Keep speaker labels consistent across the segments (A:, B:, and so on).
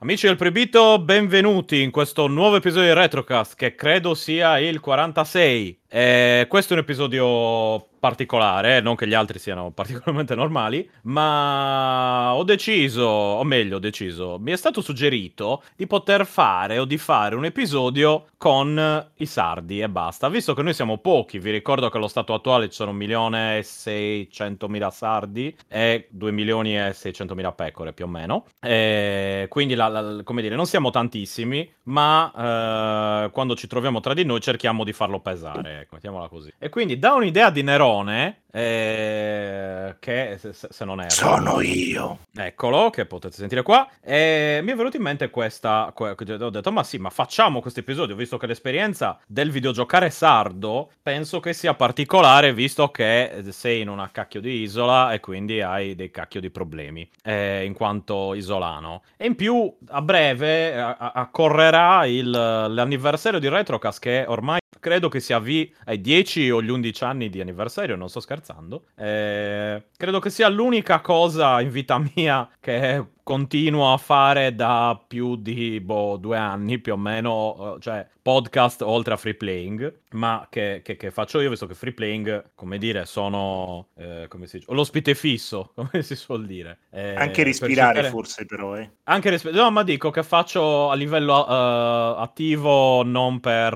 A: Amici del Proibito, benvenuti in questo nuovo episodio di Retrocast, che credo sia il 46. Eh, questo è un episodio particolare, eh, non che gli altri siano particolarmente normali, ma ho deciso, o meglio, ho deciso, mi è stato suggerito di poter fare o di fare un episodio con i sardi e basta. Visto che noi siamo pochi, vi ricordo che allo stato attuale ci sono 1.600.000 sardi e 2.600.000 pecore più o meno. E quindi, la- la- come dire, non siamo tantissimi, ma eh, quando ci troviamo tra di noi cerchiamo di farlo pesare, ecco, mettiamola così. E quindi da un'idea di Nerone, eh, che se, se- se non erro...
B: Sono io.
A: Eccolo, che potete sentire qua. E mi è venuta in mente questa. que- che ho detto, ma sì, ma facciamo questo episodio, visto che l'esperienza del videogiocare sardo penso che sia particolare, visto che sei in una cacchio di isola e quindi hai dei cacchio di problemi, eh, in quanto isolano. E in più, a breve, eh, a- a- accorrerà il- l'anniversario di Retrocast, che ormai credo che si avvii ai 10 o gli 11 anni di anniversario, non sto scherzando. Eh, credo che sia l'unica cosa in vita mia che continuo a fare da più di boh, due anni più o meno, eh, cioè podcast oltre a free playing, ma che, che- che faccio io, visto che free playing, come dire, sono eh, come si dice, l'ospite fisso, come si suol dire. Eh,
B: Anche
A: per
B: respirare
A: cercare-
B: forse però, eh.
A: anche rispetto, no, ma dico che faccio a livello eh, attivo, non per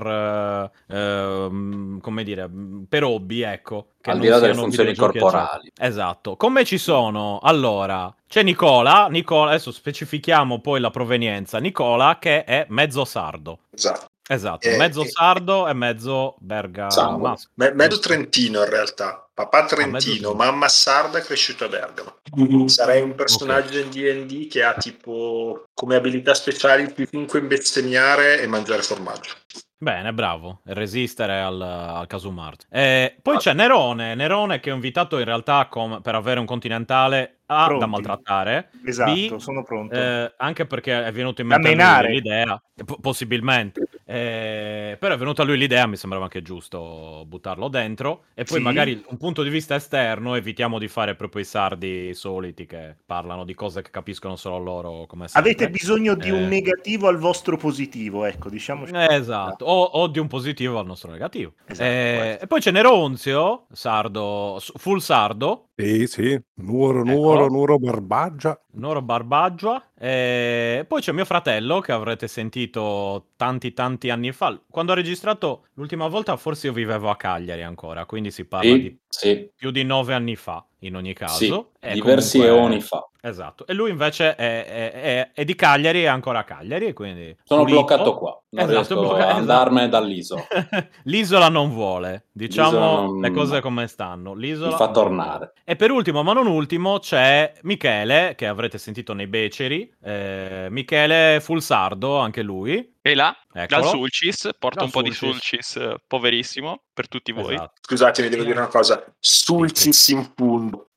A: eh, ehm, come dire, mh, per hobby, ecco. Che
C: Al
A: non
C: di là delle
A: siano
C: funzioni
A: videogiochi, eccetera.
C: corporali.
A: Esatto. Come ci sono? Allora, c'è Nicola. Nicola, adesso specifichiamo poi la provenienza. Nicola, che è mezzo sardo.
D: Esatto.
A: Esatto,
D: Eh,
A: mezzo
D: eh.
A: sardo e mezzo bergamasco.
C: Sardo.
D: Me- mezzo trentino in realtà. Papà trentino,
A: Ah, trentino.
D: mamma sarda cresciuta a Bergamo.
B: Mm-hmm.
D: Sarei un personaggio in D&D che ha tipo come abilità speciali più 5 imbestemmiare e mangiare formaggio.
A: Bene, bravo. Resistere al, al Casumart. Eh,
B: Ah.
A: poi c'è Nerone. Nerone che ho invitato in realtà com- per avere un continentale A da
B: Pronti.
A: maltrattare.
B: Esatto,
A: B,
B: sono pronto.
A: eh, anche perché è venuto in
B: Da
A: mente a
B: menare.
A: lui l'idea, po- possibilmente, Eh, però è venuta a lui l'idea, mi sembrava anche giusto buttarlo dentro. E poi
B: Sì.
A: magari un punto di vista esterno, evitiamo di fare proprio i sardi soliti che parlano di cose che capiscono solo loro. Come sempre.
B: Avete bisogno di
A: Eh.
B: un negativo al vostro positivo, ecco, diciamoci.
A: Eh, Esatto, o, o di un positivo al nostro negativo.
B: Esatto,
A: Eh,
B: può essere.
A: e poi c'è Neronzio, sardo, s- full sardo,
E: Sì, sì, nuoro,
A: Eccolo.
E: nuoro, nuoro, barbaggia.
A: Noro Barbaggia. E poi c'è mio fratello che avrete sentito tanti tanti anni fa. Quando ho registrato l'ultima volta forse io vivevo a Cagliari ancora, quindi si parla di
C: Sì, sì,
A: più di nove anni fa in ogni caso.
C: sì,
A: E
C: diversi
A: comunque-
C: eoni fa.
A: Esatto, e lui invece è, è- è- è di Cagliari e è ancora a Cagliari, quindi...
C: Sono
A: pulito.
C: bloccato qua, non
A: Esatto,
C: riesco
A: blocca-
C: a
A: esatto.
C: andarmene dall'isola,
A: L'isola non vuole,
C: L'isola
A: diciamo
C: non-
A: le cose come stanno. L'isola
C: mi fa
A: non vuole.
C: tornare.
A: E per ultimo, ma non ultimo, c'è Michele, che avrete sentito nei Beceri. Eh, Michele Fulsardo, anche lui.
F: E là, dal
A: Eccolo.
F: Sulcis, porta
A: Dal
F: un po' di
A: Sulcis.
F: Sulcis, eh, poverissimo, per tutti voi.
A: Esatto.
D: Scusatemi, devo dire una cosa. Sulcis in fundo.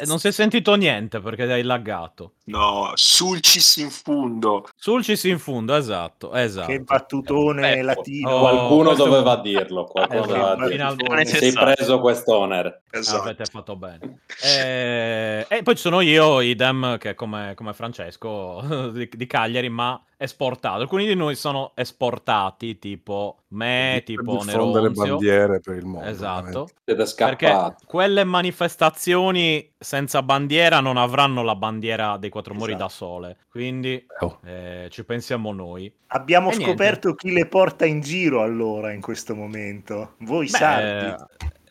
A: Eh, non si è sentito niente perché hai laggato.
D: No, sulcis in fundo.
A: Sulcis in fondo, esatto, esatto.
B: Che battutone
C: Ecco,
B: latino.
A: Oh,
C: qualcuno
A: questo-
C: doveva dirlo, qualcuno
A: Esatto,
C: doveva
B: Che
C: dirlo.
A: finalmente.
B: battutone.
F: Sì,
C: Sei
F: Esatto.
C: preso quest'onere.
D: Esatto.
A: Eh, Avete fatto bene. Eh, e poi ci sono io, idem, che come, come Francesco di, di Cagliari, ma esportato. Alcuni di noi sono esportati, tipo me, tipo
E: diffondere
A: Neronzio.
E: bandiere per il mondo.
A: Esatto.
C: Siete
A: Perché
C: scappati.
A: quelle manifestazioni senza bandiera non avranno la bandiera dei quattro muri da sole. Quindi
E: Oh.
A: eh, ci pensiamo noi.
B: Abbiamo
A: E niente.
B: scoperto chi le porta in giro allora in questo momento. Voi sardi.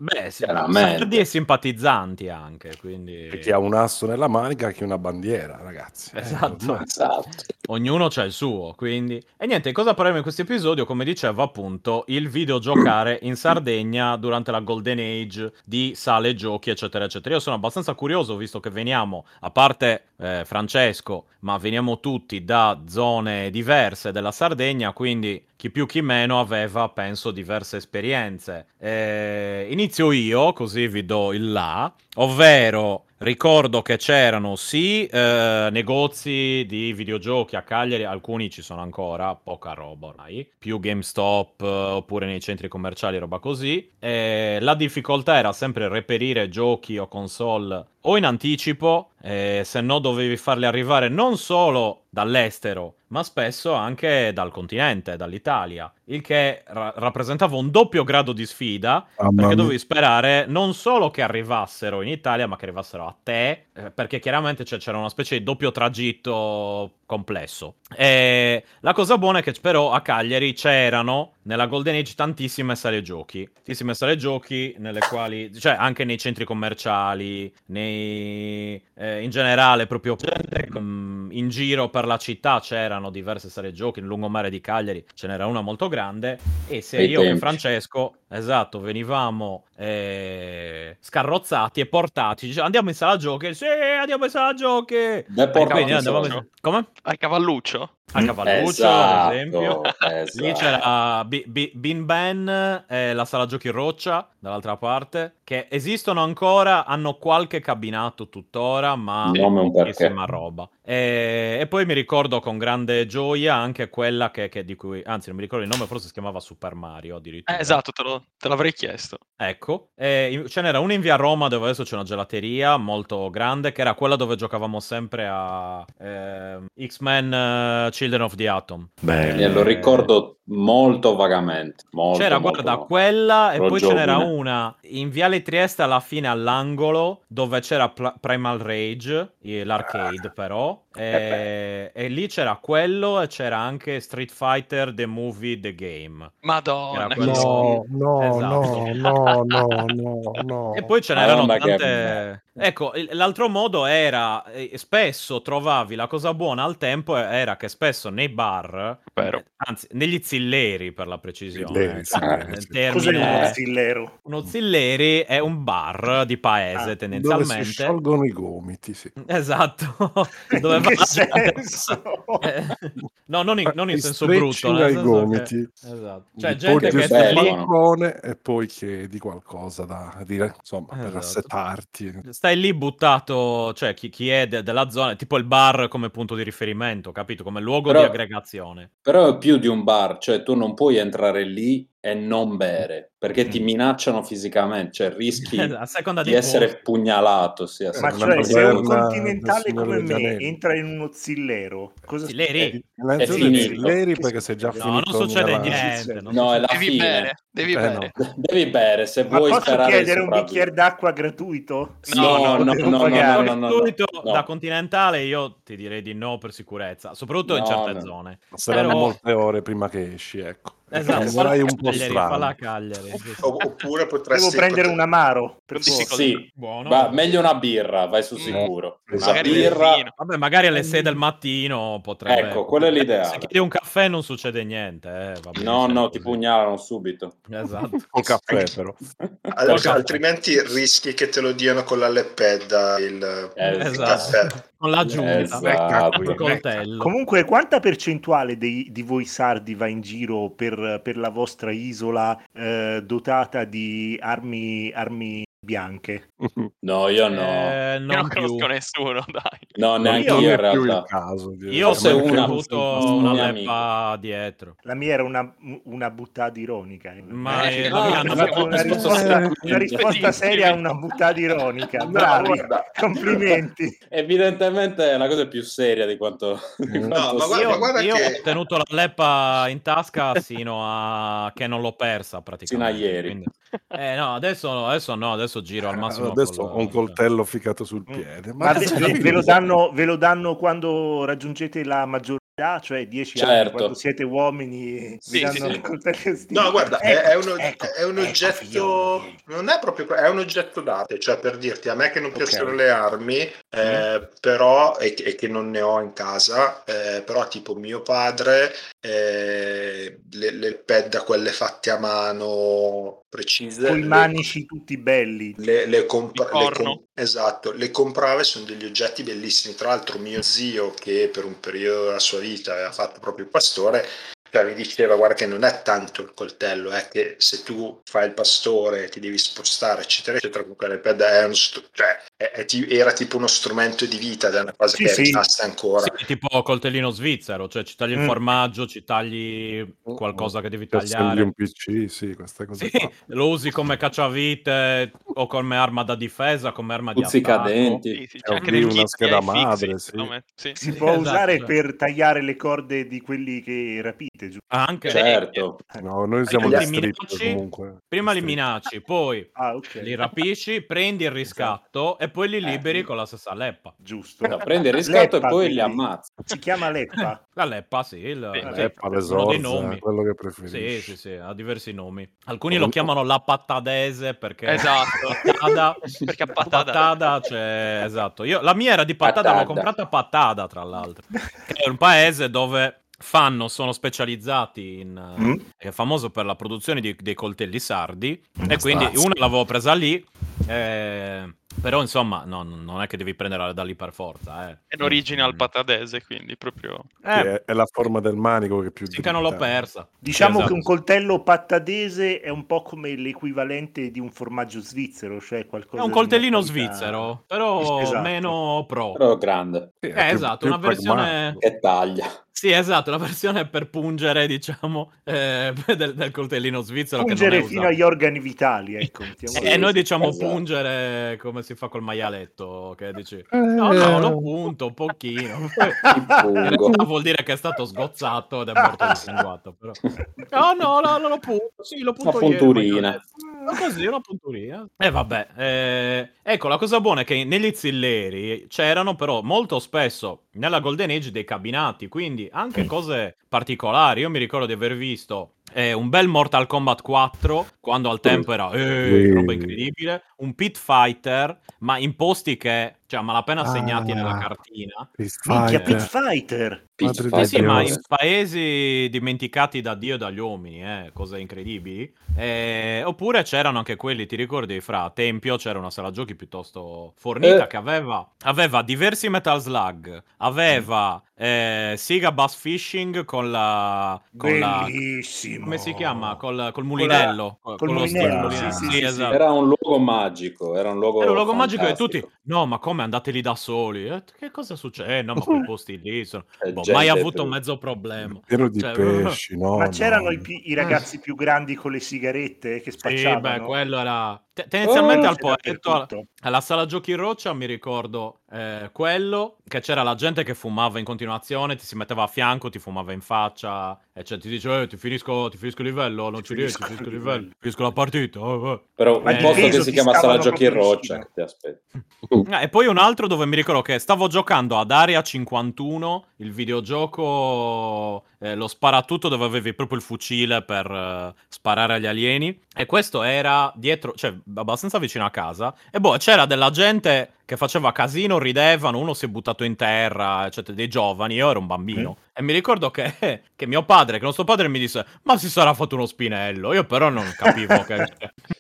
A: Beh, beh, sì,
C: Chiaramente.
A: sardi e simpatizzanti anche, quindi...
E: E chi ha un asso nella manica, chi una bandiera, ragazzi. Eh,
A: Esatto.
E: ormai.
C: Esatto.
A: Ognuno c'ha il suo, quindi. E niente, cosa parliamo in questo episodio? Come dicevo, appunto, il videogiocare in Sardegna durante la Golden Age di sale giochi, eccetera, eccetera. Io sono abbastanza curioso, visto che veniamo, a parte eh, Francesco, ma veniamo tutti da zone diverse della Sardegna, quindi chi più chi meno aveva, penso, diverse esperienze. Eh, inizio io, così vi do il là, ovvero ricordo che c'erano sì eh, negozi di videogiochi a Cagliari, alcuni ci sono ancora, poca roba ormai, più GameStop eh, oppure nei centri commerciali, roba così. Eh, la difficoltà era sempre reperire giochi o console o in anticipo, eh, se no dovevi farli arrivare non solo dall'estero, ma spesso anche dal continente, dall'Italia, il che ra- rappresentava un doppio grado di sfida perché dovevi sperare non solo che arrivassero in Italia, ma che arrivassero a te, eh, perché chiaramente cioè, c'era una specie di doppio tragitto complesso. E la cosa buona è che però a Cagliari c'erano nella Golden Age tantissime sale giochi, tantissime sale giochi nelle quali, cioè anche nei centri commerciali, nei, eh, in generale proprio
C: Cioè, ecco.
A: mm, in giro per la città c'erano diverse sale giochi, nel lungomare di Cagliari ce n'era una molto grande e se
C: Ai
A: io e
C: tempi.
A: Francesco, esatto, venivamo eh, scarrozzati e portati, dice, andiamo in sala giochi, sì, andiamo in sala giochi. E
C: Deportati
A: quindi andavamo
C: sono. Mm.
A: in- Come?
F: Ai cavalluccio?
A: A Cavalluccio,
C: Esatto,
A: ad esempio.
C: esatto.
A: Lì c'era Bi- Bi- Bin Ben, eh, la sala giochi Roccia, dall'altra parte, che esistono ancora, hanno qualche cabinato tuttora, ma
C: Il nome è un perché.
A: pochissima roba. E, e poi mi ricordo con grande gioia anche quella che, che di cui, anzi non mi ricordo il nome, forse si chiamava Super Mario addirittura.
F: Eh, esatto, te, lo- te l'avrei chiesto.
A: Ecco, e in- ce n'era una in via Roma dove adesso c'è una gelateria molto grande, che era quella dove giocavamo sempre a ehm, X-Men eh, Children of the Atom.
C: Eh, lo ricordo molto vagamente. molto,
A: C'era,
C: molto,
A: guarda,
C: molto.
A: quella e
C: Ero
A: poi ce n'era
C: giovane.
A: una in Viale Trieste alla fine all'angolo dove c'era Pl- Primal Rage, eh, l'arcade però,
C: Eh,
A: e, e lì c'era quello e c'era anche Street Fighter The Movie The Game.
F: Madonna,
A: Era
F: che
A: quello-
F: schifo.
A: No,
E: No, no,
A: Esatto.
E: no, no, no, no, no.
A: E poi ce n'erano
C: Ah, Madonna, che
A: tante... Ecco, il- l'altro modo era, eh, spesso trovavi la cosa buona al tempo, era che spesso nei bar,
F: Vero.
A: anzi negli zilleri per la precisione,
E: Zilleri, sì,
A: nel
E: sì.
B: Cos'è
A: termine...
B: uno zillero?
A: Uno zilleri è un bar di paese
B: Ah,
E: Dove si
A: tendenzialmente.
E: sciolgono i gomiti, sì.
A: Esatto. Dove
B: In
A: va
B: che
A: la gente-
B: senso?
A: Eh, no, non in, non in
E: Ti
A: senso
E: stretching
A: brutto. nel
E: ai
A: senso
E: gomiti.
A: che- esatto. Cioè,
E: Un
A: gente
E: po' di
A: che
C: giusto
A: sta lì,
C: bello.
E: balcone e poi chiedi qualcosa da dire, insomma, per
A: Esatto.
E: assetarti.
A: stai lì buttato, cioè chi, chi è de- della zona, tipo il bar come punto di riferimento, capito? Come luogo
C: Però-
A: di aggregazione.
C: Però è più di un bar, cioè tu non puoi entrare lì e non bere, perché ti minacciano fisicamente, cioè rischi
A: Eh, A seconda
C: di
A: dei
C: essere
A: posti.
C: pugnalato. Sì, a
B: Ma
E: Una
C: seconda
B: cioè, se
C: dei
E: taverna
B: un
C: posti.
B: continentale
E: del Signore
B: come
E: degli
B: me
E: Anelli.
B: entra in uno zillero, cosa
A: Zilleri.
B: aspetti?
E: Innanzitutto
C: finito.
E: zilleri, perché sei già
B: No,
E: finito.
A: non succede
E: nella-
A: niente, non
C: No, è la
F: Devi
C: fine.
F: bere, devi
E: Eh, no.
F: bere.
C: Devi bere se
B: Ma
C: vuoi
B: posso
C: sperare di
B: chiedere un
C: sopravvivere.
B: bicchiere d'acqua gratuito?
F: No, no,
B: lo
C: no,
B: devo
C: no, no,
B: pagare.
C: no, no, no.
A: Subito da continentale io ti direi di no per sicurezza, soprattutto in
C: No,
A: certe
C: no.
A: zone.
E: Saranno
A: Però-
E: molte ore prima che esci, ecco.
A: Esatto,
E: Perché sarai un po'
A: Cagliari, falla
E: strano.
A: Cagliari. sì, sì.
D: O- Oppure potresti...
B: Devo prendere un amaro. Per
F: Non dici
B: forza.
F: cosa-
C: Sì,
A: Buono.
C: va- meglio una birra, vai su
F: Mm.
C: sicuro. Una
F: Magari del
C: birra,
F: vino.
A: Vabbè, magari alle 6 del mattino potrebbe...
C: Ecco, quello è l'ideale.
A: Se chiedi un caffè non succede niente. eh, va bene,
C: no,
A: sempre
C: no, ti
A: così.
C: pugnalano subito.
A: Esatto.
E: Col caffè, però.
D: Al- cioè,
A: Col caffè.
D: altrimenti rischi che te lo diano con la leppedda il,
C: Eh,
D: il
A: esatto.
D: caffè.
A: Con l'aggiunta.
C: Esatto.
A: Col coltello.
B: Comunque, quanta percentuale dei- di voi sardi va in giro per, per la vostra isola eh, dotata di armi, armi bianche?
C: No, io no.
A: Eh,
F: Io non
A: non più.
F: conosco nessuno, dai.
C: No, neanche
E: Non
C: io,
E: è
C: in
E: più il
C: realtà.
E: caso. direi.
A: Io ho
C: se
E: Ormai
A: sempre
C: una-
A: avuto
C: un
A: una
C: mio
A: leppa dietro.
B: La mia era una, una buttata ironica. eh.
A: Ma
F: Eh,
A: eh,
F: no,
A: la mia
F: no,
A: hanno
F: no,
A: avuto-
B: una risposta, una risposta seria a una buttata ironica.
C: No,
B: Bravi,
C: guarda.
B: complimenti.
C: Evidentemente è una cosa più seria di quanto... di
B: Mm.
E: No,
C: quanto
D: ma guarda-
C: sembra.
D: guarda-
A: Io
D: che-
A: ho tenuto la leppa in tasca sino a che non l'ho persa praticamente.
C: Sino a ieri. Eh,
A: Quindi- Eh no, adesso, adesso no, adesso giro al massimo. cioè. Mm.
E: Adesso
A: col-
E: ho un coltello ficato sul piede.
B: Ma ve,
E: cosa
B: ve-
E: dici?
B: ve lo danno, ve lo danno quando raggiungete la maggior età, cioè 10 anni,
C: Certo.
B: quando siete uomini, vi
F: Sì,
B: danno
C: sì.
B: il coltello estivo.
D: No, guarda, è,
B: Ecco,
D: è uno-
B: ecco,
D: è un
B: ecco,
D: oggetto...
B: figliolo.
D: non è proprio... è un oggetto d'arte, cioè per dirti, a me che non
B: Ok. Mm-hmm.
D: piacciono le armi, eh, però, e, che- e che non ne ho in casa, eh, però tipo mio padre, eh, le, le pedda quelle fatte a mano precise...
B: Con i
D: le-
B: manici tutti belli.
D: le, le compra-
F: Il
D: le
F: corno.
D: com- esatto, le comprava e sono degli oggetti bellissimi. Tra l'altro, mio zio, che per un periodo della sua vita aveva fatto proprio il pastore, cioè mi diceva: Guarda, che non è tanto il coltello, è che se tu fai il pastore ti devi spostare, eccetera, eccetera. Comunque, la pedda è uno str- cioè, è- è ti- era tipo uno strumento di vita, ed è una cosa
B: Sì,
D: che
B: sì. Eh,
D: è rimasta ancora.
A: Sì, tipo coltellino svizzero, cioè ci tagli il
B: Mm.
A: formaggio, ci tagli qualcosa che devi
E: Ti assembli
A: tagliare.
E: un PC, sì, queste cose
A: Sì,
E: qua.
A: lo usi come cacciavite, o come arma da difesa, come arma di attacco.
C: Pizzicadenti.
F: Sì, sì, c'è anche
E: quindi
F: nel
E: una
F: kit
E: scheda
F: dei fixi,
E: madre, sì.
F: secondo me. Sì.
B: Si
A: Sì,
B: può
A: esatto,
B: usare
A: cioè.
B: per tagliare le corde di quelli che rapite, giusto?
A: Anche
C: Certo.
E: No, noi siamo
D: Gli
E: gli strip
A: eliminaci-
E: comunque.
A: prima
E: Gli
A: li
E: strip.
A: minacci, poi
B: Ah, ok.
A: li rapisci, prendi il riscatto e poi li
D: Eh,
A: liberi
D: sì.
A: con la stessa leppa.
B: Giusto.
C: No, prende il riscatto
B: Leppa,
C: e poi
B: quindi.
C: li ammazza.
B: Si chiama Leppa.
A: La leppa, sì, il-
F: Sì,
A: eh,
E: Eh, pale
A: sono dei
E: Zorza,
A: nomi.
E: eh, quello che
A: Sì,
E: preferisci.
A: sì, sì, ha diversi nomi. Alcuni lo
E: Ognuno-
A: chiamano la pattadese perché
F: Esatto.
A: pattada,
F: Perché a
A: la
F: pattada-
A: pattada, cioè, esatto. Io la mia era di pattada, l'ho
C: Pattada.
A: comprata a pattada, tra l'altro. Che è un paese dove fanno, sono specializzati in eh,
B: Mm?
A: è famoso per la produzione di- dei coltelli sardi e quindi una l'avevo presa lì eh, però insomma no, non è che devi prendere da lì per forza eh.
F: È in origine al
A: Mm.
F: patadese, quindi proprio...
E: Sì,
A: eh,
E: è, è la forma del manico che più
A: sì che non l'ho
E: dritta.
A: persa
B: Diciamo
A: Esatto.
B: che un coltello pattadese è un po' come l'equivalente di un formaggio svizzero, cioè qualcosa
A: è un
B: di
A: coltellino
B: una qualità-
A: svizzero però
B: Esatto.
A: meno pro
C: Però grande.
E: Sì, è
A: Eh, esatto, una versione-
E: pragmatico.
C: Che taglia.
A: sì esatto la versione per pungere diciamo eh, del, del coltellino svizzero
B: Pungere
A: che non è
B: fino
A: usato.
B: agli organi vitali, ecco. mettiamola
A: e
C: Sì,
A: noi
B: così.
C: sì,
A: diciamo
C: esatto.
A: pungere come si fa col maialetto che dici
E: Eh,
A: no no lo punto un pochino In
C: Fungo.
A: realtà vuol dire che è stato sgozzato ed è morto distinguato. Però. No, no, no, no, lo punto. Sì, lo punto
C: Una
A: ieri,
C: punturina.
A: poi non è- Ma così, una punturina. E vabbè. eh, ecco, la cosa buona è che negli zilleri c'erano però molto spesso nella Golden Age dei cabinati, quindi anche cose particolari. Io mi ricordo di aver visto... eh, un bel Mortal Kombat 4 quando al tempo era eh,
E: Sì.
A: roba incredibile un Pit Fighter ma in posti che cioè malapena segnati
E: Ah.
A: nella cartina
E: Street
B: Minchia,
E: Fighter.
B: Pit Fighter!
C: Peach
E: Madre
A: sì,
E: di
C: Fighter.
A: sì, ma
E: Dios.
A: in paesi dimenticati da Dio e dagli uomini, eh, cose incredibili. Eh, oppure c'erano anche quelli, ti ricordi, fra a Tempio c'era una sala giochi piuttosto fornita
C: Eh.
A: che aveva, aveva diversi Metal Slug, aveva eh, Siga Bass Fishing con la... Con la
B: Bellissimo!
A: come si chiama? Col, col mulinello. Col,
B: col
A: lo schermo,
B: mulinello, sì,
A: eh.
B: sì, sì, sì.
A: esatto.
C: Era un luogo magico. Era un luogo,
A: Era un logo magico e
C: fantastico.
A: tutti, no, ma come andate lì da soli? Eh, che cosa succede? No, ma quei posti lì sono...
C: C'è
A: Boh,
C: gente
A: mai avuto
C: per-
A: un mezzo problema.
E: Pieno di
A: Cioè,
E: pesci, no?
C: Oh,
B: Ma
E: no.
B: c'erano i, pi- i ragazzi più grandi con le sigarette che
A: Sì,
B: spacciavano?
A: beh, quello era... te- tendenzialmente
C: Oh,
A: al
B: C'era
A: poetto, alla,
B: dappertutto.
A: alla sala giochi in roccia, mi ricordo eh, quello, che c'era la gente che fumava in continuazione, ti si metteva a fianco, ti fumava in faccia, e cioè ti diceva, "Eh, ti finisco, ti finisco il livello, non
B: Ti
A: ci riesci,
B: finisco
A: finisco il
B: il
A: livello,
B: livello."
A: finisco la partita. eh, eh."
C: Però
A: Ma
C: un
A: di
C: posto
A: peso
C: che si
B: ti
C: chiama
B: stavano
C: Sala Giochi in
B: proprio
C: Roccia
B: vicino.
C: che ti aspetta.
A: Ah, e poi un altro dove mi ricordo che stavo giocando ad Area 51, il videogioco, eh, lo sparatutto dove avevi proprio il fucile per eh, sparare agli alieni. E questo era dietro, cioè abbastanza vicino a casa. E boh, c'era della gente che faceva casino, ridevano, uno si è buttato in terra, eccetera, dei giovani, io ero un bambino. E mi ricordo che, che mio padre, che nostro padre mi disse, ma si sarà fatto uno spinello. Io però non capivo che...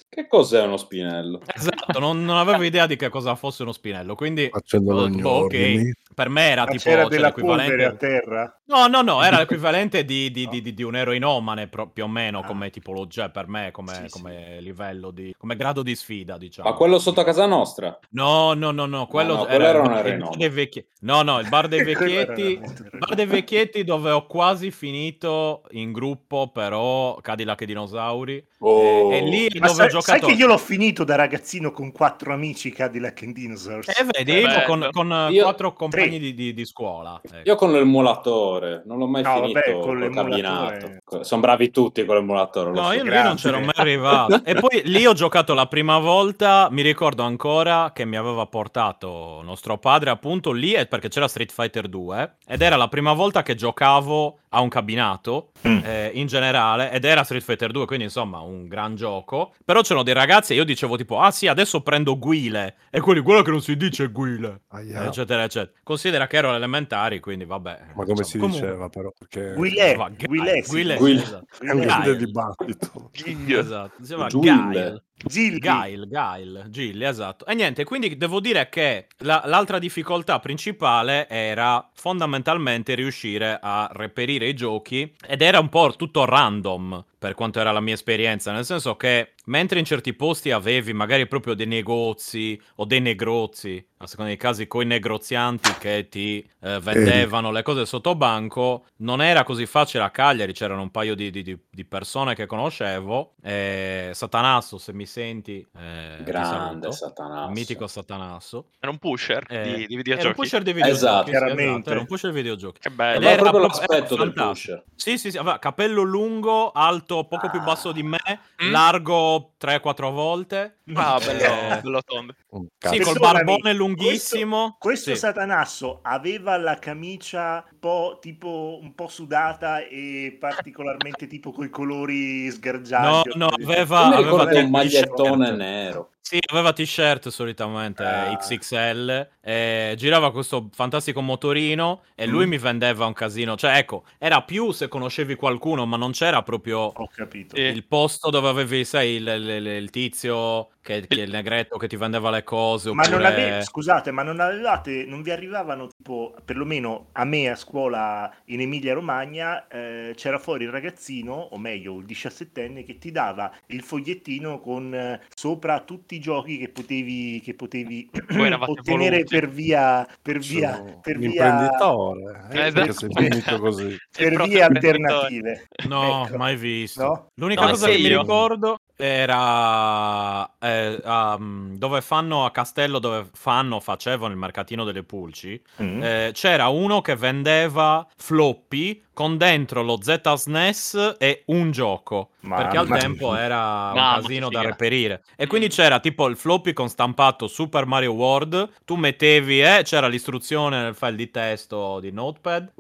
C: Che cos'è uno spinello?
A: Esatto, non, non avevo idea di che cosa fosse uno spinello, quindi...
E: Facendo
A: Boh,
E: ogni
A: boh, ok.
E: ordine.
A: Per me era
B: Ma
A: tipo
B: Ah, c'era
A: cioè,
B: della polvere a
A: l'equivalente.
B: terra?
A: No, no, no, era l'equivalente di, di- di- di- di un eroinomane pro- più o meno come tipologia cioè, per me, come,
B: Ah. Sì, sì.
A: come livello di. come grado di sfida, diciamo.
C: Ma quello sotto a casa nostra?
A: No, no, no, no, quello,
C: No, no, quello era
A: il bar-
C: un
A: il
C: eroinomane.
A: bar dei vecchi- No, no, il bar dei
B: Quello era
A: vecchietti.
B: veramente un
A: il bar dei vecchietti dove ho quasi finito in gruppo, però Cadillac e dinosauri.
C: Oh.
A: E, e lì dove
B: Ma
A: ho
B: sai, sai
A: giocato.
B: che io l'ho finito da ragazzino con quattro amici Cadillac and Dinosaurs?
A: Eh, vedi,
F: Bello.
A: con, con, eh,
C: ecco. Io-
A: quattro compagni
B: Tre.
A: di, di- di scuola. ecco.
C: Io con l'emulatore, non l'ho mai
B: No,
C: finito
B: vabbè, con
C: con
B: l'emulatore.
C: cabinato. Sono bravi tutti con l'emulatore. lo
A: No,
C: so.
A: io, io
B: grazie.
A: non c'ero mai arrivato. E poi lì ho giocato la prima volta. Mi ricordo ancora che mi aveva portato nostro padre, appunto lì eh, perché c'era Street Fighter 2. Ed era la prima volta che giocavo a un cabinato
B: Mm.
A: eh, in generale. Ed era Street Fighter 2, quindi insomma un gran gioco. Però c'erano dei ragazzi e io dicevo tipo, ah sì, adesso prendo Guile. E quelli, quello che non si dice Guile.
E: Aia.
A: Eccetera, eccetera. Considera che ero alle elementari, quindi vabbè.
E: Ma come
A: insomma.
E: si
A: Comunque,
E: diceva però? Perché
B: Guilè,
A: va,
B: Guilè, sì.
A: Guile,
C: Guile.
A: esatto.
E: è un
A: Guilè.
E: grande dibattito.
A: Esatto, si chiama
C: Giulle.
A: Guile.
B: Gilli.
A: Gail, Gail, Gilli, esatto. E niente, quindi devo dire che la- l'altra difficoltà principale era fondamentalmente riuscire a reperire i giochi ed era un po' tutto random. per quanto era la mia esperienza, nel senso che mentre in certi posti avevi magari proprio dei negozi o dei negrozi, a seconda dei casi, coi negozianti che ti eh, vendevano le cose sotto banco, non era così facile a Cagliari, c'erano un paio di, di- di- di persone che conoscevo, eh, Satanasso se mi senti, eh, ti
C: Grande
A: saluto.
C: Satanasso.
A: mitico Satanasso,
F: Era un pusher
A: Eh,
F: di, di
A: era un
F: videogiochi.
A: pusher di videogiochi,
C: Esatto.
A: sì, esatto,
B: Chiaramente.
A: era un pusher di videogiochi.
F: Che
A: Ed
F: bello.
C: Ma
A: era
C: proprio
A: proprio-
C: l'aspetto
A: era
C: del
A: fantastico.
C: pusher.
A: Sì, sì, sì, aveva capello lungo, alto, poco più
C: Ah.
A: basso di me,
F: Mm.
A: largo 3-4 volte.
F: Ah,
A: Eh.
F: bello, bello tondo.
E: Un
A: Sì,
E: cazzo.
A: col
B: Perdonami,
A: barbone lunghissimo.
B: Questo
A: Sì.
B: Satanasso aveva la camicia un po', tipo, un po' sudata e particolarmente tipo coi colori
A: No,
B: sgargiati.
A: no, aveva,
C: Io mi
A: aveva
C: ricordo
A: dei
C: un magliettone
A: t-shirt.
C: nero.
A: Sì, aveva t-shirt solitamente
B: Eh.
C: Ah.
A: XXL, eh, girava questo fantastico motorino e lui
B: Mm.
A: mi vendeva un casino. Cioè, ecco, era più se conoscevi qualcuno, ma non c'era proprio
B: Ho capito.
F: Sì.
A: il posto dove avevi, sai, il, il- il- il tizio, che, che il negretto che ti vendeva le cose.
B: Ma non
A: oppure-
B: ave- scusate, ma non avevate, non vi arrivavano tipo, perlomeno a me a scuola in Emilia Romagna, eh, c'era fuori il ragazzino, o meglio il diciassettenne, che ti dava il fogliettino con eh, sopra tutti i giochi che potevi, che potevi
F: Voi eravate
B: ottenere
F: voluti.
B: per via, per via,
E: Sono
B: per
E: un
B: via,
E: imprenditore. Eh,
F: Eh,
E: perché
F: esatto.
E: sei finito così.
F: Sei
B: per
F: proprio
B: via
F: imprenditore.
B: alternative.
A: No,
B: Ecco.
A: mai visto.
B: No?
A: L'unica
F: No,
A: cosa
F: sì,
A: che mi
F: io-
A: ricordo era eh, a, mm, dove fanno a Castello, dove fanno, facevano il mercatino delle pulci.
B: Mm.
A: eh, c'era uno che vendeva floppy con dentro lo Z SNES e un gioco.
B: Mamma
A: perché al
B: mia.
A: tempo eh. era un
F: Mamma
A: casino
F: che
A: da
F: figa.
A: reperire. E quindi c'era tipo il floppy con stampato Super Mario World. Tu mettevi, eh, c'era l'istruzione nel file di testo di Notepad.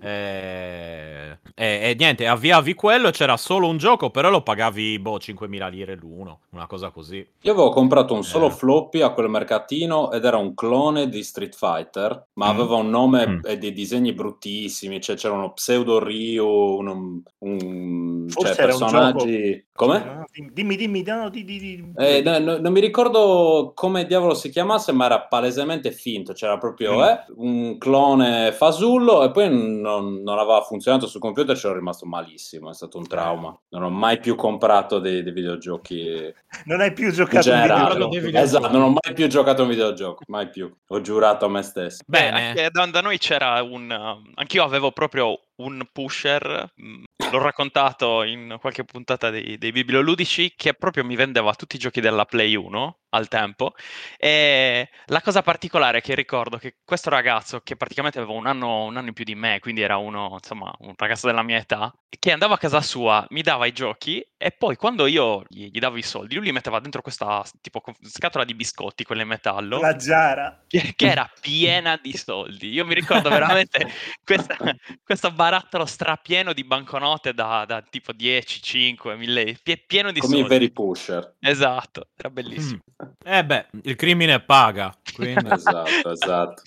A: eh, E, e niente, avviavi quello e c'era solo un gioco, però lo pagavi boh, 5.000 lire l'uno, una cosa così.
C: Io avevo comprato un solo
A: Eh.
C: floppy a quel mercatino ed era un clone di Street Fighter, ma
B: Mm.
C: aveva un nome
A: Mm.
C: e dei disegni bruttissimi, cioè c'era uno pseudo Ryu, un, un-
B: Forse
C: cioè
B: era un
C: personaggi... Come?
B: No, Dimmi, dimmi, no, di, di, di-
C: Eh, no, no, non mi ricordo come diavolo si chiamasse, ma era palesemente finto. C'era proprio
B: Mm.
C: eh, un clone fasullo e poi non, non aveva funzionato sul computer. Ci ero rimasto malissimo. È stato un trauma. Non ho mai più comprato dei, dei videogiochi
B: non hai più
C: in
B: giocato un
C: generale.
A: videogioco.
B: videogioco.
C: Esatto, non ho mai più giocato a un videogioco. Mai più. Ho giurato a me stesso.
F: Beh,
A: Bene.
F: anche da, da noi c'era un... uh, Anch'io avevo proprio un pusher, mh, l'ho raccontato in qualche puntata dei, dei Biblioludici, che proprio mi vendeva tutti i giochi della Play 1 al tempo. E la cosa particolare che ricordo è che questo ragazzo, che praticamente aveva un anno, un anno in più di me, quindi era uno, insomma, un ragazzo della mia età, che andava a casa sua, mi dava i giochi e poi quando io gli, gli davo i soldi, lui li metteva dentro questa tipo scatola di biscotti, quelle in metallo
B: La Giara.
F: che che era piena di soldi. Io mi ricordo veramente questa- questo barattolo strapieno di banconote da, da tipo 10, 5, 1000, pie- pieno di
C: Come i
F: soldi.
C: veri pusher.
F: Esatto, era bellissimo.
A: Eh beh, il crimine paga. Quindi...
C: Esatto, esatto.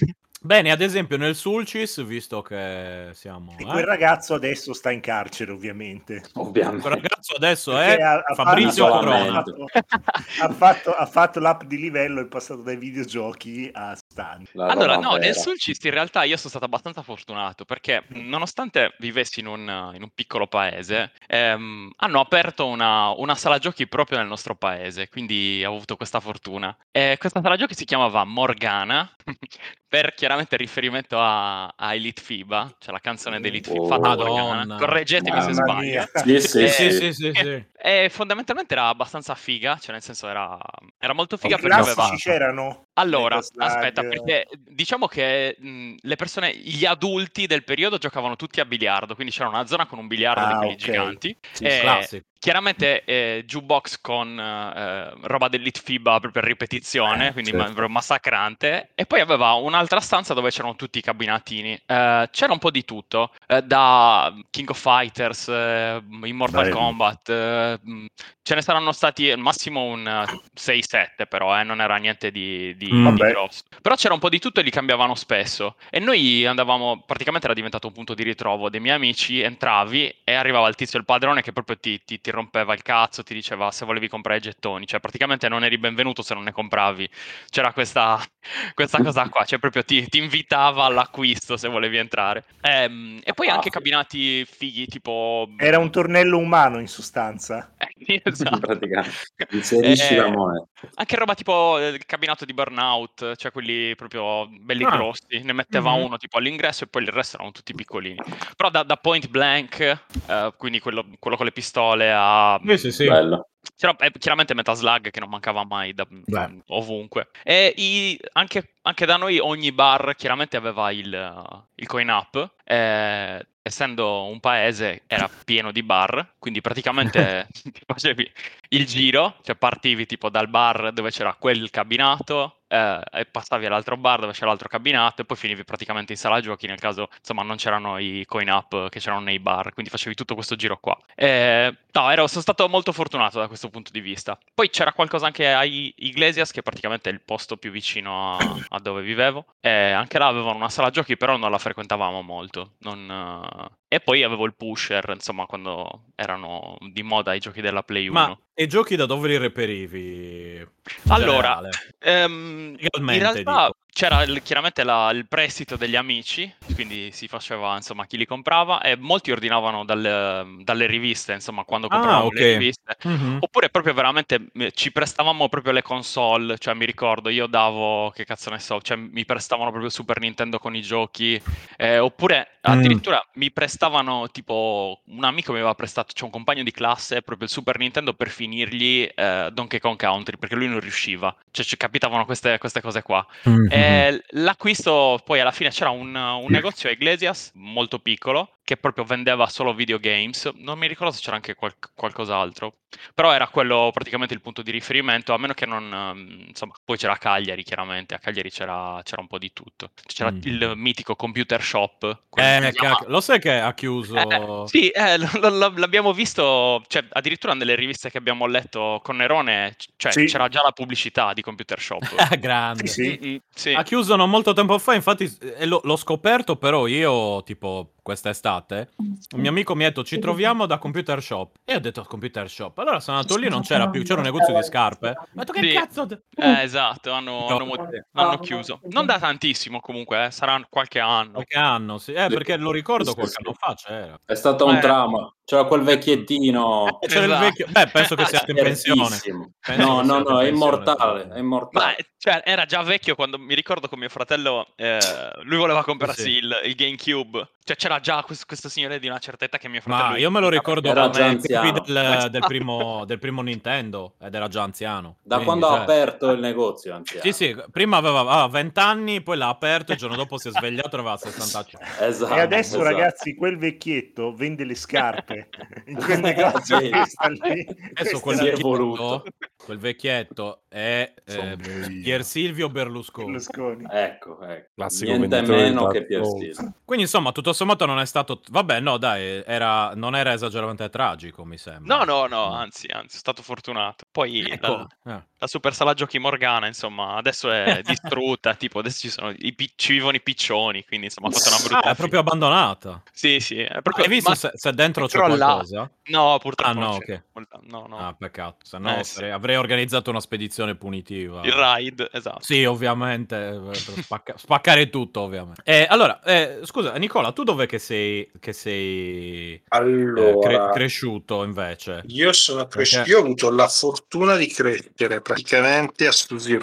A: Bene, ad esempio nel Sulcis, visto che siamo...
B: E
A: eh,
B: quel ragazzo adesso sta in carcere, ovviamente.
A: quel
C: Ovviamente.
A: ragazzo adesso è
B: Perché ha- ha
A: Cioè, Fabrizio
B: fatto-
A: Corona.
C: Corona.
B: ha fatto- ha
C: Mm.
B: fatto- ha fatto l'app di livello e è passato dai videogiochi a stand.
C: La
F: Allora,
C: roba
F: no,
C: vera.
F: nel Sulcist in realtà io sono stato abbastanza fortunato perché mhmm, nonostante vivessi in un, in un piccolo paese, ehm, hanno aperto una, una sala giochi proprio nel nostro paese, quindi ho avuto questa fortuna. E questa sala giochi si chiamava Morgana, per chiaramente riferimento a, a Elite FIBA, cioè la canzone di Elite
C: Oh.
F: FIBA fatta a Morgana.
A: Madonna.
F: Correggetemi se
C: Mamma
F: sbaglio.
C: Sì, sì,
F: Eh,
A: Sì,
C: sì.
A: sì, sì, sì.
F: E fondamentalmente era abbastanza figa, cioè nel senso era, era molto figa
B: I
F: perché aveva...
B: classici c'erano.
F: Allora,
B: Metal Slug.
E: eh.
F: aspetta, perché diciamo che mh, le persone, gli adulti del periodo giocavano tutti a biliardo, quindi c'era una zona con un biliardo di
B: Ah,
F: quelli
B: ok.
F: giganti.
A: Sì,
F: Eh,
A: classico.
F: Chiaramente eh, jukebox con eh, roba dell'Elite FIBA proprio a ripetizione,
E: Eh,
F: quindi
E: certo.
F: ma- proprio massacrante. E poi aveva un'altra stanza dove c'erano tutti i cabinatini. Eh, c'era un po' di tutto, eh, da King of Fighters, eh, Immortal
E: Bello.
F: Kombat, eh, mh, Ce ne saranno stati al massimo un eh, 6-7, però eh, non era niente di, di,
A: Mm.
F: di
B: Vabbè.
F: grosso. Però c'era un po' di tutto e li cambiavano spesso. E noi andavamo, praticamente era diventato un punto di ritrovo dei miei amici. Entravi e arrivava il tizio, il padrone, che proprio ti, ti- ti rompeva il cazzo, ti diceva se volevi comprare i gettoni. Cioè, praticamente non eri benvenuto se non ne compravi. C'era questa, questa cosa qua, cioè proprio ti, ti invitava all'acquisto se volevi entrare. Ehm, e poi anche cabinati fighi, tipo...
B: Era un tornello umano in sostanza.
F: Eh, sì, esatto.
C: praticamente. Inserisci
F: Eh,
C: la moneta.
F: Anche roba tipo eh, il cabinato di burnout, cioè quelli proprio belli
A: Ah.
F: grossi, ne metteva
A: Mhm.
F: uno tipo all'ingresso e poi il resto erano tutti piccolini. Però da, da point blank, eh, quindi quello, quello con le pistole a...
A: Sì, sì, sì.
C: Bello.
F: C'era eh, chiaramente Metal Slug che non mancava mai da-
E: Beh.
F: ovunque. E i- anche, anche da noi ogni bar chiaramente aveva il, eh, il coin up. eh, essendo un paese era pieno di bar, quindi praticamente ti facevi il giro, cioè partivi tipo dal bar dove c'era quel cabinato. eh, e passavi all'altro bar dove c'era l'altro cabinato e poi finivi praticamente in sala giochi nel caso insomma non c'erano i coin up che c'erano nei bar quindi facevi tutto questo giro qua Eh, no ero- sono stato molto fortunato da questo punto di vista poi c'era qualcosa anche a I- Iglesias che è praticamente il posto più vicino a, a dove vivevo Eh, anche là avevano una sala giochi però non la frequentavamo molto non, eh, e poi avevo il pusher insomma quando erano di moda i giochi della Play 1
A: Ma e giochi da dove li reperivi? in
F: Allora,
A: generale?
F: Ehm, in
A: Legalmente,
F: realtà
A: dico.
F: c'era il- chiaramente la- il prestito degli amici, quindi si faceva insomma chi li comprava e molti ordinavano dal- dalle riviste, insomma quando
A: Ah,
F: compravamo
A: ok.
F: le riviste.
A: Mhm.
F: Oppure proprio veramente eh, ci prestavamo proprio le console, cioè mi ricordo io davo, che cazzo ne so, cioè mi prestavano proprio Super Nintendo con i giochi, eh, oppure addirittura mi prestavano tipo un amico mi aveva prestato, cioè un compagno di classe, proprio il Super Nintendo per finirgli eh, Donkey Kong Country, perché lui non riusciva, cioè ci capitavano queste, queste cose qua.
A: Mm-hmm. Mhm.
F: Eh, l'acquisto poi alla fine c'era un, un negozio a Iglesias molto piccolo che proprio vendeva solo videogames. Non mi ricordo se c'era anche qual- qualcos'altro, però era quello praticamente il punto di riferimento. A meno che non, ehm, insomma, poi c'era Cagliari chiaramente. A Cagliari c'era, c'era un po' di tutto. C'era
A: Mm.
F: il mitico computer shop. quello che
A: Eh,
F: si chiama-
A: cacchio, lo sai che ha chiuso...
F: eh, sì, eh, l- l- l- l'abbiamo visto, cioè, addirittura nelle riviste che abbiamo letto con Nerone, c- cioè,
B: Sì.
F: c'era già la pubblicità di Computer Shop.
A: Ah, Grande.
B: Sì, sì.
F: Mm, mm, sì.
A: Ha chiuso non molto tempo fa, infatti eh, l'ho, l'ho scoperto però io, tipo, quest'estate, un mio amico mi ha detto ci troviamo da Computer Shop. E ho detto Computer Shop. Allora sono andato lì, non c'era più, c'era un negozio di scarpe. Ho detto che
F: Sì.
A: cazzo...
F: Eh, esatto, hanno,
A: Mm. No,
F: hanno mo-
A: sì.
F: hanno chiuso. Non da tantissimo comunque, eh, sarà qualche anno.
A: Qualche anno, sì. Eh, perché lo ricordo
C: Sì,
A: qualche
C: sì.
A: anno fa c'era.
C: È stato un
F: Eh.
C: trauma. C'era quel vecchiettino.
A: E c'era il
F: Esatto.
A: vecchio... Beh, penso che sia anche in pensione.
C: Bellissimo.
A: Penso
C: No,
A: che sia
C: no,
A: anche
C: no, è
A: in pensione,
C: immortale.
A: sì.
C: È immortale.
F: Ma cioè, era già vecchio quando mi ricordo con mio fratello, eh, lui voleva comprarsi
A: Sì.
F: il, il GameCube. Cioè c'era già questo, questo signore di una certa età che mio fratello...
A: Ma io me lo ricordo
C: Era
A: come
C: già
A: ai tempi
C: anziano.
A: del, del primo, del primo Nintendo ed era già anziano.
C: Da
A: Quindi,
C: quando
A: cioè-
C: ha aperto il negozio, anziano.
A: Sì, sì, prima aveva aveva 20 anni, poi l'ha aperto, il giorno dopo si è svegliato e aveva 65.
C: Esatto,
B: E adesso,
C: esatto.
B: ragazzi, quel vecchietto vende le scarpe in quel negozio
C: Sì.
B: che sta lì.
A: Adesso quel
B: Questa è
C: Si è
A: vecchietto,
C: evoluto.
A: quel vecchietto è eh, Pier Silvio Berlusconi.
B: Berlusconi.
C: Ecco, ecco.
E: Classico
C: Niente
E: venditore di
C: meno che
E: Dark Souls.
C: Piersino.
A: Quindi insomma, tutto sommato non è stato... Vabbè, no, dai, era... non era esageratamente tragico, mi sembra.
F: No, no, no, anzi, anzi, sono stato fortunato. Poi la,
A: Mm. Ecco. Eh.
F: la super sala giochi Morgana, insomma, adesso è distrutta, tipo adesso ci, sono i, pi- ci vivono i piccioni, quindi insomma ha fatto una brutta...
A: Ah, è proprio abbandonata.
F: Sì, sì, è proprio...
A: Hai visto
F: ma-
A: se, se dentro c'è
F: crolla.
A: qualcosa?
F: No, purtroppo
A: Ah, no,
F: non c'è.
A: ok.
F: Molta- No, no.
A: Ah, peccato. Se no
F: Eh, sì.
A: sarei- avrei organizzato una spedizione punitiva.
F: Il raid, esatto.
A: Sì, ovviamente, eh, per spacca- spaccare tutto, ovviamente. Eh, allora, eh, scusa, Nicola, tu dov'è che sei, che sei eh, cre-
D: Allora,
A: cresciuto invece?
D: io, sono cres-
A: Perché-
D: io ho avuto la fortuna di crescere praticamente a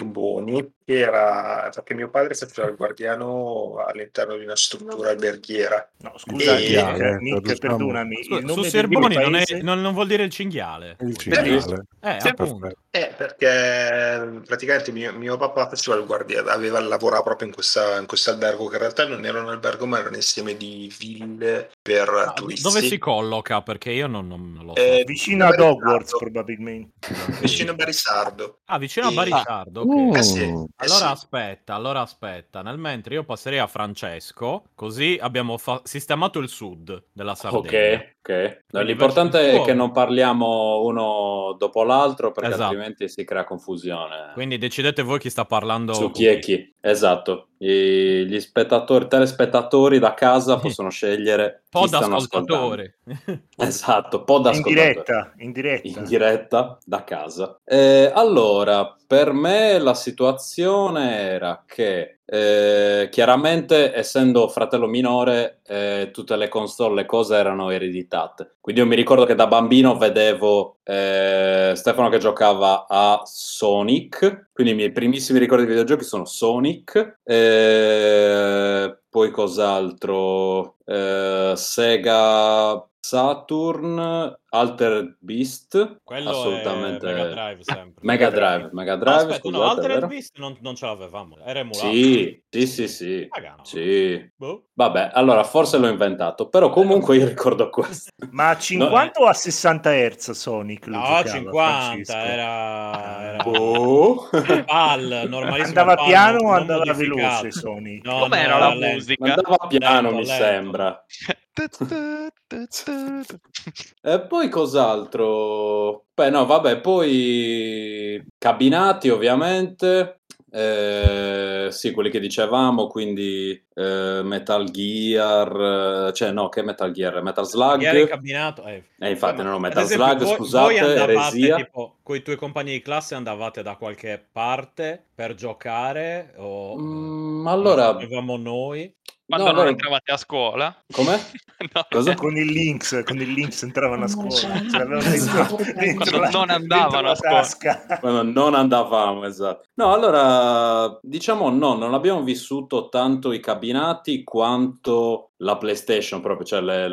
D: Stusirboni, che era perché mio padre faceva il guardiano all'interno di una struttura alberghiera.
B: No, scusa,
D: Eh,
B: Nick,
E: eh,
B: Nick,
E: traduciamo.
B: perdonami.
A: Scusa,
B: il
A: su
B: nome del
A: Serboni
B: mio
A: non, è-
B: paese-
A: non- non vuol dire il cinghiale.
E: Il
D: cinghiale.
A: Eh,
D: Sì,
A: appunto.
D: Eh, perché ehm, praticamente mio, mio papà faceva il guardiano, aveva lavorato proprio in questa- in questo albergo, che in realtà non era un albergo, ma era un insieme di ville per
A: Ma
D: turisti.
A: Ah, dove si colloca? Perché io non, non lo so.
D: Eh,
B: Vicino ad Hogwarts, probabilmente.
D: vicino a Barisardo.
A: Ah, vicino a
D: Sì.
B: Ah.
A: Barisardo. ok.
B: Uh.
E: Mm.
D: Eh sì, eh
A: Allora
D: sì.
A: aspetta, allora aspetta. Nel mentre io passerei a Francesco, così abbiamo fa- sistemato il sud della Sardegna.
C: Ok, ok. No,
A: Quindi verso
C: l'importante
A: il
C: è
A: suo.
C: che non parliamo uno dopo l'altro perché
A: Esatto.
C: altrimenti si crea confusione.
A: Quindi decidete voi chi sta parlando.
C: Su chi è chi, esatto. I- gli spettatori, telespettatori da casa possono scegliere chi
A: Pod Eh,
C: stanno
A: ascoltatore.
C: ascoltando. Esatto,
B: in
C: pod ascoltatore.
B: diretta, in diretta.
C: In diretta da casa. Eh, allora, per me la situazione era che eh, chiaramente, essendo fratello minore, eh, tutte le console, le cose erano ereditate. Quindi io mi ricordo che da bambino vedevo eh, Stefano che giocava a Sonic. Quindi i miei primissimi ricordi di videogiochi sono Sonic. eh, poi cos'altro? Eh, Sega Saturn, Altered Beast,
A: Quello
C: assolutamente.
A: è Mega Drive sempre.
C: Mega Drive, Mega Drive,
A: Ah, aspetta, no,
C: scusate,
A: Altered
C: vero?
A: Beast non, non ce l'avevamo. Era emulato.
C: Sì, sì, sì, sì.
A: Raga, no.
C: Sì.
A: Boh.
C: Vabbè, allora forse l'ho inventato, però comunque io ricordo questo.
B: Ma a 50 o a 60 Hz Sonic? lo
A: No,
B: giocava,
A: 50
B: Francesco? Ah.
A: era... era...
C: Boh.
A: PAL, normalissimo.
B: Andava
A: PAL,
B: piano o
A: non
B: andava
A: modificato.
B: veloce Sonic?
A: No,
F: Com'era
A: no,
F: la
A: era lento.
F: musica?
C: Andava piano,
A: Lento,
C: mi
A: lento.
C: sembra. E poi cos'altro? Beh, no, vabbè, poi cabinati ovviamente. Eh, sì, quelli che dicevamo, quindi eh, Metal Gear, eh, cioè no, che Metal Gear, Metal Slug.
A: Chi era in cabinato? Eh.
C: Eh, infatti, no, no,
A: Ad
C: Metal
A: esempio,
C: Slug,
A: voi- voi
C: scusate,
A: andavate,
C: eresia.
A: tipo, con i tuoi compagni di classe andavate da qualche parte per giocare o...
C: Mm, allora, no,
A: Avevamo noi.
F: Quando non
C: allora,
F: entravate a scuola?
C: Com'è?
F: No,
C: Cosa?
B: Con il Lynx, con il Lynx entravano a scuola. Ce l'avevano
C: Esatto.
B: dentro- dentro
F: Quando
B: la-
F: non
B: dentro
F: andavano
B: la
F: a scuola.
B: tasca.
C: Quando eh, non andavamo, esatto. No, allora, diciamo no, non abbiamo vissuto tanto i cabinati quanto la PlayStation proprio, cioè le-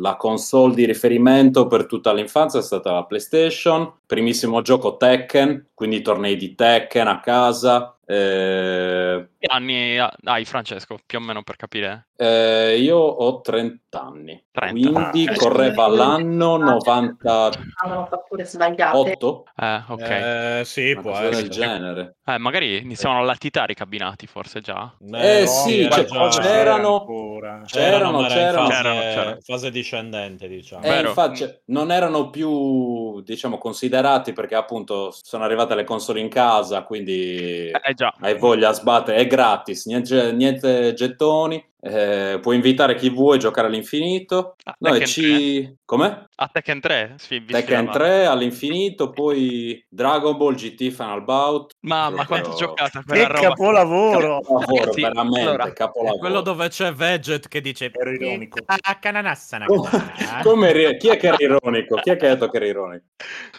C: la console di riferimento per tutta l'infanzia è stata la PlayStation, primissimo gioco Tekken, quindi tornei di Tekken a casa. eh,
F: Che Anni dai, Francesco, più o meno per capire.
C: eh, io ho 30 anni,
F: 30.
C: quindi
D: Ah, ok.
C: correva l'anno 98.
G: Avevano fatture sbagliate.
F: Eh, ok. Eh,
A: Eh, sì,
C: Una
A: può
C: cosa
A: essere.
C: del
F: cioè,
C: genere.
F: magari iniziavano a latitare i cabinati, forse già.
C: Eh, sì,
A: era
C: c'è-
A: già-
C: c'erano-
B: ancora.
C: C'erano,
A: ma era in
C: c'erano.
A: fase-
F: C'erano, c'erano.
A: fase discendente, diciamo.
C: Eh,
F: Vero.
C: infatti, cioè, non erano più, diciamo, considerati perché appunto sono arrivate le console in casa, quindi
F: Eh già.
C: hai voglia a sbattere, è gratis, niente, niente gettoni, eh, puoi invitare chi vuoi, giocare all'infinito.
F: Ah,
C: No, e
F: Tekken 3.
C: ci... Com'è?
F: A Tekken 3? Sì, vi
C: Tekken
F: sfidavate.
C: 3 all'infinito, poi Dragon Ball GT Final Bout.
F: Mamma,
C: Proprio-
F: quanto giocata quella
B: Che
F: roba.
B: capolavoro!
C: Capolavoro,
F: Sì,
C: veramente,
F: allora,
A: È
C: capolavoro.
A: quello dove c'è Veget che dice
B: Ero ironico.
A: "Ah, cananassana,
C: Come-
A: cananassana".
C: Oh,
F: eh?
C: come ri- Chi è che era ironico? Chi è che ha detto che era ironico?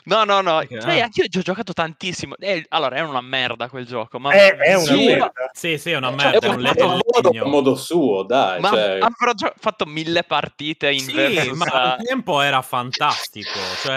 F: No, no,
C: Eh.
F: no.
A: Perché,
F: Sai,
A: ah.
F: anch'io ci ho giocato tantissimo. Eh, allora, è una merda quel gioco. Ma,
B: È, Eh, è una
C: Sì.
B: merda.
A: Sì, sì, è una
C: Cioè,
A: merda, è
C: è
A: un
C: un
A: letto
C: capolavoro a modo suo, dai.
F: ma
C: cioè-
F: avrò gio- fatto mille partite in
A: Sì,
F: versus,
A: ma
F: eh,
A: al tempo era fantastico, cioè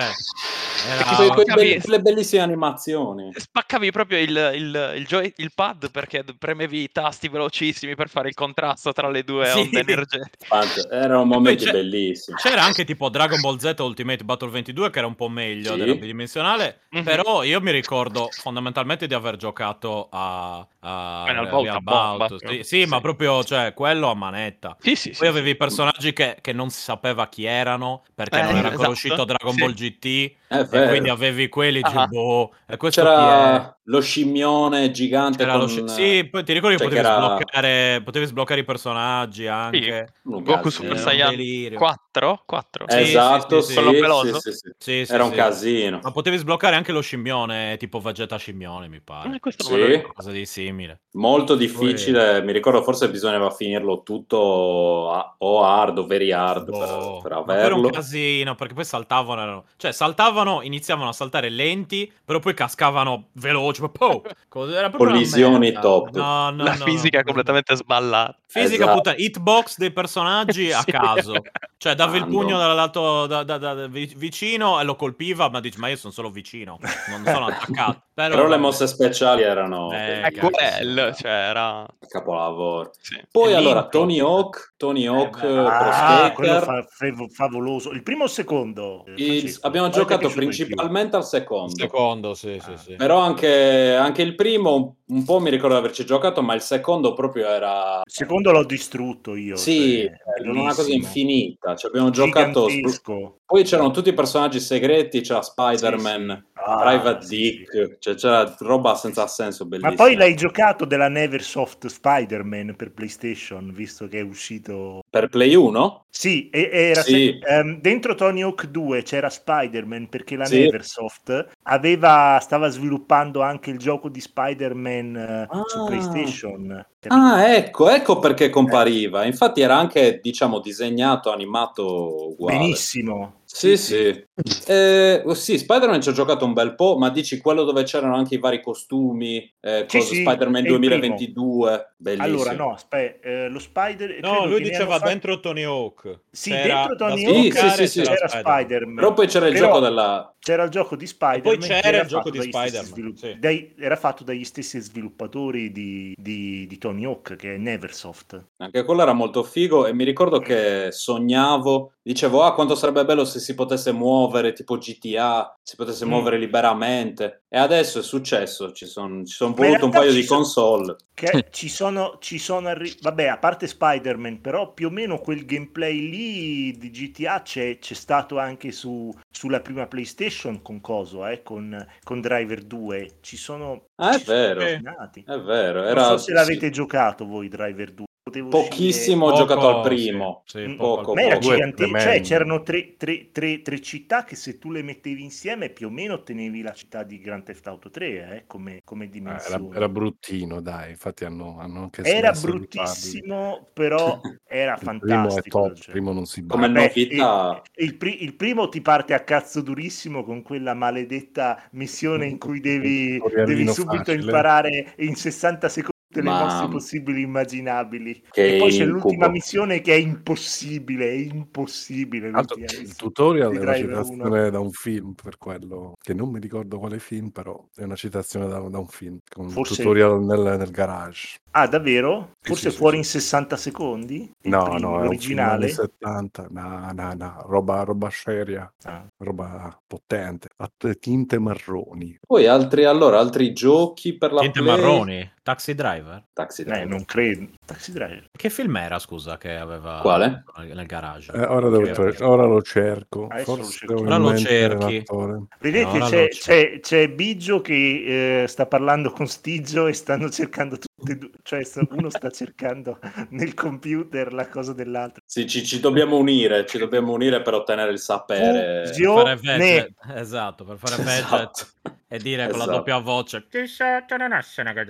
F: Perché
A: era
C: Quei-
F: sono
C: quei
F: capisco.
C: belli- le bellissime animazioni.
A: Eh,
F: Spaccavi proprio il, il- il joy- il pad perché d- premevi i tasti velocissimi per fare il contrasto tra le due
A: Sì.
F: onde energetiche.
C: Infatti, erano momenti
A: c'è-
C: bellissimi.
A: C'era anche tipo Dragon Ball Z Ultimate Battle 22 che era un po' meglio
C: Sì.
A: della bidimensionale,
F: Mhm.
A: però io mi ricordo fondamentalmente di aver giocato a, a
F: Final Bout
A: Real
F: a bomba,
A: Bout.
F: proprio.
A: Sì, sì, ma
F: Sì.
A: proprio cioè, quello a manetta.
F: Sì, sì, sì.
A: Poi avevi personaggi che, che non si sapeva chi erano perché
F: Eh,
A: non era
F: esatto.
A: ancora uscito Dragon
F: Sì.
A: Ball GT
C: È
A: e
C: vero.
A: Eh, quindi avevi quelli di
F: Ah.
A: boh, e questo chi è?
C: Eh. C'era lo scimmione gigante
A: C'era
C: con... eh,
A: lo sci- Sì, poi ti ricordi che
C: cioè,
A: potevi,
C: era-
A: sbloccare, potevi sbloccare i personaggi anche.
C: un
F: Goku
C: casino.
F: Super
A: Era un
F: Saiyan
A: delirio.
F: 4? 4?
A: Sì,
C: Esatto,
A: sì, sì,
C: sì,
A: sì.
F: Quello
C: sì,
F: peloso?
C: sì, sì.
A: Sì, sì,
C: Era un
A: sì.
C: casino.
A: Ma potevi sbloccare anche lo scimmione, tipo Vegeta scimmione, mi pare.
F: Eh, questo non me lo
C: Sì,
F: ricordo.
A: Cosa di simile.
C: molto difficile. Mi ricordo forse bisognava finirlo tutto a- o hard o very hard per-
A: Boh.
C: per,
A: Ma poi era un
C: averlo.
A: casino, perché poi saltavano. erano- Cioè, saltavano, iniziavano a saltare lenti, però poi cascavano veloci. ma pow! Cosa- era proprio una
C: Collisioni
A: merda.
C: top.
A: No, no,
F: La
A: no,
F: fisica è
A: no.
F: completamente sballata.
A: Fisica
C: Esatto.
A: puttana, hitbox dei personaggi a
F: Sì.
A: caso. Cioè, dava il
C: Quando?
A: pugno dall'alto da- da- da- vi- vicino e lo colpiva, ma dici, ma io sono solo vicino, non sono attaccato. Però,
C: Però le mosse speciali erano
A: Eh,
C: degli-
A: ecco,
F: Bello, cioè era...
C: capolavoro.
F: sì.
C: Poi
A: E
C: allora
A: l'intro.
C: Tony Hawk, Tony Hawk
A: beh.
C: eh,
B: Ah,
C: Pro Skater.
B: quello fa- fev- favoloso. Il primo o il secondo? eh,
C: Il-
B: Francesco?
C: abbiamo
B: Quale ti è
C: giocato
B: piaciuto di più?
C: principalmente al secondo.
H: Secondo, sì, sì,
B: Ah.
H: sì.
C: Però anche, anche il primo un, un po' mi ricordo di averci giocato, ma il secondo proprio era...
B: Il secondo l'ho distrutto io.
C: Sì,
B: cioè,
C: era una cosa
B: bellissimo.
C: infinita. Ci abbiamo giocato... sbru-
B: Gigantesco.
C: Poi c'erano tutti i personaggi segreti, c'era Spider-Man,
B: Ah,
C: Private
B: sì,
C: Dick,
B: sì.
C: cioè c'era roba senza senso bellissima.
B: Ma poi l'hai giocato della Neversoft Spider-Man per PlayStation, visto che è uscito...
C: Per Play 1?
B: Sì, e- e era
C: Sì.
B: se- ehm, dentro Tony Hawk 2 c'era Spider-Man perché la
C: Sì.
B: Neversoft aveva, stava sviluppando anche il gioco di Spider-Man eh, su
C: Ah.
B: PlayStation.
C: Ah, ecco, ecco perché compariva. Infatti era anche, diciamo, disegnato, animato uguale.
B: Benissimo.
C: Sì, sì. Eh, oh, sì, Spider-Man ci ho giocato un bel po', ma dici quello dove c'erano anche i vari costumi, eh,
B: Sì,
C: cosa-
B: sì,
C: Spider-Man
B: è il primo.
C: 2022, bellissimo.
B: Allora, no, aspetta, lo Spider...
A: No,
B: credo
A: lui
B: che ne
A: diceva
B: hanno fatto-
A: dentro Tony Hawk.
B: Sì,
A: C'era
B: dentro Tony
A: da
C: Hawk
A: sbloccare,
C: Sì, sì, sì,
B: C'era
A: c'era
B: Spider-Man.
C: Però poi c'era il
B: Però-
C: gioco della...
B: C'era il gioco di Spider-Man.
A: poi c'era
B: che era
A: il gioco
B: fatto
A: di
B: dagli stessi
A: Spider-Man,
B: svilu-
A: sì.
B: dai- era fatto dagli stessi sviluppatori di, di- di Tony Hawk, che è Neversoft.
C: Anche quello era molto figo e mi ricordo che sognavo, dicevo, ah, quanto sarebbe bello se si potesse muovere tipo GTA, si potesse
B: Mm.
C: muovere liberamente. E adesso è successo, ci sono ci son
B: Ma in
C: voluto un
B: realtà
C: paio
B: ci
C: di
B: sono-
C: console.
B: Che ci sono, ci sono arri- vabbè, a parte Spider-Man, però più o meno quel gameplay lì di GTA c'è, c'è stato anche su, sulla prima PlayStation con Coso, eh, con, con Driver 2. Ci sono...
C: Ah, è
B: ci sono
C: vero.
B: abbinati.
C: È vero,
B: Non
C: era...
B: so se l'avete giocato voi Driver 2. Poteva uscire-
C: Pochissimo ho
A: Poco,
C: giocato al primo.
A: sì, sì,
B: Mm,
A: poco,
C: poco,
A: poco.
B: Ma era
E: Due
B: gigante- cioè
E: tremendo.
B: c'erano tre, tre- tre- tre città che se tu le mettevi insieme più o meno ottenevi la città di Grand Theft Auto 3 eh, come, come
E: Ah, Era,
B: dimensione.
E: era bruttino, dai, infatti hanno, hanno anche
B: Era
E: smesso di
B: bruttissimo, però era
E: farli. Il primo è
B: fantastico.
E: top, il
B: cioè.
E: primo non si
C: Come
E: batte.
B: Vabbè,
C: novità-
B: il, il pri- il primo ti parte a cazzo durissimo con quella maledetta missione in cui devi,
E: Tutorialino
B: devi subito
E: facile.
B: imparare in 60 secondi le
C: Ma-
B: mosse possibili e immaginabili.
C: Che
B: e poi c'è
C: incubo.
B: l'ultima missione che è impossibile, è impossibile.
E: Tanto
B: l'ultima
E: il
B: missione.
E: tutorial
B: Di
E: è una
B: Driver uno.
E: citazione da un film, per quello che non mi ricordo quale film, però è una citazione da, da un film, con un
B: Forse-
E: tutorial nel, nel garage.
B: Ah, davvero?
E: Sì,
B: Forse
E: sì, sì,
B: fuori
E: sì.
B: in 60 secondi? Il
E: No,
B: primo,
E: no, è un film anni
B: l'originale.
E: 70, no, no, no, roba, roba seria, eh,
B: Ah.
E: roba potente, a t- tinte marroni.
C: Poi altri, allora, altri giochi per la
A: Tinte
C: Play.
A: marroni, Taxi Driver.
C: Taxi
B: Eh,
C: Driver.
B: non credo. Taxi Driver.
A: Che film era, scusa, che aveva
C: Quale?
A: nel garage?
E: Eh,
B: Ah,
E: ora, devo
A: Che-
E: tro- ora lo cerco,
B: Adesso lo
E: forse
B: cerco.
E: ho in
A: Ora lo
E: mente
A: cerchi.
E: l'attore.
B: Vedete,
A: Allora
B: c'è,
A: non c'è.
B: c'è- c'è Biggio che eh, sta parlando con Stigio e stanno cercando tutti e due, cioè sta- uno sta cercando nel computer la cosa dell'altro.
C: Sì, ci, ci dobbiamo unire, ci dobbiamo unire per ottenere il sapere.
B: Fusion.
A: per fare
B: Ne-
A: gadget. Esatto, per fare gadget.
C: Esatto.
A: e dire con la
C: Esatto.
A: doppia voce "Chi sei? Te ne nascene che te?"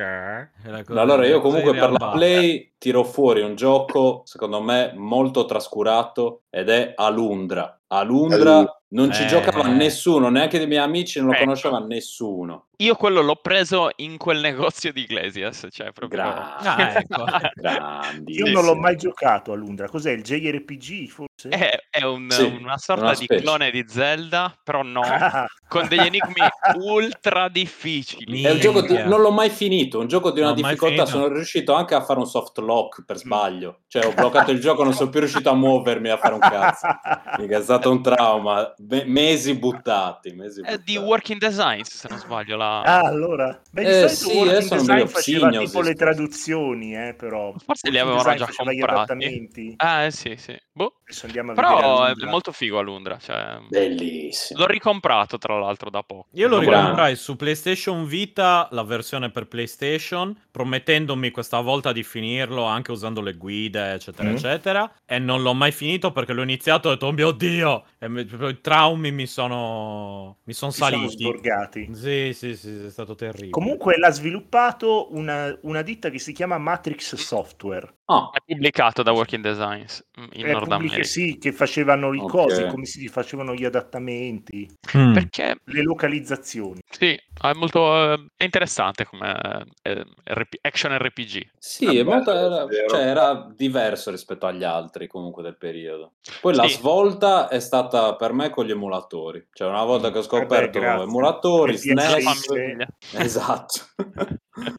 A: Era così,
C: Allora io
A: così
C: comunque per la
A: rialzato.
C: Play tiro fuori un gioco, secondo me, molto trascurato ed è Alundra. Alundra
D: Alundra.
C: non ci
A: Eh.
C: giocava nessuno, neanche dei miei amici non lo
F: Ecco.
C: conosceva nessuno.
F: Io quello l'ho preso in quel negozio di Iglesias, cioè proprio...
C: Grandi,
A: Ah, ecco.
C: grandi.
B: Io non l'ho mai giocato a Londra. Cos'è il JRPG forse?
F: È, è un-
C: Sì,
F: una sorta
C: una
F: di
C: specie.
F: clone di Zelda, però no,
B: Ah.
F: con degli enigmi ultra difficili.
C: È un gioco di-
A: Minchia.
C: non l'ho mai finito, un gioco di una
A: Non mai
C: difficoltà,
A: finito.
C: sono riuscito anche a fare un soft lock per sbaglio, cioè ho bloccato il gioco, non sono più riuscito a muovermi a fare un cazzo. Mica, è stato un trauma, Me- mesi buttati, mesi
F: È
C: buttati.
F: Eh, di Working Design, se non sbaglio. La...
B: Ah, allora. Beh, di solito
C: Eh, sì,
B: Working
C: adesso non
B: Design
C: vedo
B: faceva
C: Psygnosis.
B: tipo le traduzioni, eh, però.
F: Forse li
B: Working
F: avevano
B: Design
F: già
B: faceva gli
F: comprati.
B: adattamenti.
F: Ah, eh, sì, sì. Boh.
B: Adesso andiamo a
F: Però
B: vedere
F: è
B: Alundra.
F: molto figo Alundra. Cioè...
C: Bellissimo.
F: L'ho ricomprato, tra l'altro, da poco.
A: Io lo
C: Grande.
A: ricomprai su PlayStation Vita, la versione per PlayStation, promettendomi questa volta di finirlo anche usando le guide, eccetera,
B: Mm.
A: eccetera. E non l'ho mai finito perché l'ho iniziato e ho detto, oh mio Dio, e mi- proprio i traumi mi sono, mi sono
B: Si sono
A: saliti.
B: sborgati.
A: Sì, sì, sì, sì, è stato terribile.
B: Comunque l'ha sviluppato una, una ditta che si chiama Matrix Software.
C: Ah,
F: È pubblicato da Working Designs mm, in
B: Eh,
F: Nord
B: pubbliche
F: America.
B: sì, che facevano i
C: Ok.
B: cosi, come si facevano gli adattamenti,
A: Mm.
F: Perché
B: le localizzazioni.
F: sì, è molto eh, è interessante come eh, RP action RPG.
C: sì,
D: Ah,
C: è molto-
D: bello,
C: era,
D: vero.
C: cioè, era diverso rispetto agli altri comunque del periodo. Poi la
F: Sì.
C: svolta è stata per me con gli emulatori. Cioè, una volta che ho scoperto
B: grazie.
C: emulatori,
B: E PS5.
F: La
C: SNES,
B: Sì.
F: famiglia.
C: esatto.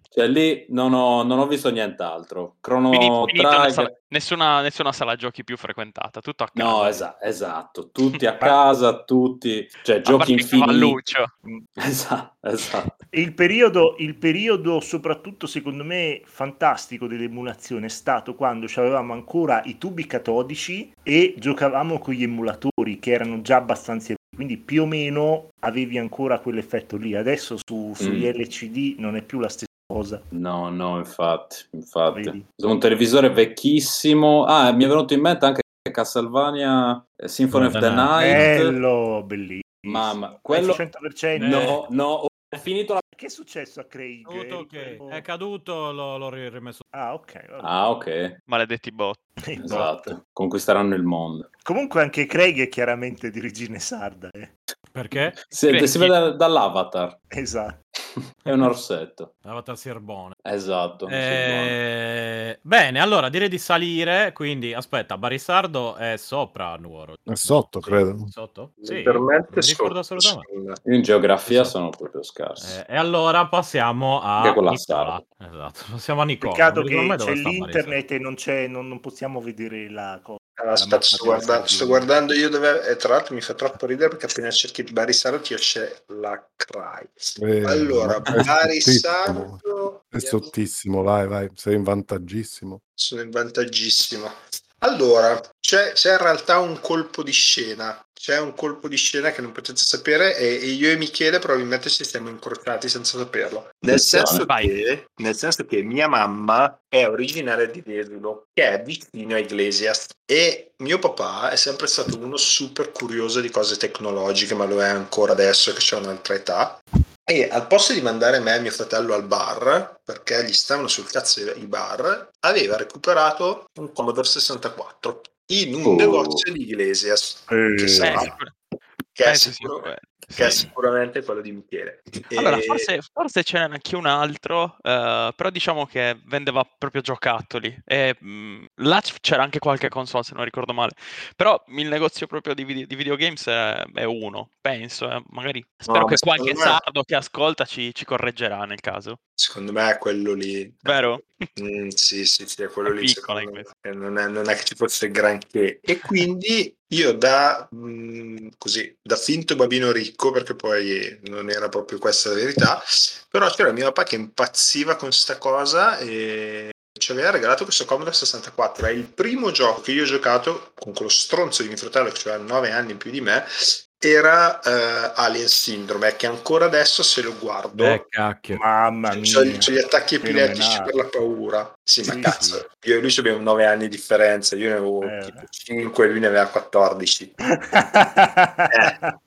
C: cioè, lì non ho, non ho visto nient'altro. Chrono
F: Fini- finito la
C: Trigger.
F: sala- nessuna, nessuna sala giochi più frequentata, tutto a casa.
C: No, esa- esatto, tutti a casa, tutti, cioè
F: A parte
C: giochi
F: il
C: infiniti.
F: cavalluccio.
C: Esatto, esatto.
B: E Il periodo, il periodo soprattutto secondo me fantastico dell'emulazione è stato quando avevamo ancora i tubi catodici e giocavamo con gli emulatori che erano già abbastanza quindi più o meno avevi ancora quell'effetto lì. Adesso su, sugli
C: Mm.
B: LCD non è più la stessa cosa.
C: No, no, infatti, infatti.
B: Vedi?
C: Un televisore vecchissimo. Ah, mi è venuto in mente anche Castlevania eh, Symphony of the
A: Madonna.
C: Night.
B: Bello, bellissimo.
C: Mamma, quello- Eh.
B: 100%.
C: No, no, ho finito la...
B: Che è successo a Craig?
A: È caduto che-
B: Eh,
A: È caduto, l'ho, l'ho ri- rimesso.
B: Ah, ok. vabbè.
C: Ah, ok,
F: Maledetti bot.
B: Eh, boh.
C: esatto. Conquisteranno il mondo.
B: Comunque anche Craig è chiaramente di origine sarda, eh.
A: Perché?
C: Si,
F: Vedi.
C: si vede dall'avatar,
B: Esatto.
C: è un orsetto.
A: L'avatar Sirbone.
C: Esatto. non si sbaglia.
A: Eh, bene, allora direi di salire. Quindi, aspetta, Barisardo è sopra Nuoro.
E: È sotto,
A: Sì,
E: credo.
A: Sotto?
D: Mi
A: Sì,
D: permette
A: non mi ricordo
D: solo-
A: assolutamente.
C: In geografia
A: Esatto.
C: sono proprio scarsi.
A: Eh, e allora passiamo a
C: Anche con la
A: Nicola. Esatto, passiamo a Nicola.
B: Peccato
A: Non mi ricordo
B: che
A: mai
B: c'è
A: dove sta
B: l'internet e non, c'è, non, non possiamo vedere la cosa.
D: Ah, aspetta, sto,
B: mappa della
D: guarda-
B: stagione.
D: sto guardando io dove e tra l'altro mi fa troppo ridere perché appena cerchi Bari Sardo c'è la Crai.
E: Eh,
D: allora,
E: ma è
D: Bari
E: sottissimo.
D: Sardo
E: È sottissimo, vai, vai, sei in vantaggissimo.
D: sono in vantaggissimo. Allora, c'è, c'è in realtà un colpo di scena. C'è un colpo di scena che non potete sapere e, e io e Michele probabilmente ci siamo incrociati senza saperlo. Nel
C: Attenzione.
D: senso,
F: Vai.
D: che, nel senso che mia mamma è originaria di Vesulo, che è vicino a Iglesias, e mio papà è sempre stato uno super curioso di cose tecnologiche, ma lo è ancora adesso che c'è un'altra età. E al posto di mandare me e mio fratello al bar, perché gli stavano sul cazzo i- i bar, aveva recuperato un Commodore 64 in un
C: Oh.
D: negozio di Iglesias, che, sarà-
F: Eh, sicur-
D: che è,
F: penso sia
D: sicuro-
F: quello.
D: che è
F: Sì.
D: sicuramente quello di Michele. E-
F: Allora, forse, forse ce n'è anche un altro, eh, però diciamo che vendeva proprio giocattoli. E, mh, là c- c'era anche qualche console, se non ricordo male. Però il negozio proprio di, vide- di videogames è, è uno, penso. eh, Magari spero
D: ma
F: che
D: secondo
F: qualche
D: me-
F: sardo che ascolta ci, ci correggerà nel caso.
D: Secondo me è quello lì.
F: Vero?
D: Mm, sì, sì, sì, è quello
F: È
D: lì.
F: piccola
D: secondo
F: in
D: me. Eh, Non, è, non è che ci fosse granché. E quindi io da, mm, così, da finto bambino ricco, perché poi non era proprio questa la verità, però c'era mio papà che impazziva con sta cosa e ci aveva regalato questo Commodore 64. È il primo gioco che io ho giocato con quello stronzo di mio fratello che aveva 9 anni in più di me. Era eh, Alien Syndrome, che ancora adesso se lo
F: Ecco.
D: guardo
A: Beh, Eh, cacchio.
B: Mamma
D: c'ho,
B: mia.
D: c'ho Cioè, gli attacchi epilettici
B: Fenomenale.
D: per la paura. Sì, ma
B: Sì,
D: cazzo, io e lui ci abbiamo 9 anni di differenza. Io ne avevo
B: Eh.
D: 5, lui ne aveva 14. Eh.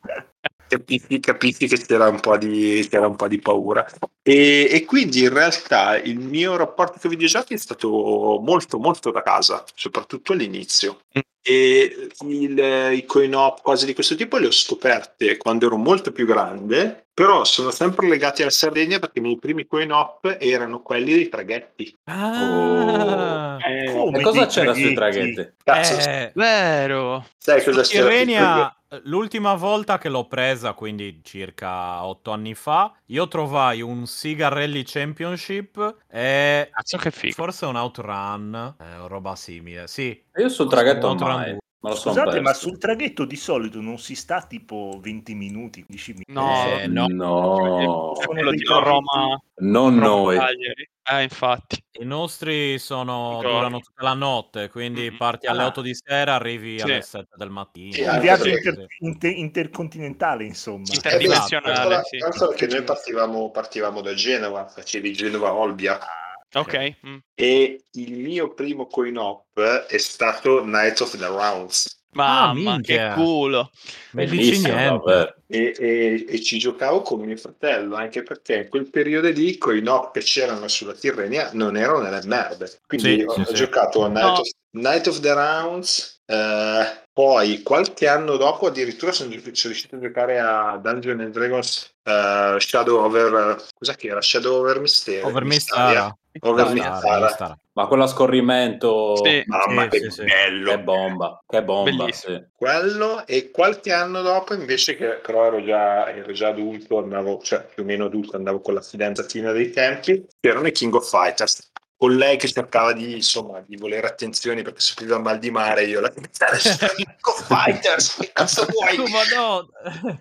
D: Capisci, capisci che c'era un po' di, c'era un po' di paura. E, e quindi in realtà il mio rapporto con i videogiochi è stato molto, molto da casa, soprattutto all'inizio.
F: Mm.
D: E il- i coin-op, cose di questo tipo, le ho scoperte quando ero molto più grande, però sono sempre legati alla Sardegna perché i miei primi coin-op erano quelli dei traghetti.
A: Ah,
D: Eh,
F: Uh,
B: Come
C: E cosa
B: dei
C: c'era sui
B: traghetti?
C: traghetti?
D: cazzo,
A: eh,
F: Vero.
D: sai cosa c'era?
A: Tirrenia, l'ultima volta che l'ho presa, quindi circa otto anni fa, io trovai un Sigarelli Championship e
F: Cazzo che Ah, figo.
A: forse un Outrun, eh, o roba simile. Sì,
C: Io sul traghetto
A: Molto
C: mai,
A: rambu-
C: me lo sono
B: Scusate,
C: perso.
B: ma sul traghetto di solito non si sta tipo 20 minuti, 15 minuti. Cioè,
F: No,
A: Eh,
C: no, no,
F: Quello di
B: Sono dei
F: Roma.
C: non
F: Roma
C: noi.
F: Cagliari. Eh, infatti.
A: I nostri sono,
F: Ricordo.
A: durano tutta la notte, quindi
F: Mhm.
A: parti alle
D: Ah.
A: 8 di sera, arrivi
F: Sì.
A: alle 7 del mattino.
C: Eh,
D: Sì,
B: Un
D: anche
B: viaggio
D: perché-
B: inter- inter- intercontinentale, insomma.
D: Eh beh,
F: Interdimensionale,
D: calcola-
F: sì.
D: calcola che noi partivamo, partivamo da Genova, facevi Genova-Olbia.
A: Ah.
F: Ok. mm.
D: e il mio primo coin-op è stato Night of the Rounds.
F: Mamma,
A: Ah,
F: che
A: minchia.
F: culo.
A: Non dici
C: Bellissimo,
A: niente.
C: davvero.
D: e, e- e ci giocavo con mio fratello, anche perché in quel periodo lì coi no che c'erano sulla Tirrenia non erano nelle merde. Quindi
A: Sì,
D: ho,
A: sì,
D: ho
A: sì.
D: giocato a Night,
F: No.
D: of, Night of the Rounds, eh, poi qualche anno dopo addirittura sono, gio- sono riuscito a giocare a Dungeons and Dragons eh, Shadow Over... Cos'è che era? Shadow Over Mysteria.
A: Over
D: Mysteria.
A: Mistara.
D: Over
A: Mistara,
D: Mistara.
A: Mistara.
C: Ma quello a scorrimento
F: Sì.
D: Mamma
A: Sì,
D: che
A: sì, sì.
D: bello!
C: che bomba, che bomba,
F: Bellissimo.
C: sì.
D: quello e qualche anno dopo invece che però ero già, ero già adulto andavo, cioè più o meno adulto andavo con la fidanzatina dei tempi c'erano i King of Fighters con lei che cercava di insomma di volere attenzioni perché soffriva mal di mare io la King of Fighters che cazzo vuoi
A: Tu, ma no!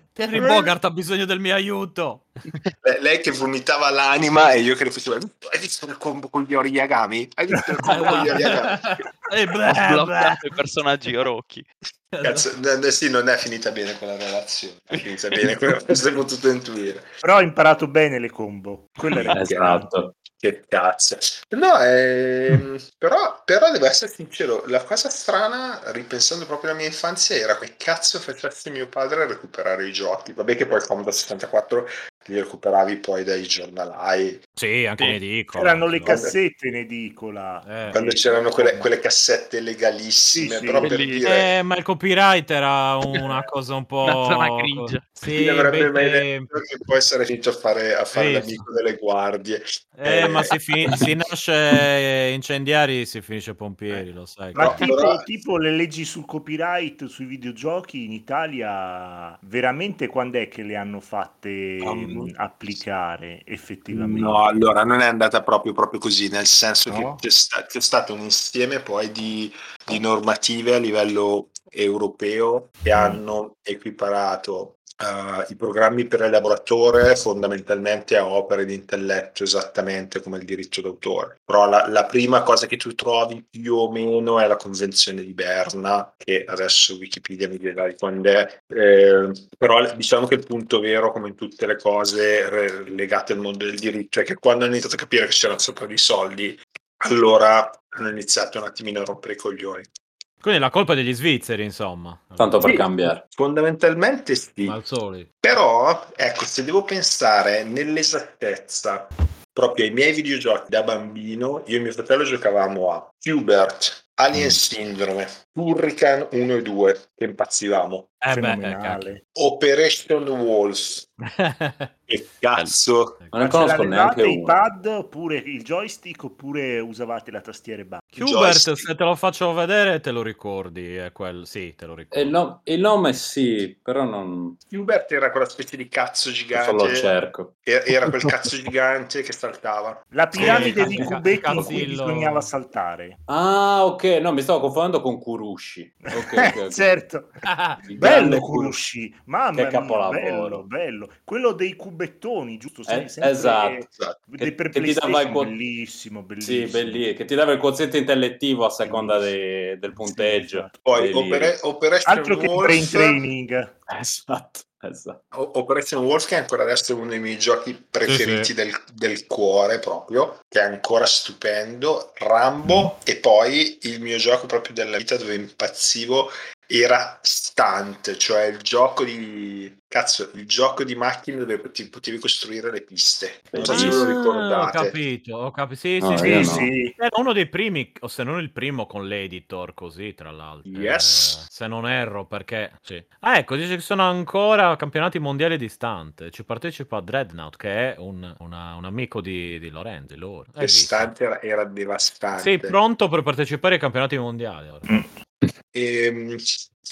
A: Terry Bogart ha bisogno del mio aiuto!
D: Le- lei che vomitava l'anima e io che le facevo hai visto il combo con gli origami hai visto il combo con gli origami
A: E
F: Ho
A: bla, bla.
F: sbloccato i personaggi Orocchi.
D: cazzo n- n- sì non è finita bene quella relazione è finita bene quello che si è potuto intuire
B: Però ho imparato bene le combo. Quella era
C: Esatto.
D: Che cazzo. No, ehm, però, però devo essere sincero, la cosa strana, ripensando proprio alla mia infanzia, era che cazzo facesse mio padre a recuperare i giochi. Vabbè che poi il Commodore 64 li recuperavi poi dai giornalai,
A: Sì, anche
F: Sì.
A: ne dico.
B: Erano le
A: No.
B: cassette in edicola.
A: Eh.
D: quando
B: Sì.
D: c'erano quelle, quelle cassette legalissime,
B: Sì, sì,
D: però per
F: quelli-
D: dire...
A: Eh, ma il copyright era una cosa un po'...
F: Una zona grigia.
A: Sì,
D: non avrebbe
A: bei
D: mai
A: tempi.
D: detto che può essere finito a fare, a fare
A: Sì,
D: l'amico delle guardie.
A: Eh, ma se, fin- si nasce eh, incendiari si finisce
D: Eh.
A: pompieri, lo sai.
B: Ma
D: No,
A: Quindi-
B: tipo,
D: allora-
B: tipo le leggi sul copyright sui videogiochi in Italia, veramente quando è che le hanno fatte
D: Um,
B: mh, applicare effettivamente?
D: No, allora non è andata proprio, proprio così, nel senso
B: No?
D: che c'è, sta- c'è stato un insieme poi di, di normative a livello europeo che hanno equiparato eh, i programmi per elaboratore fondamentalmente a opere di intelletto, esattamente come il diritto d'autore. Però la, la prima cosa che tu trovi più o meno è la Convenzione di Berna, che adesso Wikipedia mi dirà di quando è, eh, però diciamo che il punto vero, come in tutte le cose re- legate al mondo del diritto, è che quando hanno iniziato a capire che c'erano sopra dei soldi, allora hanno iniziato un attimino a rompere i coglioni.
A: Quindi la colpa è degli svizzeri, insomma.
C: Tanto per
D: Sì.
C: cambiare.
D: Fondamentalmente sì,
A: Ma al Eh solito.
D: però ecco, se devo pensare nell'esattezza proprio ai miei videogiochi da bambino, io e mio fratello giocavamo a Hubert,
C: Mm.
D: Alien Syndrome, Hurricane 1 e 2, che impazzivamo,
A: Eh beh, eh, cacchio.
B: fenomenale. Cioè,
D: Operation Wolf, che cazzo
C: Ma non
B: Ma ce
C: conosco neanche
B: l'avevate i
C: uno.
B: pad oppure il joystick oppure usavate la tastiera e basta?
A: Hubert,
D: joystick.
A: se te lo faccio vedere, te lo ricordi. È quel... Sì, te lo
C: E Il,
A: ricordi.
C: Eh, no- il nome sì, però non
D: Hubert era quella specie di cazzo gigante.
C: solo certo. cerco.
D: e- Era quel cazzo gigante che saltava.
B: La piramide
A: Sì,
B: di
A: ca-
B: cubetti in cui
A: cazzillo.
B: bisognava saltare.
C: Ah, ok, no, mi stavo confondendo con Kurushi. Ok, ok, ok.
B: certo.
A: Ah,
C: Il grande
B: Bello
C: Kurushi.
B: Kurushi, mamma
C: Che
B: mia,
C: capolavoro.
B: bello, bello. Quello dei cubettoni, giusto?
C: Eh,
B: Sem- sempre-
C: esatto.
B: dei
C: Che-
B: per
C: che ti dava il
B: PlayStation,
C: quo-
B: bellissimo,
C: Sì,
B: bellissimo.
C: belli, che ti dava il quoziente intellettivo a seconda
B: Bellissimo.
C: dei- del
B: Sì,
C: punteggio.
B: esatto.
D: Poi
C: Delirio.
D: Opera- Operation
B: Altro che brain
D: Wolf.
B: training.
C: Esatto, esatto.
D: O- Operation Wolf, che ancora adesso è uno dei miei giochi preferiti
A: sì.
D: Del, del cuore, proprio, che è ancora stupendo. Rambo, e poi il mio gioco proprio della vita dove impazzivo era Stunt, cioè il gioco di cazzo, il gioco di macchine dove ti potevi costruire le piste. Non so Cioè, se ve lo
A: Ah, Ho
D: ricordate.
A: capito, ho capito. Sì,
C: No,
A: sì,
C: io
B: Sì,
A: sì.
C: no.
B: sì.
A: Era uno dei primi, o se non il primo, con l'editor, così tra l'altro.
D: Yes.
A: Eh, se non erro, perché. Sì. Ah, ecco, dice che sono ancora campionati mondiali distante. Ci partecipa Dreadnought, che è un, una- un amico di, di Lorenzo. di loro. Hai
D: Che
A: visto?
D: Stunt era, era devastante.
A: Sei pronto per partecipare ai campionati mondiali? ora?
D: E, Ehm,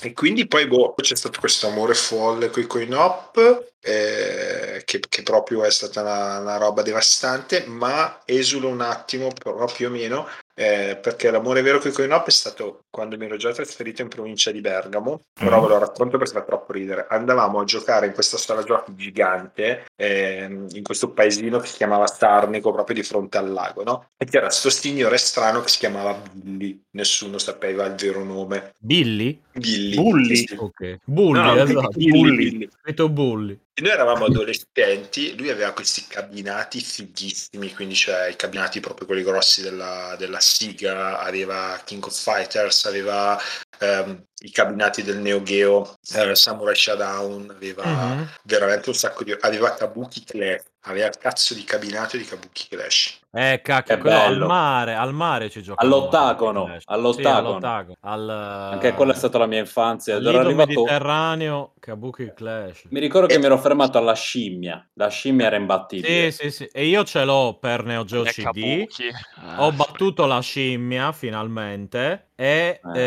D: e quindi poi boh, c'è stato questo amore folle con i coin op, eh, che, che proprio è stata una, una roba devastante, ma esulo un attimo, però più o meno, eh, perché l'amore vero con i coin op è stato quando mi ero già trasferito in provincia di Bergamo, però ve lo racconto perché fa troppo ridere. Andavamo a giocare in questa sala giochi gigante, ehm, in questo paesino che si chiamava Starnico, proprio di fronte al lago, no? E c'era sto signore strano che si chiamava Billy, nessuno sapeva il vero nome.
A: Billy?
D: Billy.
B: Bulli?
D: Sì, sì.
A: Ok. Bulli,
D: No, no,
A: esatto.
D: Billy,
A: Bulli.
D: Billy.
A: Capito Bulli.
D: E Noi eravamo adolescenti, lui aveva questi cabinati fighissimi, quindi cioè i cabinati proprio quelli grossi della, della Siga, aveva King of Fighters, aveva ehm, i cabinati del Neo Geo, eh, Samurai Shodown, aveva
A: Mhm.
D: veramente un sacco di... aveva Kabuki Clash, aveva il cazzo di cabinato di Kabuki Clash.
A: Eh, cacchio,
C: Che
A: quello al
C: bello.
A: mare, al mare ci gioca.
C: All'ottagono, all'ottagono.
B: Ah.
C: Anche quella è stata la mia infanzia. ed ero
A: Lido
C: arrivato-
A: Mediterraneo, Kabuki Clash.
C: Mi ricordo che mi ero fermato alla scimmia. La scimmia era imbattibile.
A: Sì, sì, sì. E io ce l'ho per Neo Geo
F: Le
A: CD.
F: Eh, Kabuki. Ah,
A: Ho battuto la scimmia finalmente e
C: Eh.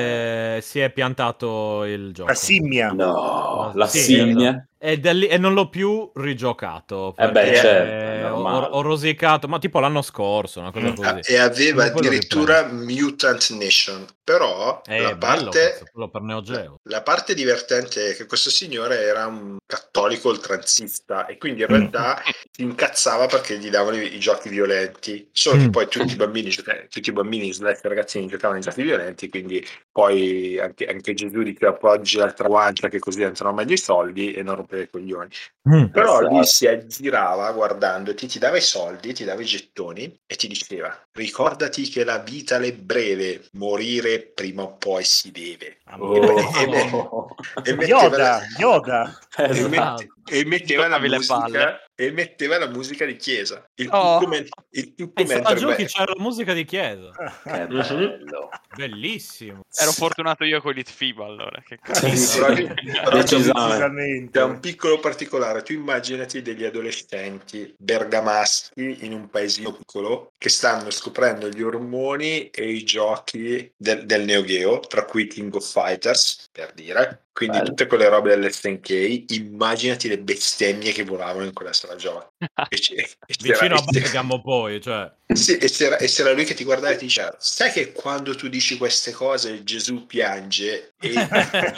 A: eh, si è piantato il gioco.
B: La simmia.
C: No, la
A: Ah, Sì,
C: scimmia.
A: E, da lì- e non l'ho più rigiocato.
C: Eh beh,
A: perché
C: certo, è
A: ho,
C: normale. Ah,
A: ho rosicato, ma tipo l'anno scorso, una cosa
F: Mm.
A: così.
D: E aveva
A: Comunque lo
D: addirittura Mutant Nation, però
A: Eh,
D: la
A: bello,
D: parte...
A: cazzo, quello per Neo Geo.
D: La parte divertente è che questo signore era un cattolico oltranzista e quindi in realtà
A: Mm.
D: si incazzava perché gli davano i, i giochi violenti. Solo che
A: Mm.
D: poi tutti i bambini, gioca- tutti i bambini slash ragazzini giocavano ai giochi violenti, quindi poi anche, anche Gesù diceva appoggi l'altra guancia che così entrano meglio i soldi e non rompere i coglioni.
A: Eh,
D: Però
C: Esatto.
D: lui si aggirava guardandoti, ti dava i soldi, ti dava i gettoni e ti diceva ricordati che la vita è breve, morire prima o poi si deve.
C: Oh.
D: E
A: esatto.
D: me- e metteva
B: Yoda,
D: la-
B: Yoda.
A: Eh,
D: e,
C: Esatto.
D: mette- e metteva la
F: Toccavi le
D: musica
F: palle.
D: e metteva la musica di chiesa il
F: Oh.
D: tutto, men- il tutto
A: Pensavo a
D: mentre
A: giochi c'era la musica di chiesa.
D: Ah.
A: Mm-hmm.
C: Che bello.
A: Bellissimo.
F: Ero fortunato io con l'Itfiba allora. Che cazzo.
D: Sì,
C: sì.
D: Però c'è un-
C: Decisamente.
D: c'è
B: Decisamente.
D: un piccolo particolare tu immaginati degli adolescenti bergamaschi in un paesino piccolo che stanno scoprendo gli ormoni e i giochi del, del Neo Geo tra cui King of Fighters per dire quindi
C: Bello.
D: tutte quelle robe dell'SNK immaginati le bestemmie che volavano in quella sala giochi e c'è- e c'era-
A: Vicino a
D: e c'era-
A: Bergamo poi, cioè.
D: Sì, e c'era, e c'era lui che ti guardava e ti diceva: Sai che quando tu dici queste cose Gesù piange e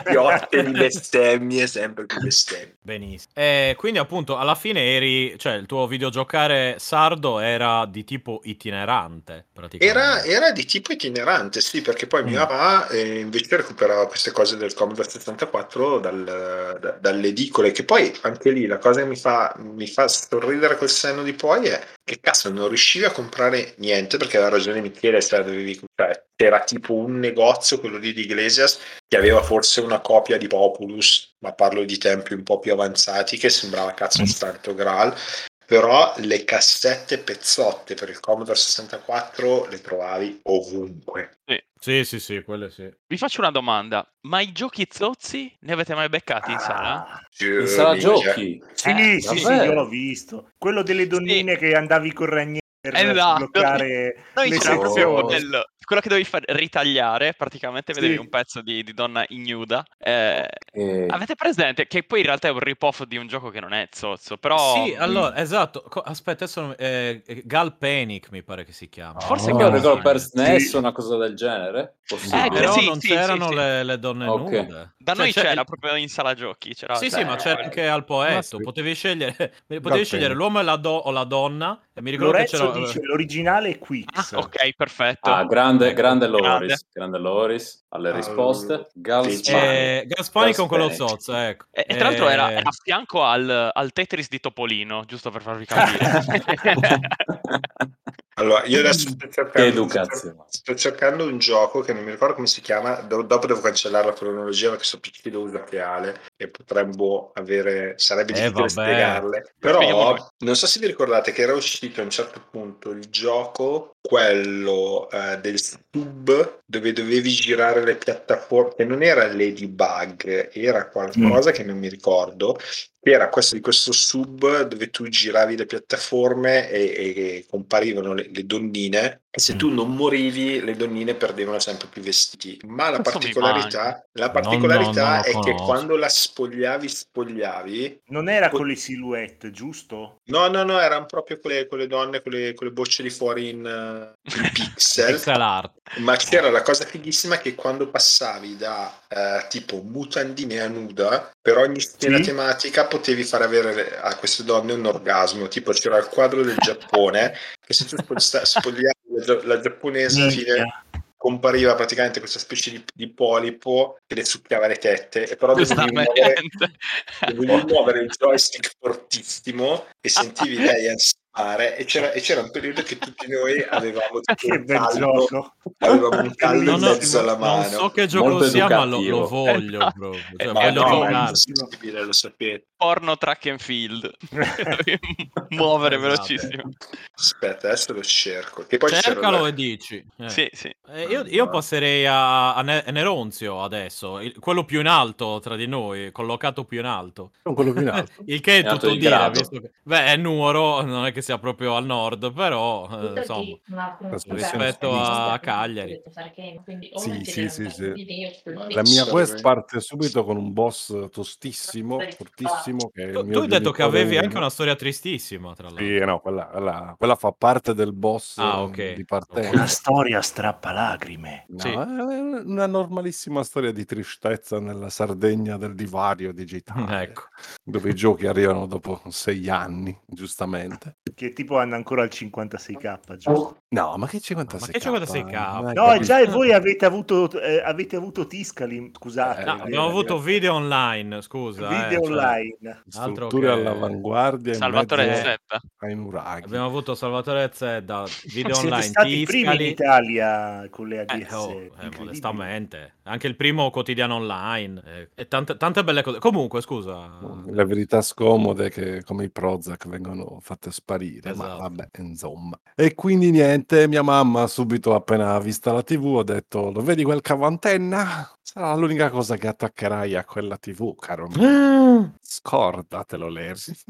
D: piotte di bestemmie, sempre più bestemmie.
A: Benissimo. E quindi appunto alla fine eri, cioè il tuo videogiocare sardo era di tipo itinerante,
D: Era,
A: praticamente.
D: era di tipo itinerante, sì, perché poi mia
A: Mm.
D: mamma eh, invece recuperava queste cose del Commodore 64 dal- da- dalle edicole, che poi anche lì la cosa che mi fa, mi fa sorridere col senno di poi è che cazzo non riuscivi a comprare niente, perché aveva ragione Michele, se la dovevi comprare. C'era tipo un negozio, quello lì di Iglesias, che aveva forse una copia di Populus, ma parlo di tempi un po' più avanzati, che sembrava
A: Mm.
D: cazzo un santo graal però le cassette pezzotte per il Commodore 64 le trovavi ovunque.
A: Sì, sì, sì, quelle sì.
F: Vi faccio una domanda, ma i giochi zozzi ne avete mai beccati in sala?
B: Eh,
C: In sala
D: Cioè,
C: giochi.
B: Ah, Sì,
F: Eh,
B: sì, sì,
C: davvero?
B: io l'ho visto. Quello delle donnine che andavi con Ragnier per
F: Esatto.
B: bloccare
F: Noi
B: le
F: c'era
B: sezioni.
F: proprio quello, quello che dovevi fare, ritagliare, praticamente
B: Sì.
F: vedevi un pezzo di, di donna ignuda. eh,
C: Eh,
F: avete presente che poi in realtà è un rip-off di un gioco che non è zozzo, però...
A: Sì, allora, esatto. Co- Aspetta, adesso non- eh, Gal Panic mi pare che si chiama.
F: Forse
C: io
F: che-
C: ricordo per SNES
B: Sì.
C: una cosa del genere. Possibile.
A: No,
F: Eh,
A: però
F: sì,
A: non
F: sì,
A: c'erano
F: sì, sì.
A: Le, le donne
C: Ok.
A: nude.
F: Da
A: Cioè,
F: noi
A: c'è-
F: c'era proprio in sala giochi. C'era cioè,
A: Sì, sì, ma c'era anche al
E: Cioè, eh, Ma
A: poetto.
E: sì.
A: Potevi scegliere, potevi
E: Panic.
A: scegliere l'uomo e la do- o la donna. E mi ricordo
B: Lorenzo
A: che c'era. eh.
B: dice l'originale è
F: Ah,
B: Quicks.
F: ok, perfetto.
C: Ah, grande,
A: Ecco,
C: grande Loris.
F: grande.
C: Grande. Loris alle
D: Ah,
C: risposte. Gals
D: sì.
C: Panic.
A: Eh, Gas Panic con quello
C: Gas Panic.
A: zozzo, ecco.
F: E, e tra l'altro era,
A: Eh,
F: era a fianco al, al Tetris di Topolino, giusto per farvi capire.
D: Allora, io adesso sto
C: Che
D: cercando,
C: educazione.
D: sto cercando un gioco che non mi ricordo come si chiama, do- dopo devo cancellare la cronologia perché so PC lo usa reale e potremmo avere, sarebbe
A: Eh,
D: difficile
A: vabbè.
D: spiegarle.
F: Spieghiamo
D: Però
F: noi.
D: non so se vi ricordate che era uscito a un certo punto il gioco, quello eh, del sub dove dovevi girare le piattaforme, che non era Ladybug, era qualcosa che non mi ricordo, era questo di questo sub dove tu giravi le piattaforme e, e- e comparivano le, le donnine e
A: Mm.
D: se tu non morivi le donnine perdevano sempre più vestiti ma la
F: Questo mi
D: particolarità,
A: No,
D: la
A: no,
D: particolarità
A: eh. non lo
D: è che
A: conosco.
D: quando la spogliavi spogliavi
B: Non era con le silhouette, giusto?
D: no no no erano proprio quelle, quelle donne quelle, quelle bocce di fuori in, eh, in pixel
A: pixel art.
D: ma c'era la cosa fighissima che quando passavi da eh, tipo mutandine a nuda, per ogni scena
B: Sì.
D: tematica potevi fare avere eh, a queste donne un orgasmo. Tipo c'era il quadro del Giappone, che se tu sposta- spogliavi la, gia- la giapponese alla fine
B: Minchia.
D: compariva praticamente questa specie di, di polipo che le succhiava le tette, e però dovevi muovere,
F: Giustamente.
D: dovevi muovere il joystick fortissimo e sentivi lei ans- mare e c'era, e c'era un periodo che tutti noi avevamo tipo
B: Che
D: un
B: bel
D: caldo,
B: gioco.
D: avevamo un caldo in
A: Non ho-
D: mezzo alla mano.
A: Non so che gioco
C: Molto
A: sia, ma lo,
C: educativo.
A: lo voglio
F: Eh,
A: proprio.
F: eh,
A: Cioè,
F: ma
A: voglio
F: no, ma-
A: tornare.
D: impossibile, lo sapete.
F: Porno track and field. Devi muovere
A: Esatto.
F: velocissimo.
D: Aspetta, adesso lo cerco. Che poi
A: Cercalo
D: c'era...
A: e dici. Eh.
F: Sì, sì.
A: Eh, io, io passerei a, a Ne- a Neronzio adesso, il- quello più in alto tra di noi, collocato più in alto.
E: Non quello più in alto.
A: Il che è
C: In alto
A: tutto
C: di
A: dire,
C: grado.
A: visto che... Beh, è Nuoro, non è che sia proprio al nord, però, eh, insomma...
E: rispetto
A: a Cagliari. eh,
E: Sì, sì, sì, sì. La mia
D: Sì.
E: quest parte subito con un boss tostissimo, fortissimo. Che è il
A: Tu,
E: mio
A: tu hai detto che
E: genitore
A: avevi
E: uno.
A: anche una storia tristissima, tra l'altro.
E: Sì, no, quella, quella- quella fa parte del boss
A: Ah,
E: eh,
A: ok.
E: di partenza.
B: Una storia strappalacrime.
E: No,
A: Sì.
E: è una normalissima storia di tristezza nella Sardegna del divario
B: Ah,
E: digitale,
A: Ecco.
E: dove i giochi arrivano dopo sei anni, giustamente.
B: Che tipo hanno ancora il 56k. Gioco.
E: No, ma che 56K?
A: Ma che 56K?
E: Non è
B: No,
E: che-
B: e già e voi avete avuto, eh, avete avuto Tiscali. Scusate,
E: Eh,
A: No,
E: Sì,
A: abbiamo
E: sì,
A: avuto video online, scusa. eh,
B: video
A: cioè,
B: online.
A: altro
E: strutture
A: che-
E: all'avanguardia in
F: Salvatore Eh,
E: mezzo
F: Zeppa.
E: ai nuraghi.
A: Abbiamo avuto Salvatore Zedda, video
B: Siete
A: online,
B: stati i primi in
A: Tiscali.
B: Italia con le ADS.
A: Eh, oh, eh,
B: incredibile.
A: modestamente. Anche il primo quotidiano online. eh, e tante, tante belle cose. Comunque, scusa.
B: Ah,
E: La verità scomoda è che come i Prozac vengono fatte sparire, ma
A: Esatto.
E: vabbè, insomma. E quindi niente, mia mamma subito appena ha vista la TV ha detto, lo vedi quel cavantenna? Sarà l'unica cosa che attaccherai a quella TV, caro mio.
A: Ah!
E: Scordatelo, Lersi.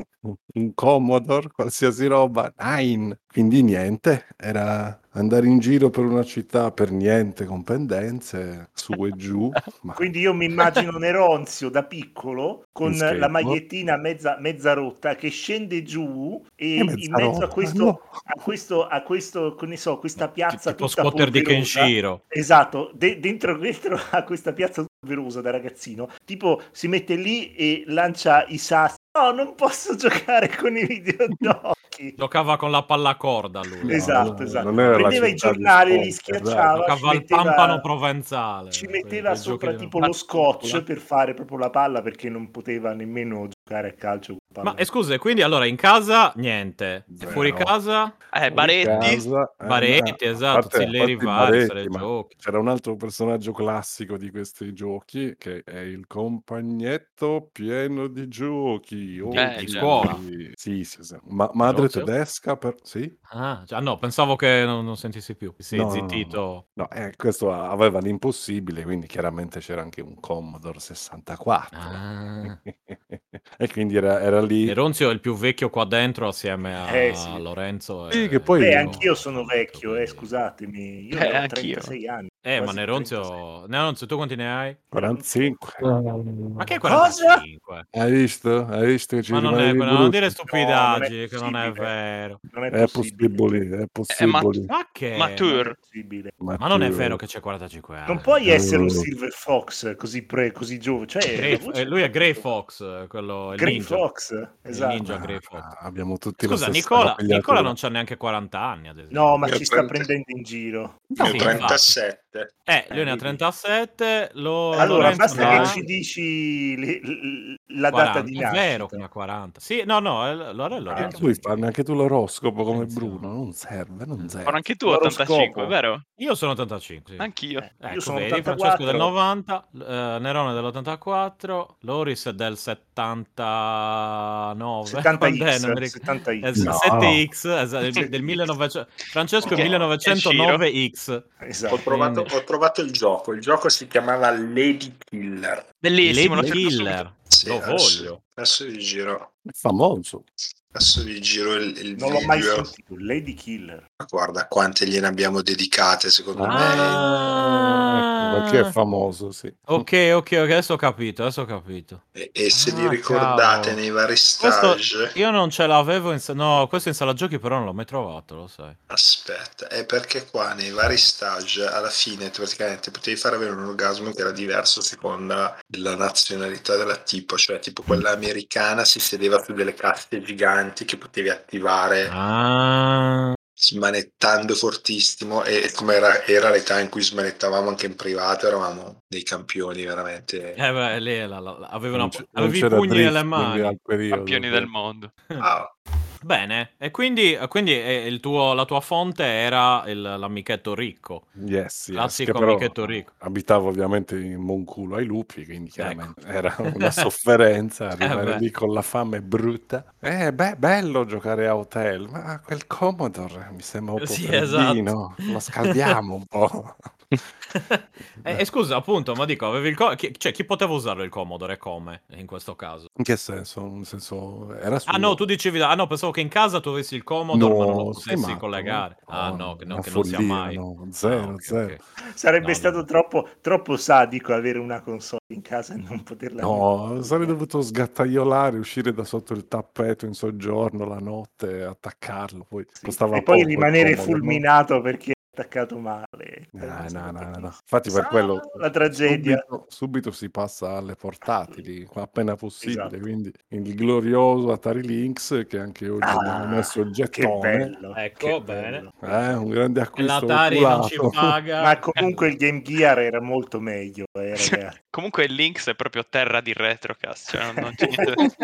E: Un Commodore, qualsiasi roba, nine. Quindi niente, era andare in giro per una città per niente, con pendenze, su e giù. Ma...
B: Quindi io mi immagino Neronzio da piccolo con
E: In skateboard.
B: la magliettina mezza, mezza rotta che scende giù e
E: Che mezza
B: in mezzo
E: rotta,
B: a questo,
E: no.
B: a questo, a questo, che ne so, questa piazza
A: Tipo
B: tutta
A: scotter di
B: polverosa.
A: Kenshiro.
B: Esatto, de- dentro, dentro a questa piazza polverosa da ragazzino, tipo si mette lì e lancia i sassi. No, non posso giocare con i videogiochi.
A: Giocava con la pallacorda lui. Eh.
B: Esatto,
E: non-
B: esatto.
E: non era la
B: Prendeva i
E: città di esatto.
B: giornali,
E: Sport,
B: li schiacciava.
A: Giocava
B: ci
A: al
B: metteva-
A: pampano provenzale.
B: ci
A: quei-
B: metteva
A: quei
B: sopra
A: giochi lì.
B: tipo lo scotch per fare proprio la palla perché non poteva nemmeno giocare a calcio con palla.
A: Ma e scusa, quindi allora in casa niente.
E: Zero.
A: Fuori casa
F: Eh, Baretti.
E: Casa, eh,
A: Baretti,
E: ma-
A: esatto,
E: a parte-
A: Zilleri
E: a parte i
A: Varis,
E: Baretti, ma
A: Giochi.
E: C'era un altro personaggio classico di questi giochi che è il compagnetto pieno di giochi. oh,
F: Eh,
E: sì.
A: scuola.
E: Sì, sì, sì. Ma- madre
A: Rozio?
E: tedesca, per... sì?
A: Ah, cioè, ah, no, pensavo che non, non sentissi più. Sì,
E: No, no, no,
A: zittito.
E: No, eh, questo a- aveva l'impossibile, quindi chiaramente c'era anche un Commodore 64.
A: Ah.
E: e quindi era, era lì.
A: Neronzio è il più vecchio qua dentro assieme a
B: Eh, sì.
A: Lorenzo.
E: Sì,
A: e-
E: che poi-
B: Beh,
E: io-
B: anch'io sono vecchio, eh,
A: quindi-
B: scusatemi. Io
F: Eh,
B: ne ho
F: anch'io.
B: 36 anni.
A: Eh, ma
B: quasi
A: Neronzio... Neronzio, tu quanti ne hai?
E: 45.
A: Ma che
B: Cosa?
A: 45?
E: Hai visto? Hai visto che ci
A: Ma non, è,
E: rimanevi
A: quello- non
E: brutti?
A: dire stupidaggini,
B: No, non è
A: che non è
B: possibile.
A: vero.
B: Non è,
E: È
B: possibile.
E: possibile, è
F: Eh, ma-
E: possibile.
A: Ma che...
F: Ma tu-
B: Non è possibile.
A: Ma non è
E: tu-
A: vero che c'è 45 anni.
B: Non puoi
E: Eh,
B: essere un
E: no.
B: Silver Fox così, pre- così giovane. Cioè,
A: Grey-
B: la voce-
A: eh, lui è Grey Fox, eh, quello... il
B: Grey
A: ninja.
B: Fox, esatto.
A: ninja.
E: Ah,
A: Grey Fox.
E: abbiamo tutti la
A: Scusa,
E: stessa
A: Nicola,
E: capigliatura.
A: Nicola non c'ha neanche 40 anni, ad esempio.
B: No, ma
D: Io
B: ci sta
D: prende-
B: prendendo in giro.
D: Ne ho
A: Sì,
D: 37.
A: Eh, lui ne ha
B: vedi.
A: 37, lo...
B: Allora,
A: Lorenzo
B: basta
A: ne
B: che
A: ha-
B: ci dici le- l- la
A: 40.
B: data di
A: È
B: nascita. Eh,
A: vero che ne ha 40. Sì, no, no, è- allora è
E: Anche
A: Lorenzo.
E: Ah, Eh, lui fa anche tu l'oroscopo come
A: Attenzione.
E: Bruno, non serve, non
F: Sono
E: serve.
F: Mm, anche tu
B: L'oroscopo.
F: 85, vero?
A: Io sono 85. Sì.
F: Anch'io.
A: Ecco,
B: Io sono
A: vedi,
B: 84.
A: Francesco del 90, eh, Nerone dell'84, Loris è del 79.
B: 70X,
A: Quant'è? Non mi Esatto. ricordo.
B: 70X.
A: Es-
E: No.
A: 7X es- del, del 1900 Francesco è
F: Perché-
A: 1909X
B: Esatto.
D: Ho trovato,
A: Eh, Quindi-
D: ho trovato il gioco. Il gioco si chiamava Lady Killer.
F: Bellissimo,
A: Lady
F: lo cerco subito.
A: Killer
D: Sì,
A: lo
D: adesso-
A: voglio
D: Adesso vi giro,
E: È famoso.
D: adesso vi giro il, il
B: Non l'ho mai
D: video.
B: sentito. Lady Killer.
D: Ma Guarda quante gliene abbiamo dedicate, secondo
F: Ah!
D: me.
A: Ah.
E: Ecco, perché è famoso, sì.
A: ok ok ok adesso ho capito adesso ho capito
D: E, e se li
A: Ah,
D: ricordate
A: cavolo.
D: nei vari
A: questo
D: stage,
A: io non ce l'avevo in sa- no questo in sala giochi però non l'ho mai trovato lo sai
D: aspetta, è perché qua nei vari stage alla fine praticamente potevi far avere un orgasmo che era diverso a seconda della nazionalità della tipo, cioè tipo quella americana si sedeva su delle casse giganti che potevi
E: Eh.
D: attivare
A: ah
D: smanettando fortissimo e come era, era l'età in cui smanettavamo anche in privato eravamo dei campioni veramente
A: Eh beh, lì la- la- la- avevi, una-
E: Non c- non
A: avevi i
E: c'era
A: pugni
E: drift
A: nelle mani.
E: al periodo,
F: Campioni
E: sì.
F: del mondo.
D: Ah,
A: Bene, e quindi, e quindi eh, il tuo- la tua fonte era il- l'ammichetto ricco.
E: Yes, yes,
A: Classico
E: che però
A: amichetto ricco.
E: Abitavo ovviamente in Monculo ai lupi, quindi chiaramente era una sofferenza arrivare
A: Ecco. Eh, beh.
E: lì con la fame brutta. Eh, beh, bello giocare a hotel, ma quel Commodore mi sembra un po'
A: Sì, esatto.
E: freddino, lo scaldiamo un po'.
A: e, e scusa, appunto, ma dico, avevi il co- chi, cioè, chi poteva usarlo il Commodore e come in questo caso?
E: In che senso? Nel senso, era suo.
A: Ah no, tu dicevi, ah no, pensavo che in casa tu avessi il Commodore ma non lo
E: No, sei
A: potessi
E: matto,
A: collegare.
E: no,
A: ah no, che,
E: una
A: no, che non sia
E: follia,
A: mai.
E: no, zero,
A: Ah, ok,
E: zero.
A: ok.
B: Sarebbe
A: No,
B: stato
A: no.
B: Troppo, troppo sadico avere una console in casa e non poterla
E: No, sarei dovuto sgattaiolare, uscire da sotto il tappeto in soggiorno la notte, attaccarlo, poi
B: Sì.
E: costava
B: e poi
E: poco il
B: rimanere
E: Commodore, no?
B: fulminato perché è attaccato male.
E: Eh, No,
B: Sarebbe
E: no,
B: stato
E: no, no, no.
B: tristissimo.
E: Infatti per
B: Ah,
E: quello
B: La tragedia.
E: subito, subito si passa alle portatili, qua appena possibile,
B: Esatto.
E: quindi il glorioso Atari Lynx che anche oggi abbiamo
B: Ah,
E: messo il
B: che
E: gettone,
B: bello.
A: Ecco,
B: che bello.
E: eh, un grande
A: E
E: acquisto
A: l'Atari non ci
E: oculato.
A: paga.
B: Ma comunque il Game Gear era molto meglio, eh,
F: Ah. Sì.
B: ragazzi.
F: Comunque il Lynx è proprio terra di retrocast, cioè non, non c'è niente da-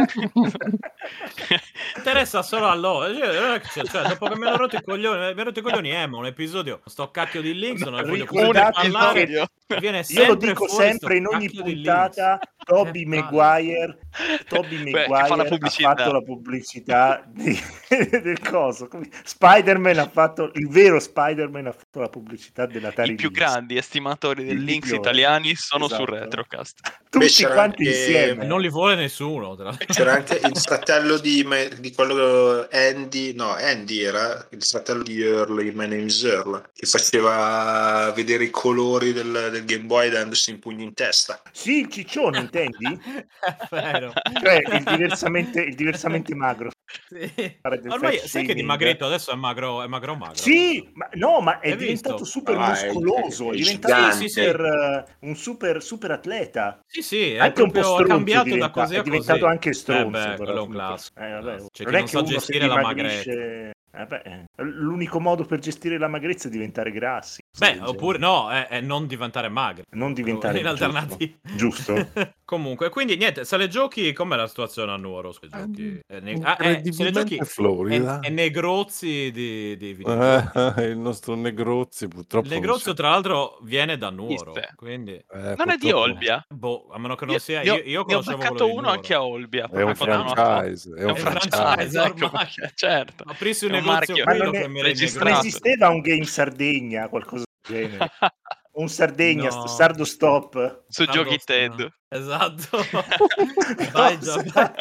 A: interessa solo a loro. Cioè, cioè, dopo che mi hanno rotto i coglioni, mi hanno rotto i coglioni Emma, un episodio, sto cacchio di Lynx, non ne voglio più
B: Ricordate-
A: parlare.
F: Episodio.
A: Viene
B: Io
A: sempre
B: lo dico
A: fuori sto
B: sempre in ogni
A: cacchio di Lynx.
B: puntata, Toby
A: Che palle.
B: Maguire, Toby
F: Beh,
B: Maguire
F: che fa la
B: ha
F: pubblicità.
B: fatto la pubblicità di- del coso. Come- Spider-Man ha fatto, il vero Spider-Man ha fatto la pubblicità della Tari
F: I più grandi estimatori del
B: Il
F: Lynx
B: migliore.
F: italiani sono su
B: Esatto.
F: retrocast.
D: Beh,
B: Tutti
D: c'era
B: quanti
D: anche-
A: E
B: insieme.
A: non li vuole nessuno. Tra l'altro.
D: C'era anche il fratello di, ma- di quello Andy, no, Andy era il fratello di Earl, in My Name is Earl, che faceva vedere i colori del, del Game Boy dandosi un pugno in testa.
B: Sì, il ciccione, intendi?
A: È vero.
B: Cioè, il diversamente, il diversamente magro.
A: Sì.
B: fare del
A: Ormai sai che è
B: fat shaming.
A: dimagrito adesso è magro, è magro magro.
B: Sì, ma, no, ma è
A: Hai
B: diventato
A: visto?
B: super
D: Ah, è-
B: muscoloso, è,
D: è
B: diventato
A: gigante.
B: super, eh, un super, super atleta.
A: Sì, sì, è
B: anche un po'
A: proprio- è
B: stronzo
A: cambiato
B: diventa-
A: da così a
B: è diventato
A: così.
B: anche stronzo
A: Eh beh,
B: però,
A: quello è un
B: comunque.
A: classico.
B: Eh, vabbè,
A: C'è chi
B: non è
A: non
B: che
A: sa
B: uno se
A: gestire la
B: dimagrisce- eh, beh, eh, l'unico modo per gestire la magrezza è diventare grassi
A: Beh, oppure no, è, è non diventare magri.
B: non diventare
A: in
B: giusto.
A: alternativa.
B: giusto
A: Comunque, quindi niente, sale giochi, com'è la situazione a Nuoro? Se giochi? Eh, ne- ah, eh, se le giochi
E: Ehm, Incredibilmente florida.
A: e negrozzi di, di videogiochi.
E: Eh, il nostro Negrozzi purtroppo
A: Negrozio, tra l'altro, viene da Nuoro,
F: Esiste.
A: quindi...
E: Eh,
F: Non è di Olbia.
A: Boh, a meno che non
F: Io,
A: sia...
F: ne ho-
A: Io, io
F: ne ho
A: conoscevo quello
F: beccato
A: di
F: uno
A: Nuoro.
F: anche a Olbia.
E: È un
F: proprio quando hanno fatto-
E: franchise, è
A: È
E: un
A: un franchise
E: franchise.
F: ecco
A: ormai.
F: perché, certo.
A: Aprisse un
F: È un
A: negozio qui,
F: marchio.
B: Ma
A: lo
B: non è-
A: chiamerei
B: non
F: registrato. Esatto.
A: Negrozzi.
B: esisteva un game Sardegna qualcosa del genere un Sardegna
A: No.
B: Sardo Stop
F: Su
A: Sardo
F: giochi
A: Stop.
F: Ted.
A: Esatto. Vai,
B: Cosa?
A: Giovanni.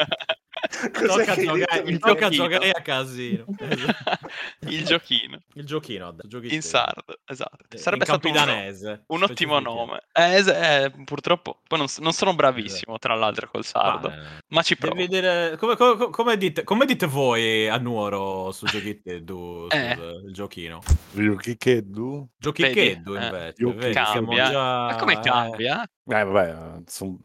B: Cos'è
A: Tocca
B: che hai
A: giocare,
B: detto? Ah,
A: mi tocca
F: giochino.
A: giocare a casino. Esatto.
F: Il giochino.
A: Il giochino adesso, giochi
F: In
A: te.
F: sardo, esatto.
A: Eh,
F: Sarebbe
A: in
F: stato un,
A: campidanese.
F: un ottimo
A: specifichiamo.
F: nome. Eh, es- eh, purtroppo poi non, s- non sono bravissimo, tra l'altro, col sardo.
A: Ma, eh,
F: Ma ci provo.
A: Esatto. Devi dire, come, come- come dite, come dite voi a Nuoro su Giochite du,
F: Eh.
A: scusa, il giochino?
E: Ryukikeddu?
A: Giochicheddu
F: Vedi, eh,
A: invece,
E: giochi-
A: vedi, siamo
F: Cambia.
A: già-
F: Ma come
A: eh,
F: cambia?
E: Eh, vabbè, sono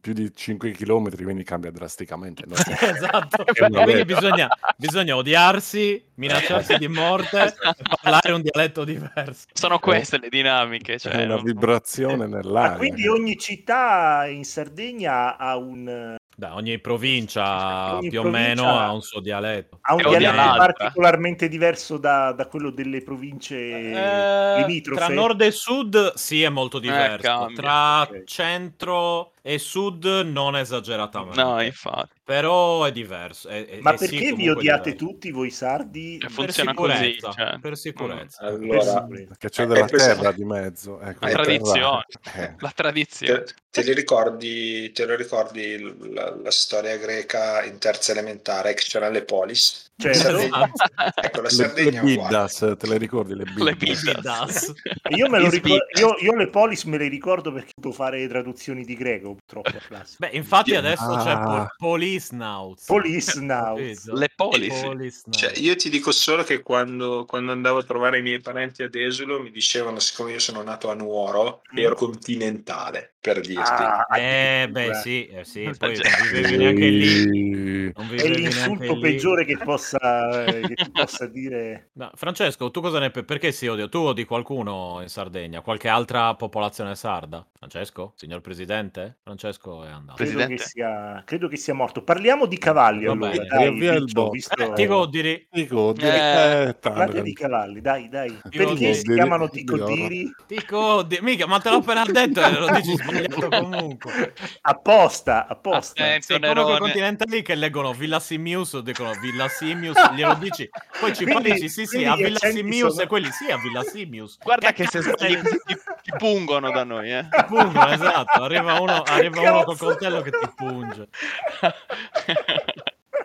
E: più di 5 km, quindi cambia drasticamente. no? Cioè,
A: esatto.
E: È una
A: Quindi
E: merda.
A: bisogna, bisogna odiarsi, minacciarsi di morte
F: Esatto.
A: e parlare un dialetto diverso.
F: Sono queste le dinamiche. Cioè,
E: È una
F: non-
E: Eh, vibrazione
B: Ah,
E: nell'aria.
B: quindi ogni città in Sardegna ha un,
A: Beh, ogni provincia
B: Ogni
A: più
B: provincia
A: o meno ha un suo dialetto.
B: ha un
F: E
A: Che
F: odia
B: dialetto
A: ovviamente-
F: l'altra.
B: particolarmente diverso da, da quello delle province
A: Eh,
B: limitrofe. Eh,
A: tra nord e sud sì è molto diverso.
F: cambia.
A: tra
B: Ok.
A: centro e sud non esageratamente.
F: No, infatti.
A: Però è diverso. è- è-
B: Ma
A: è sì,
B: perché vi
A: comunque
B: odiate
A: diverso.
B: tutti voi sardi?
F: Cioè,
A: Per
F: Funziona così,
A: sicurezza.
F: cioè.
A: Per sicurezza.
B: Mm.
D: Allora,
E: Che c'è
D: Eh,
E: della
D: questa-
E: terra di mezzo. Ecco, la
D: La
E: terra-
F: tradizione.
E: eh,
F: La tradizione.
D: te, te li ricordi, te lo ricordi l- la, la storia greca in terza elementare che c'erano le polis?
B: Certo.
D: Sardegna-
A: Esatto.
D: Ecco, la
E: le, Eh. le
D: Sardegna è uguale.
E: bidas, te le ricordi le bidas?
F: Le bidas.
A: Bidas.
B: Io, me lo
F: In
B: ricor-
F: Svizzera.
B: io, io le polis me le ricordo perché devo fare traduzioni di greco, purtroppo. a classe.
A: Beh, infatti adesso c'è
E: Ah.
A: pol- Polisnauz.
B: Polis now.
F: Le polis.
D: Cioè, io ti dico solo che quando, quando andavo a trovare i miei parenti ad Esulo mi dicevano, siccome io sono nato a Nuoro,
B: Mm.
D: ero continentale. per dirti.
B: Ah,
A: Eh, beh,
B: addirittura.
A: sì, eh, sì.
F: Sta
A: Poi
F: già-
A: non vivevi neanche lì.
E: lì.
A: Non
B: È
A: vivevi neanche
B: l'insulto
A: lì.
B: peggiore che, possa, eh, che tu possa dire.
A: No, Francesco, tu cosa ne pensi? Perché si odio? Tu odi qualcuno in Sardegna? Qualche altra popolazione sarda? Francesco? Signor Presidente? Francesco è andato.
F: Presi-
B: Credo che,
F: Presidente?
B: sia, credo che sia morto. Parliamo di cavalli
A: Va
B: allora.
A: bene.
B: Dai,
E: Via il
B: Riccio,
E: bo-
B: visto-
A: Eh, Tico Diri,
E: Dico, dire-
F: Eh,
E: eh, tanto.
B: Parlate di cavalli, dai, dai. Perché
A: voglio
B: si
E: dire-
B: chiamano
E: dire-
B: ticotiri?
A: Tico Diri, mica, ma te l'ho appena detto e lo dici sbagliato comunque.
B: Apposta, apposta.
F: Eh,
A: Sei come
F: Nerone.
A: quel continente lì che leggono Villa Simius o dicono Villa Simius, glielo dici, poi ci
B: Quindi-
A: parli dici sì sì
B: quindi
A: a
B: gli
A: Villa
B: accenti
A: Simius
B: sono-
A: e quelli sì a Villa Simius.
F: Guarda che se
A: cazzo
F: sbagli
A: è-
F: così ti, ti pungono da noi, eh.
A: Pungono, esatto, arriva uno- arriva uno col
B: Cazzo.
A: coltello che ti punge.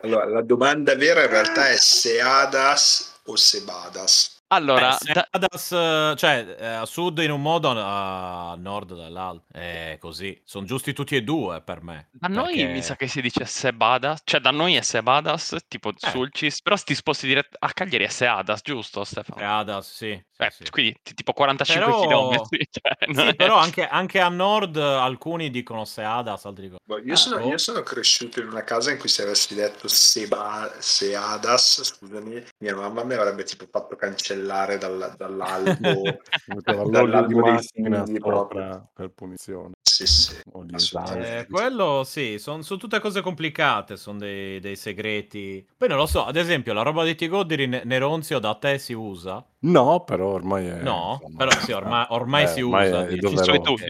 D: Allora, la domanda vera in realtà è se Adas o se Badas.
F: allora,
A: Beh, se
F: da-
A: Adas, eh, cioè eh, a sud in un modo, a a nord dall'altro. È così. Sono giusti tutti e due per me.
F: da noi
A: Perché-
F: mi sa che si dice Sebadas, cioè da noi è Sebadas, tipo
A: Eh.
F: Sulcis, però se ti sposti diretto a Cagliari è Seadas, giusto Stefano?
A: Eh, Adas, sì. sì,
F: Eh,
A: sì.
F: Quindi ti- tipo 45
A: Però-
F: km. Cioè, non
A: Sì,
F: è-
A: però anche, anche a nord eh, alcuni dicono Seadas, altri dicono...
D: Boh, Io,
A: Ah,
D: sono,
A: boh.
D: io sono cresciuto in una casa in cui se avessi detto se, Ba- se Adas, scusami, mia mamma mi avrebbe tipo fatto cancellare dal- dall'albo.
E: metteva l'olio di
D: Dall'albo dei
E: macchina
D: figli
E: sopra
D: proprio.
E: per punizione.
D: sì, sì.
E: O di
D: Assolutamente.
E: esame.
A: Eh, quello sì, sono tutte cose complicate, sono dei, dei segreti. Poi non lo so, ad esempio la roba di Tigodiri Ne- Neronzio da te si usa?
E: No, però ormai è...
A: No,
E: Eh, insomma,
A: però sì, ormai, ormai
E: eh,
A: si
E: ormai
A: usa.
E: è
A: dici.
E: doveroso.
F: Ci sono i tubi.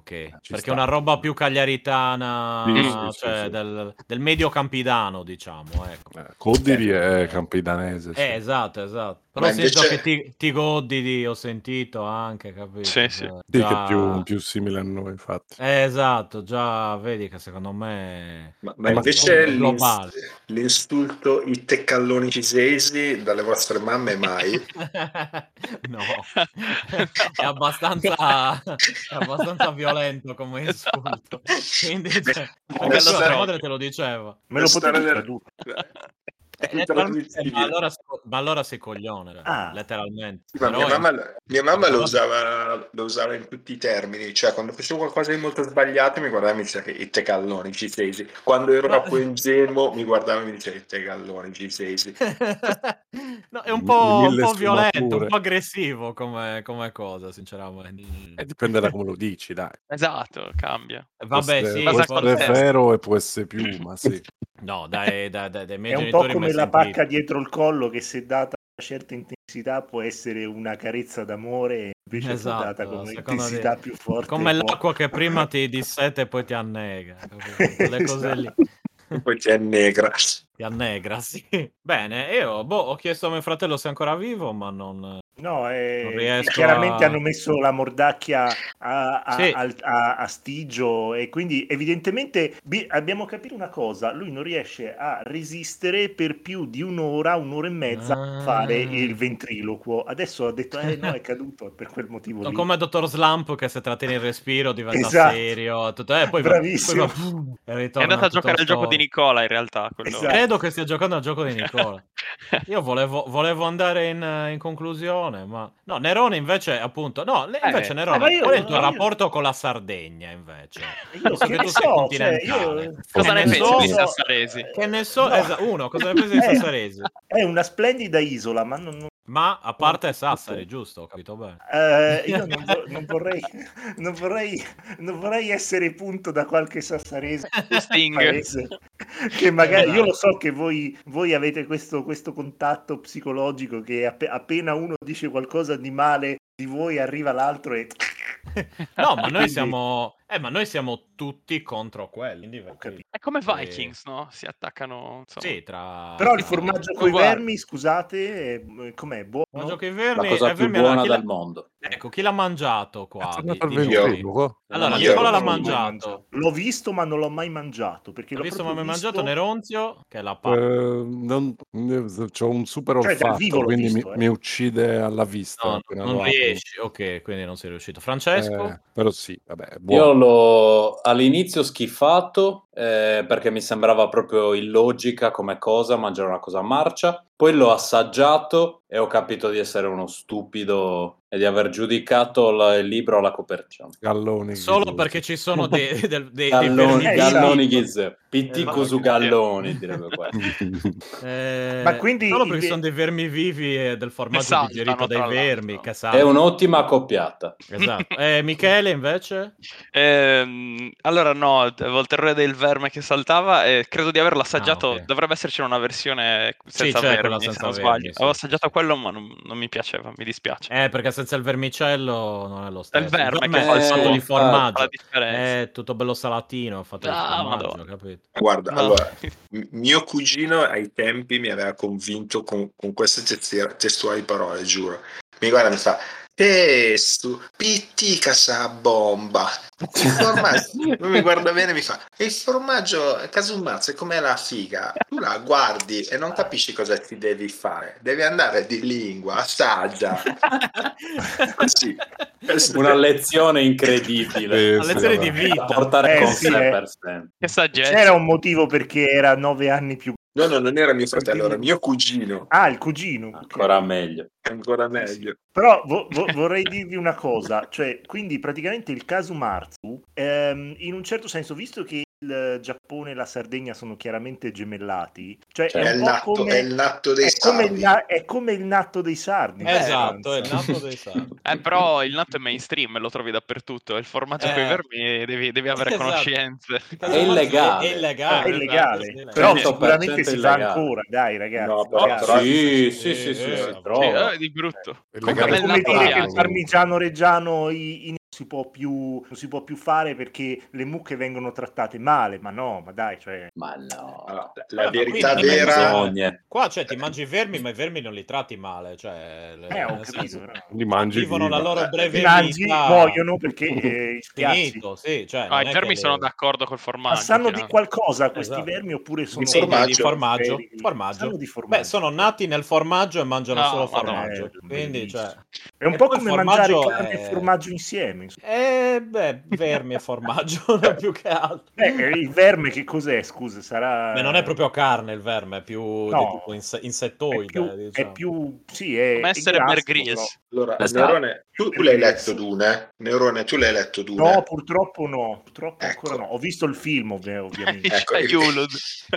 A: Ok,
E: Eh, ci
A: perché
E: sta.
A: è una roba più cagliaritana,
E: Sì, sì, sì,
A: cioè
E: sì.
A: Del, del medio campidano, diciamo. Ecco.
E: Eh, Codiri è campidanese. sì.
A: Eh, esatto, esatto. Però
D: Ma
A: se sento
D: invece-
A: che ti, ti godi di, ho sentito anche, capito?
F: Sì, sì.
A: Cioè,
E: Sì, che
A: già-
E: è più, più simile a noi, infatti.
A: Eh, esatto, già vedi che secondo me...
D: Ma, ma
E: Eh, ma
D: invece
A: sono
D: l'ins-
A: globali.
D: l'insulto i teccalloni cisesi dalle vostre mamme mai?
A: no, è abbastanza, è abbastanza violento come
E: Esatto.
A: insulto. Quindi, cioè, perché
F: Adesso
A: allora tua
F: no.
A: madre te lo diceva.
B: Me lo potete
D: Stare-
B: tradurre?
A: Eh,
D: È
A: letteralmente,
D: introduttivo.
A: ma, allora, sei- ma allora sei coglione, raga,
B: Ah.
A: letteralmente.
D: Ma
A: Però
D: mia,
A: è-
D: mamma, mia mamma lo, usava, lo usava in tutti i termini, cioè quando facevo qualcosa di molto sbagliato mi guardava e mi diceva che i tecalloni cisesi, quando ero
A: Ma-
D: troppo ingenuo mi guardava e mi diceva i tecalloni cisesi.
A: No, è un
E: Le
A: po', un
E: mille
A: po' violento, un
E: sfumature.
A: po' aggressivo come, come cosa, sinceramente.
E: Eh, dipende da come lo dici, dai.
F: Esatto, cambia.
A: Vabbè,
E: può
A: sì, Cioè,
E: essere, può
F: esatto,
A: forse-
E: essere vero e può essere più, ma sì.
A: no, dai, dai, dai, dai, i miei
B: È un po'
A: genitori mi
B: come la
A: sentito.
B: pacca dietro il collo che se data una certa intensità può essere una carezza d'amore, invece
A: Esatto,
B: se data con
A: secondo
B: un'intensità
A: te.
B: più forte.
A: Come
B: può-
A: l'acqua che prima ti disseta e poi ti annega. capito? Quelle cose lì.
D: Poi c'è negra.
A: Ti annegra, sì. Bene, io boh, ho chiesto a mio fratello se è ancora vivo, ma non...
B: No, eh,
A: Non riesco
B: chiaramente
A: a-
B: hanno messo la mordacchia a, a-
A: Sì.
B: al- a- a Stigio e quindi evidentemente bi- abbiamo capito una cosa, lui non riesce a resistere per più di un'ora, un'ora e mezza
A: Ah.
B: a fare il ventriloquo. Adesso ha detto, eh no, è caduto è per quel motivo
A: Sono
B: lì.
A: come Dottor Slump che se trattiene il respiro diventa
B: Esatto.
A: serio. Tutto, eh, poi va-
B: Bravissimo.
A: poi va- e
F: È
A: ritorna
F: andato a
A: tutto
F: giocare al gioco
A: storico.
F: di Nicola in realtà. Quello...
B: Esatto.
A: Credo che stia giocando al gioco di Nicola. Io volevo, volevo andare in, eh, in conclusione, ma... No, Nerone invece, appunto... No, le-
F: Eh,
A: invece
F: eh,
B: ma
A: Nerone,
B: io-
A: qual è il tuo
B: ma io-
A: rapporto con la Sardegna, invece?
B: Io
A: so
B: che
A: che
B: ne
A: tu sei
B: so, cioè,
A: continentale.
B: io... eh,
F: Cosa ne
A: Che ne
F: pensi di
A: so-
F: Sassaresi?
A: Che ne so...
B: No.
A: esa- uno, cosa ne pensi di
B: Eh,
A: Sassaresi?
B: È una splendida isola, ma non, non-
A: Ma a parte Sassari, giusto? Ho capito bene.
B: eh, io non, vo- non vorrei, non, vorrei, non vorrei essere punto da qualche sassarese
F: Sting.
B: paese, che
A: Eh,
B: magari io lo so che voi, voi avete questo, questo contatto psicologico che appe- appena uno dice qualcosa di male di voi arriva l'altro e
A: No, ma noi
B: Quindi-
A: siamo... Eh, ma noi siamo tutti contro quelli. quindi vai-
B: Ho capito.
F: È come
A: Eh.
F: Vikings, no? Si attaccano. Insomma.
A: Ah, Sì, tra...
B: però il
A: tra-
B: formaggio
F: Ma
B: con i
F: guarda.
B: vermi scusate eh, com'è buono
A: Ma giochi i
C: La
A: vermi,
C: cosa
A: eh,
C: più
A: vermi, allora,
C: buona
A: chi l'ha-
C: del mondo.
A: Ecco, chi l'ha mangiato qua?
E: È
A: Di-
E: tornato al
A: di
D: io.
A: noi?
B: oh.
E: ventriloco.
A: Allora,
D: Io
A: Nicola l'ha
D: non l'ho mai
A: mangiato.
B: l'ho visto ma non l'ho mai mangiato perché
A: L'ho
B: l'ho
A: visto, ma
B: proprio
A: mi ha
B: visto-
A: mangiato Neronzio, che è la pacca.
E: Eh, non, ho un super
B: Cioè, dal
E: olfatto,
B: vivo l'ho
E: quindi
B: visto,
E: mi,
B: eh.
E: mi uccide alla vista.
A: No,
E: appena lo
A: non
E: apro.
A: riesci. Ok, quindi non sei riuscito.
E: Eh,
A: Francesco?
E: però sì, vabbè, è buono.
C: Io l'ho all'inizio schifato, eh, eh, perché mi sembrava proprio illogica come cosa mangiare una cosa marcia. Poi l'ho assaggiato e ho capito di essere uno stupido e di aver giudicato la- il libro alla copertina.
E: Galloni.
A: Solo
E: Ghizzo.
A: perché ci sono dei, del- dei- dei
C: Galloni,
A: pernici.
C: galloni ghizze,
A: Eh,
C: pittico su
A: vabbè.
C: galloni, direbbe quello.
A: Eh,
B: Ma quindi
A: solo
B: il
A: perché
B: ve-
A: sono
B: Esatto,
A: dei vermi vivi e del formaggio
F: Che saltano,
A: digerito
F: tra
A: dai
F: l'altro.
A: vermi. Che
C: È
A: saltano.
C: un'ottima accoppiata.
A: Esatto. Eh, Michele invece?
F: Ehm, allora no, avevo il terrore del verme che saltava e credo di averlo assaggiato,
A: Ah, ok.
F: dovrebbe esserci una versione senza
A: c'è quella
F: vermi, se
A: senza
F: non
A: vermi,
F: sbaglio.
A: sì.
F: Avevo assaggiato quello ma non, non mi piaceva, mi dispiace.
A: Eh, perché senza il vermicello non è lo
F: È
A: stesso.
F: il verme che
A: è
F: fa il
A: fatto di
C: suo-
F: Fa la
A: formaggio.
F: differenza.
A: È tutto bello salatino, fatto
F: Ah,
A: di formaggio,
F: madonna.
A: capito?
D: Guarda,
F: No.
D: allora, m- mio cugino ai tempi mi aveva convinto con, con queste testi- testuali parole, giuro. Mi guarda e mi fa, testu, pittica sa bomba. Il formaggio, lui mi guarda bene e mi fa, e il formaggio, casumazzo, è come la figa. Tu la guardi e non capisci cosa ti devi fare. Devi andare di lingua, assaggia. Sì.
C: Una lezione incredibile.
E: Eh,
A: La
E: sì,
A: lezione
E: vabbè.
A: di
C: Da
A: vita.
C: portare
B: Eh,
C: con
B: sì,
C: sé
B: eh.
C: per sempre.
F: Che saggezza.
B: C'era un motivo perché era nove anni più...
D: No, no, non era mio fratello, era mio cugino.
B: Ah, il cugino.
C: Ancora meglio.
D: Ancora meglio.
B: Però vo- vo- vorrei dirvi una cosa, cioè, quindi praticamente il caso Marzu, ehm, in un certo senso, visto che il Giappone e la Sardegna sono chiaramente gemellati, cioè
C: Cioè,
D: È
B: è
D: il
B: un po'
D: natto,
B: come,
D: è il natto dei
B: è come il
D: sardi.
B: na- è come il natto dei sardi. cioè, in
A: Esatto, è il
B: sostanza.
A: nato dei santi.
F: Eh, però il natto è mainstream, lo trovi dappertutto. Il formaggio
A: Eh.
F: con i vermi devi, devi avere
A: Esatto.
F: conoscenze.
A: Casomai
C: È illegale.
A: È illegale.
B: È illegale.
A: esatto, sì,
B: Però
C: Sì,
B: sicuramente
C: 100%
B: si fa
C: illegale.
B: ancora, dai ragazzi.
D: No, però-
B: ragazzi.
D: però-
C: Sì, sì,
A: Sì,
C: sì, sì,
A: eh,
C: si
A: sì,
F: Sì,
C: trova.
F: eh, di brutto.
E: È
F: Come
E: legale
B: È come
F: nel
E: con
F: natto
B: dire che
F: bianco.
B: il parmigiano reggiano i- i- non si può più non si può più fare perché le mucche vengono trattate male, ma no, ma dai, cioè
C: Ma no.
D: Allora, la
A: Ah,
D: verità
A: quindi-
D: vera
C: Menzogne.
A: Qua cioè ti mangi i vermi, ma i vermi non li tratti male. Cioè, le-
B: eh, ho
A: nel senso,
B: capito, però.
E: Li mangi
A: vivono
E: viva.
A: la loro breve
B: I mangi
A: vita.
B: muoiono perché eh, spiazzi.
A: Finito, sì, cioè,
F: Ah,
A: non
F: I
A: è
F: vermi
A: che
F: sono
A: le-
F: d'accordo col formaggio.
B: Ma sanno di
F: chiaro.
B: qualcosa questi
A: Esatto.
B: vermi oppure sono
A: Sì, di-
D: formaggio.
A: di formaggio,
B: Veri?
A: formaggio.
B: Sanno di formaggio.
A: Beh, sono nati nel formaggio e mangiano
F: No,
A: solo
F: madonna,
A: formaggio.
B: bello,
A: quindi,
B: bellissimo.
A: cioè,
B: È un
A: e
B: po'
A: poi il
B: come mangiare
A: formaggio
B: carne
A: è-
B: e formaggio insieme. insomma.
A: eh, beh, vermi e formaggio più che altro.
B: Beh, eh, il verme che cos'è? Scusa, sarà
A: Ma non è proprio carne il verme, è più di tipo inse-
B: è
A: insettoide.
B: più,
A: diciamo.
B: è più sì, è
F: Come essere
B: per
F: Bear Grylls.
D: Allora,
C: Esatto.
D: Neurone, tu, tu l'hai letto Dune? Neurone, tu l'hai letto Dune?
B: No, purtroppo no, purtroppo
D: Ecco.
B: ancora no. Ho visto il film, ovvia- ovviamente.
D: Ecco,
F: C'è
D: il-
F: Yulud.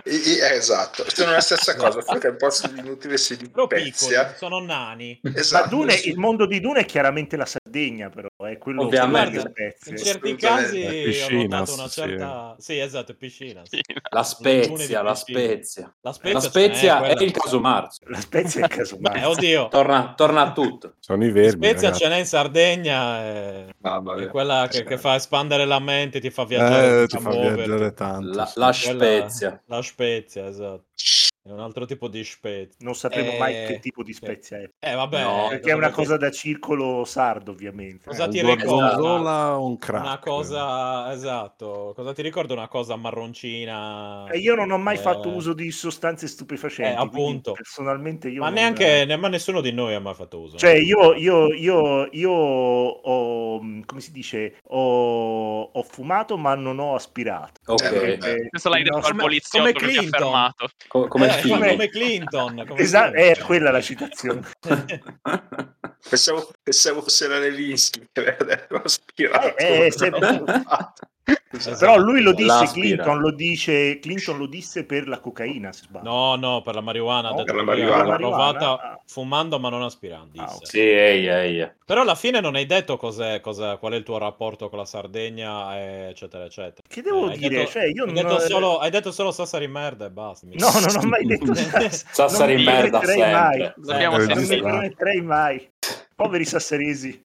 D: I- i- esatto, sono la stessa cosa, solo che è un po' inutile si
A: Però piccoli,
B: eh.
D: dipezia.
A: sono nani.
B: Ma
D: eh. Esatto,
B: Dune,
D: sì.
B: il mondo di Dune è chiaramente la Sardegna, però è quello
C: Ovviamente.
B: quello che
A: In
B: spezie.
A: certi casi
D: assolutamente.
A: ho
E: Piscina,
A: notato una
E: sì.
A: certa... Sì, esatto, piscina. sì.
C: La
A: Lagune di
C: spezia, la
A: Piscina.
C: spezia.
A: La
E: Eh,
A: spezia,
C: La
A: ce
C: spezia
A: n'è,
C: è
A: quella-
C: il caso marzo.
B: La spezia è casomai.
A: Beh, oddio,
C: Torna, torna a tutto.
E: Sono i
A: la
E: vermi.
A: spezia
E: ragazzi.
A: ce n'è in Sardegna. eh,
D: Mamma
A: È
D: mia.
A: quella che, che fa espandere la mente, ti fa viaggiare,
E: Eh, ti
A: fa
E: fa
A: muoverti.
E: viaggiare tanto.
C: La,
E: sì.
A: Quella-
C: la spezia.
A: La spezia, esatto. È un altro tipo di spezia.
B: Non sapremo mai che tipo di
A: sì.
B: spezia è.
A: Eh, vabbè.
C: No,
B: Perché è una cosa da circolo sardo, ovviamente.
A: Cosa
E: Eh,
F: Esatto.
A: ti
E: un
A: ricorda?
E: gorgonzola, un crack.
A: Una cosa, esatto. Cosa ti ricorda una cosa marroncina?
B: Eh, io non ho mai
A: Eh,
B: fatto uso di sostanze stupefacenti,
A: eh, appunto.
B: quindi personalmente io
A: Ma
B: non-
A: neanche ne- ma nessuno di noi ha mai fatto uso.
B: eh. Cioè, io, io, io, io ho, mm, come si dice, ho, ho fumato ma non ho aspirato.
D: Eh,
C: Ok.
D: vabbè.
B: Eh,
F: Questo l'hai detto al
A: come-
F: poliziotto
A: come
F: che ti ha
A: Clinton.
F: fermato.
C: Co- come
A: Eh,
C: il film.
A: come Clinton. come
B: Esatto,
A: Clinton.
B: è quella la citazione.
D: Pensavo, pensavo fosse la Levinsky che aveva aspirato.
B: Eh, eh, se-
D: Esatto.
B: Però lui lo disse,
C: L'aspira.
B: Clinton lo dice, Clinton lo disse per la cocaina, se sbaglio.
A: No, no, per la marijuana. ha
B: No,
A: detto
D: per la
A: che
D: marijuana.
A: l'aveva
B: Marijuana,
A: provata
B: ah.
A: fumando ma non aspirando.
B: Ah,
A: disse.
B: ok.
C: Sì, ehi, ehi.
A: Però alla fine non hai detto cos'è, cos'è- qual è il tuo rapporto con la Sardegna, eh, eccetera, eccetera.
B: Che devo
A: Eh, hai
B: dire?
A: detto-
B: cioè, io
A: hai,
B: non...
A: detto solo, hai detto solo Sassari merda e basta. mi
B: No,
A: sa.
B: non ho mai detto
C: Sassari
B: Non mi
C: merda
B: permetterei
C: sempre.
A: mai.
F: L'abbiamo
E: Eh,
B: Non
F: sentito.
B: mi
E: Esatto.
B: permetterei mai. Poveri sassaresi.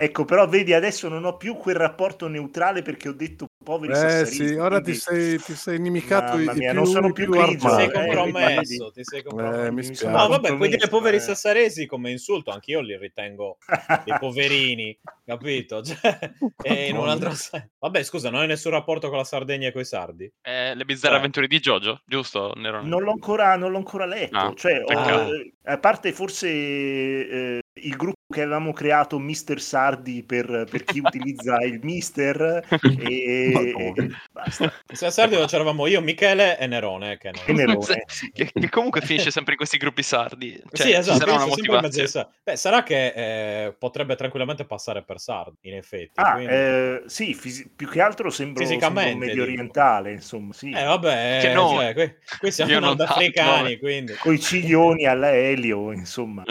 B: Ecco, però vedi, adesso non ho più quel rapporto neutrale perché ho detto poveri
E: Eh
B: sassaresi.
E: sì, ora ti
B: quindi-
E: sei, ti sei inimicato
B: Mamma
E: i- i
B: mia,
E: più,
B: non sono
E: i
B: più
E: più,
B: grigio,
A: Ti sei
E: armati.
B: eh,
A: compromesso, ti sei
E: Eh,
A: compromesso.
E: mi
B: mi
E: spiace.
A: No,
B: sono-
A: vabbè, quindi
B: compromesso,
A: dei poveri
B: eh.
A: sassaresi come insulto, anche io li ritengo dei poverini, capito? Cioè, e in un altro senso. Vabbè, scusa, non hai nessun rapporto con la Sardegna e coi sardi?
F: Eh, le bizzarre
A: Cioè.
F: avventure di Jojo, giusto? Nerone?
B: Non l'ho ancora, non l'ho ancora letto,
F: Ah,
B: cioè, ho-
A: peccato.
B: eh, a parte forse eh, il gruppo che avevamo creato Mister Sardi per, per chi utilizza il Mister e, e
E: Madonna.
B: basta.
A: Se
F: Eh,
A: Sardi lo c'eravamo io, Michele e Nerone. Che non-
B: E Nerone.
F: Che, che comunque finisce sempre in questi gruppi sardi. Cioè,
A: sì,
F: ci
A: esatto.
F: sarà una
A: finisce sempre in mezzo ai
F: motivazione.
A: Sardi. Beh, sarà che eh, potrebbe tranquillamente passare per Sardi, in effetti.
B: Ah,
A: quindi-
B: eh, sì, fisi- più che altro sembro,
A: Fisicamente,
B: sembro un medio
A: dico.
B: orientale, insomma, sì.
A: Eh, vabbè,
F: Che noi.
A: cioè, qui, qui siamo
F: Io non
A: nordafricani,
F: tanto,
A: quindi...
B: Coi ciglioni alla Elio, insomma.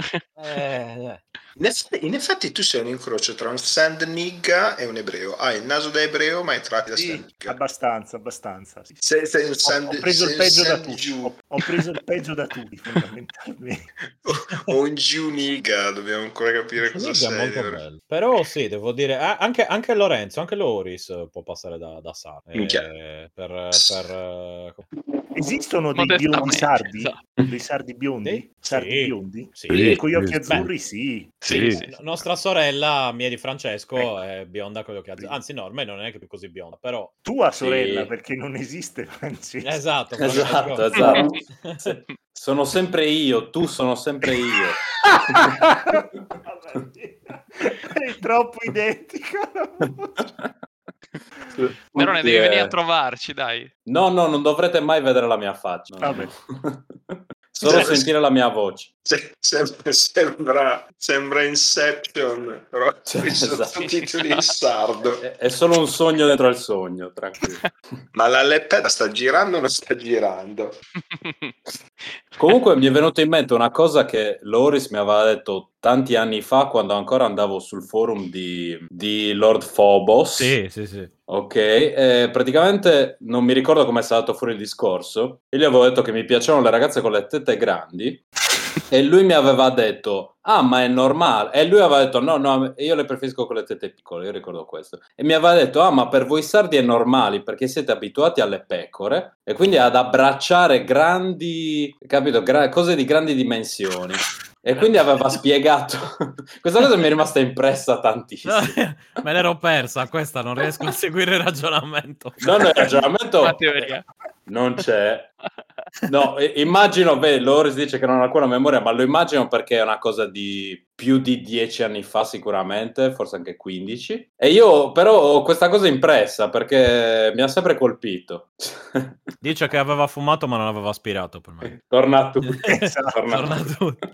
A: Eh,
D: In, eff- in effetti tu sei un incrocio tra un sandnig e un ebreo. Hai il naso da ebreo, ma entrati da
B: Sì,
D: sandnig.
B: abbastanza, abbastanza. sì.
D: Sei, sei un
B: Ho,
D: sand,
B: ho preso il
D: sei un
B: peggio da
D: sand
B: tutti,
D: Jew.
B: ho, ho preso il peggio da tutti fondamentalmente.
D: o un Jew nigga, dobbiamo ancora capire cosa
A: Zig Cioè, è
D: sei.
A: molto bello. Però sì, devo dire, ah, anche, anche Lorenzo, anche Loris eh, può passare da, da Sardi. Eh,
D: Minchia.
A: per, per, eh, co-
B: Esistono dei biondi
F: Modestamente,
B: sardi?
F: esatto.
B: Dei sardi biondi?
A: Sì.
B: Sardi
A: Sì.
B: biondi?
A: sì.
E: Sì.
B: Con gli occhi
E: Beh.
B: azzurri sì.
E: Sì.
F: Sì, sì.
A: N- Nostra sorella, mia di Francesco,
C: Eh.
A: è bionda con gli occhi azzurri. Anzi, no, ormai non è che più così bionda, però...
B: Tua sorella,
C: Sì.
B: perché non esiste Francesco.
A: Esatto,
C: Esatto,
A: Francesco.
C: esatto. Se- Sono sempre io, tu sono sempre io.
B: È troppo identico.
F: Nerone,
C: Tutti,
F: devi venire
C: eh,
F: a trovarci, dai.
C: No, no, non dovrete mai vedere la mia faccia. No,
B: Vabbè.
C: no. Solo
D: Sì.
C: sentire la mia voce.
D: Se- sem- sembra, sembra Inception, però
C: Cioè,
D: i
C: esatto.
D: sottotitoli in sardo.
C: È, è solo un sogno dentro il sogno, tranquillo.
D: Ma la leppetta sta girando o non sta girando?
C: Comunque mi è venuta in mente una cosa che Loris mi aveva detto tanti anni fa quando ancora andavo sul forum di, di Lord Phobos.
A: Sì, sì, sì.
C: Ok, eh, praticamente non mi ricordo come è stato fuori il discorso. Io gli avevo detto che mi piacevano le ragazze con le tette grandi e lui mi aveva detto, ah ma è normale. E lui aveva detto, no, no, io le preferisco con le tette piccole, io ricordo questo. E mi aveva detto, ah ma per voi sardi è normale perché siete abituati alle pecore e quindi ad abbracciare grandi, capito, gra- cose di grandi dimensioni. E quindi aveva spiegato, questa cosa mi è rimasta impressa tantissimo.
A: Me l'ero persa, questa non riesco a seguire il ragionamento.
C: Non è ragionamento.
F: Una
A: Eh,
F: teoria.
C: Non c'è. No, e- immagino, beh, Loris dice che non ha alcuna memoria, ma lo immagino perché è una cosa di più di dieci anni fa sicuramente, forse anche 15. E io però ho questa cosa impressa perché mi ha sempre colpito.
A: Dice che aveva fumato ma non aveva aspirato per me.
C: Torna tu.
B: Esatto.
C: Eh, Torna
A: Torna
C: tu.
A: tutto.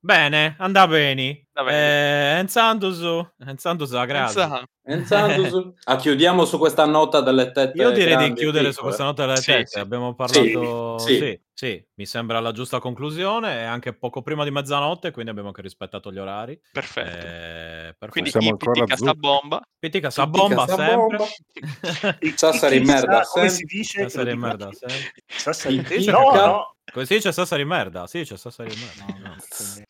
A: bene, andà bene.
F: Va bene.
A: Eh, Enzandusu, Enzandusu, grazie.
F: Pensa-
C: Enzandusu. Ah, chiudiamo su questa nota delle tette.
A: Io direi di
C: eh, grandi e
A: chiudere su
C: piccole.
A: questa nota delle
F: Sì,
A: tette.
F: sì.
A: Abbiamo parlato. Sì
C: Sì,
A: sì.
C: sì.
A: mi sembra la giusta conclusione. È anche poco prima di mezzanotte, quindi abbiamo anche rispettato gli orari.
F: Perfetto.
A: Eh, perfetto.
F: Quindi
E: Siamo
F: chi
E: ancora
F: picca sta
E: zucchi.
F: bomba
A: Pittica sa
C: Pittica
A: bomba
C: sa
A: sempre.
C: bomba.
B: E-
C: Sassari
B: e chi
C: merda,
B: sa Come
C: sempre.
B: si dice?
A: Sassari
B: Lo dico
A: merda,
B: anch'io.
A: sempre.
B: Sassari-
C: Picca.
B: No, no.
A: Così si dice Sassari merda. Sì, c'è Sassari merda. No.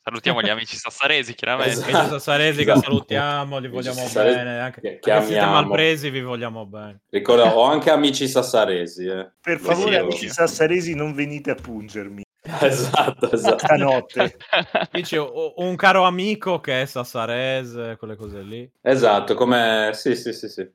F: salutiamo gli amici sassaresi, chiaramente.
A: Che c'è Sassaresi che
C: Esatto.
A: salutiamo, li vogliamo
C: Sassaresi
A: bene. Anche,
C: che
A: anche se siete
C: amiamo.
A: malpresi, vi vogliamo bene.
C: Ricordo, ho anche amici sassaresi. eh.
B: Per
C: Lo
B: favore,
C: dico.
B: amici sassaresi, non venite a pungermi
C: Esatto, esatto.
B: stanotte.
A: Dice o- un caro amico che è Sassarese, quelle cose lì.
C: Esatto, come... Sì, sì, sì, sì.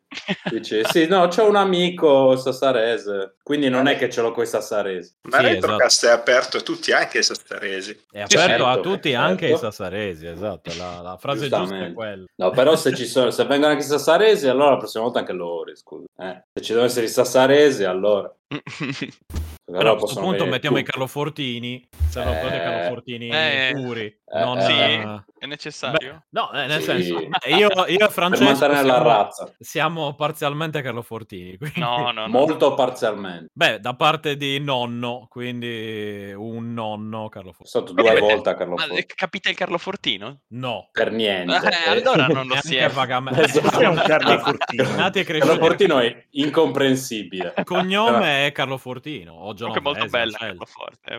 C: Dici, sì, no, c'ho un amico sassarese, quindi non è che ce l'ho coi sassaresi.
D: Ma
A: Sì, esatto.
D: Retrocast è aperto a tutti, anche ai sastaresi.
A: È aperto a
C: certo,
A: tutti,
C: certo.
A: anche ai sassaresi, esatto. La, la frase giusta è
C: Giustamente.
A: quella.
C: No, però se ci sono, se vengono anche i sassaresi, allora la prossima volta anche loro, scusa. Eh, se ci devono essere i sassaresi, allora...
A: Però a
C: allora
A: questo
C: possono
A: punto
C: venire
A: mettiamo i
C: tutti.
A: Carlo Fortini, se no
C: Eh.
A: poi dei Carlo Fortini
F: Eh.
A: puri.
C: Eh,
A: non-
C: sì.
A: eh,
F: È necessario?
A: No, eh, nel
C: Sì.
A: senso, io, io e
C: Per
A: Francesco
C: mantenere la
A: siamo,
C: razza,
A: siamo parzialmente Carlo Fortini. quindi-
F: No, no, no.
C: molto parzialmente.
A: Beh, da parte di nonno, quindi un nonno Carlo Fortini.
C: Sono stato due
F: Beh,
C: volte a Carlo
F: Ma
C: Fortini.
F: capite il Carlo Fortino?
A: No,
C: Per niente.
F: Eh, allora non lo
A: neanche
F: si è.
A: vagamente.
C: Esatto.
B: È un Carlo Fortino.
A: Nati e
C: Carlo
A: cresciuti.
C: Fortino Eh. è incomprensibile.
A: Il cognome è Carlo Fortino, o
F: Comunque
A: Giovanni
F: è molto
A: Mese,
F: bella
A: Marcello.
F: Carlo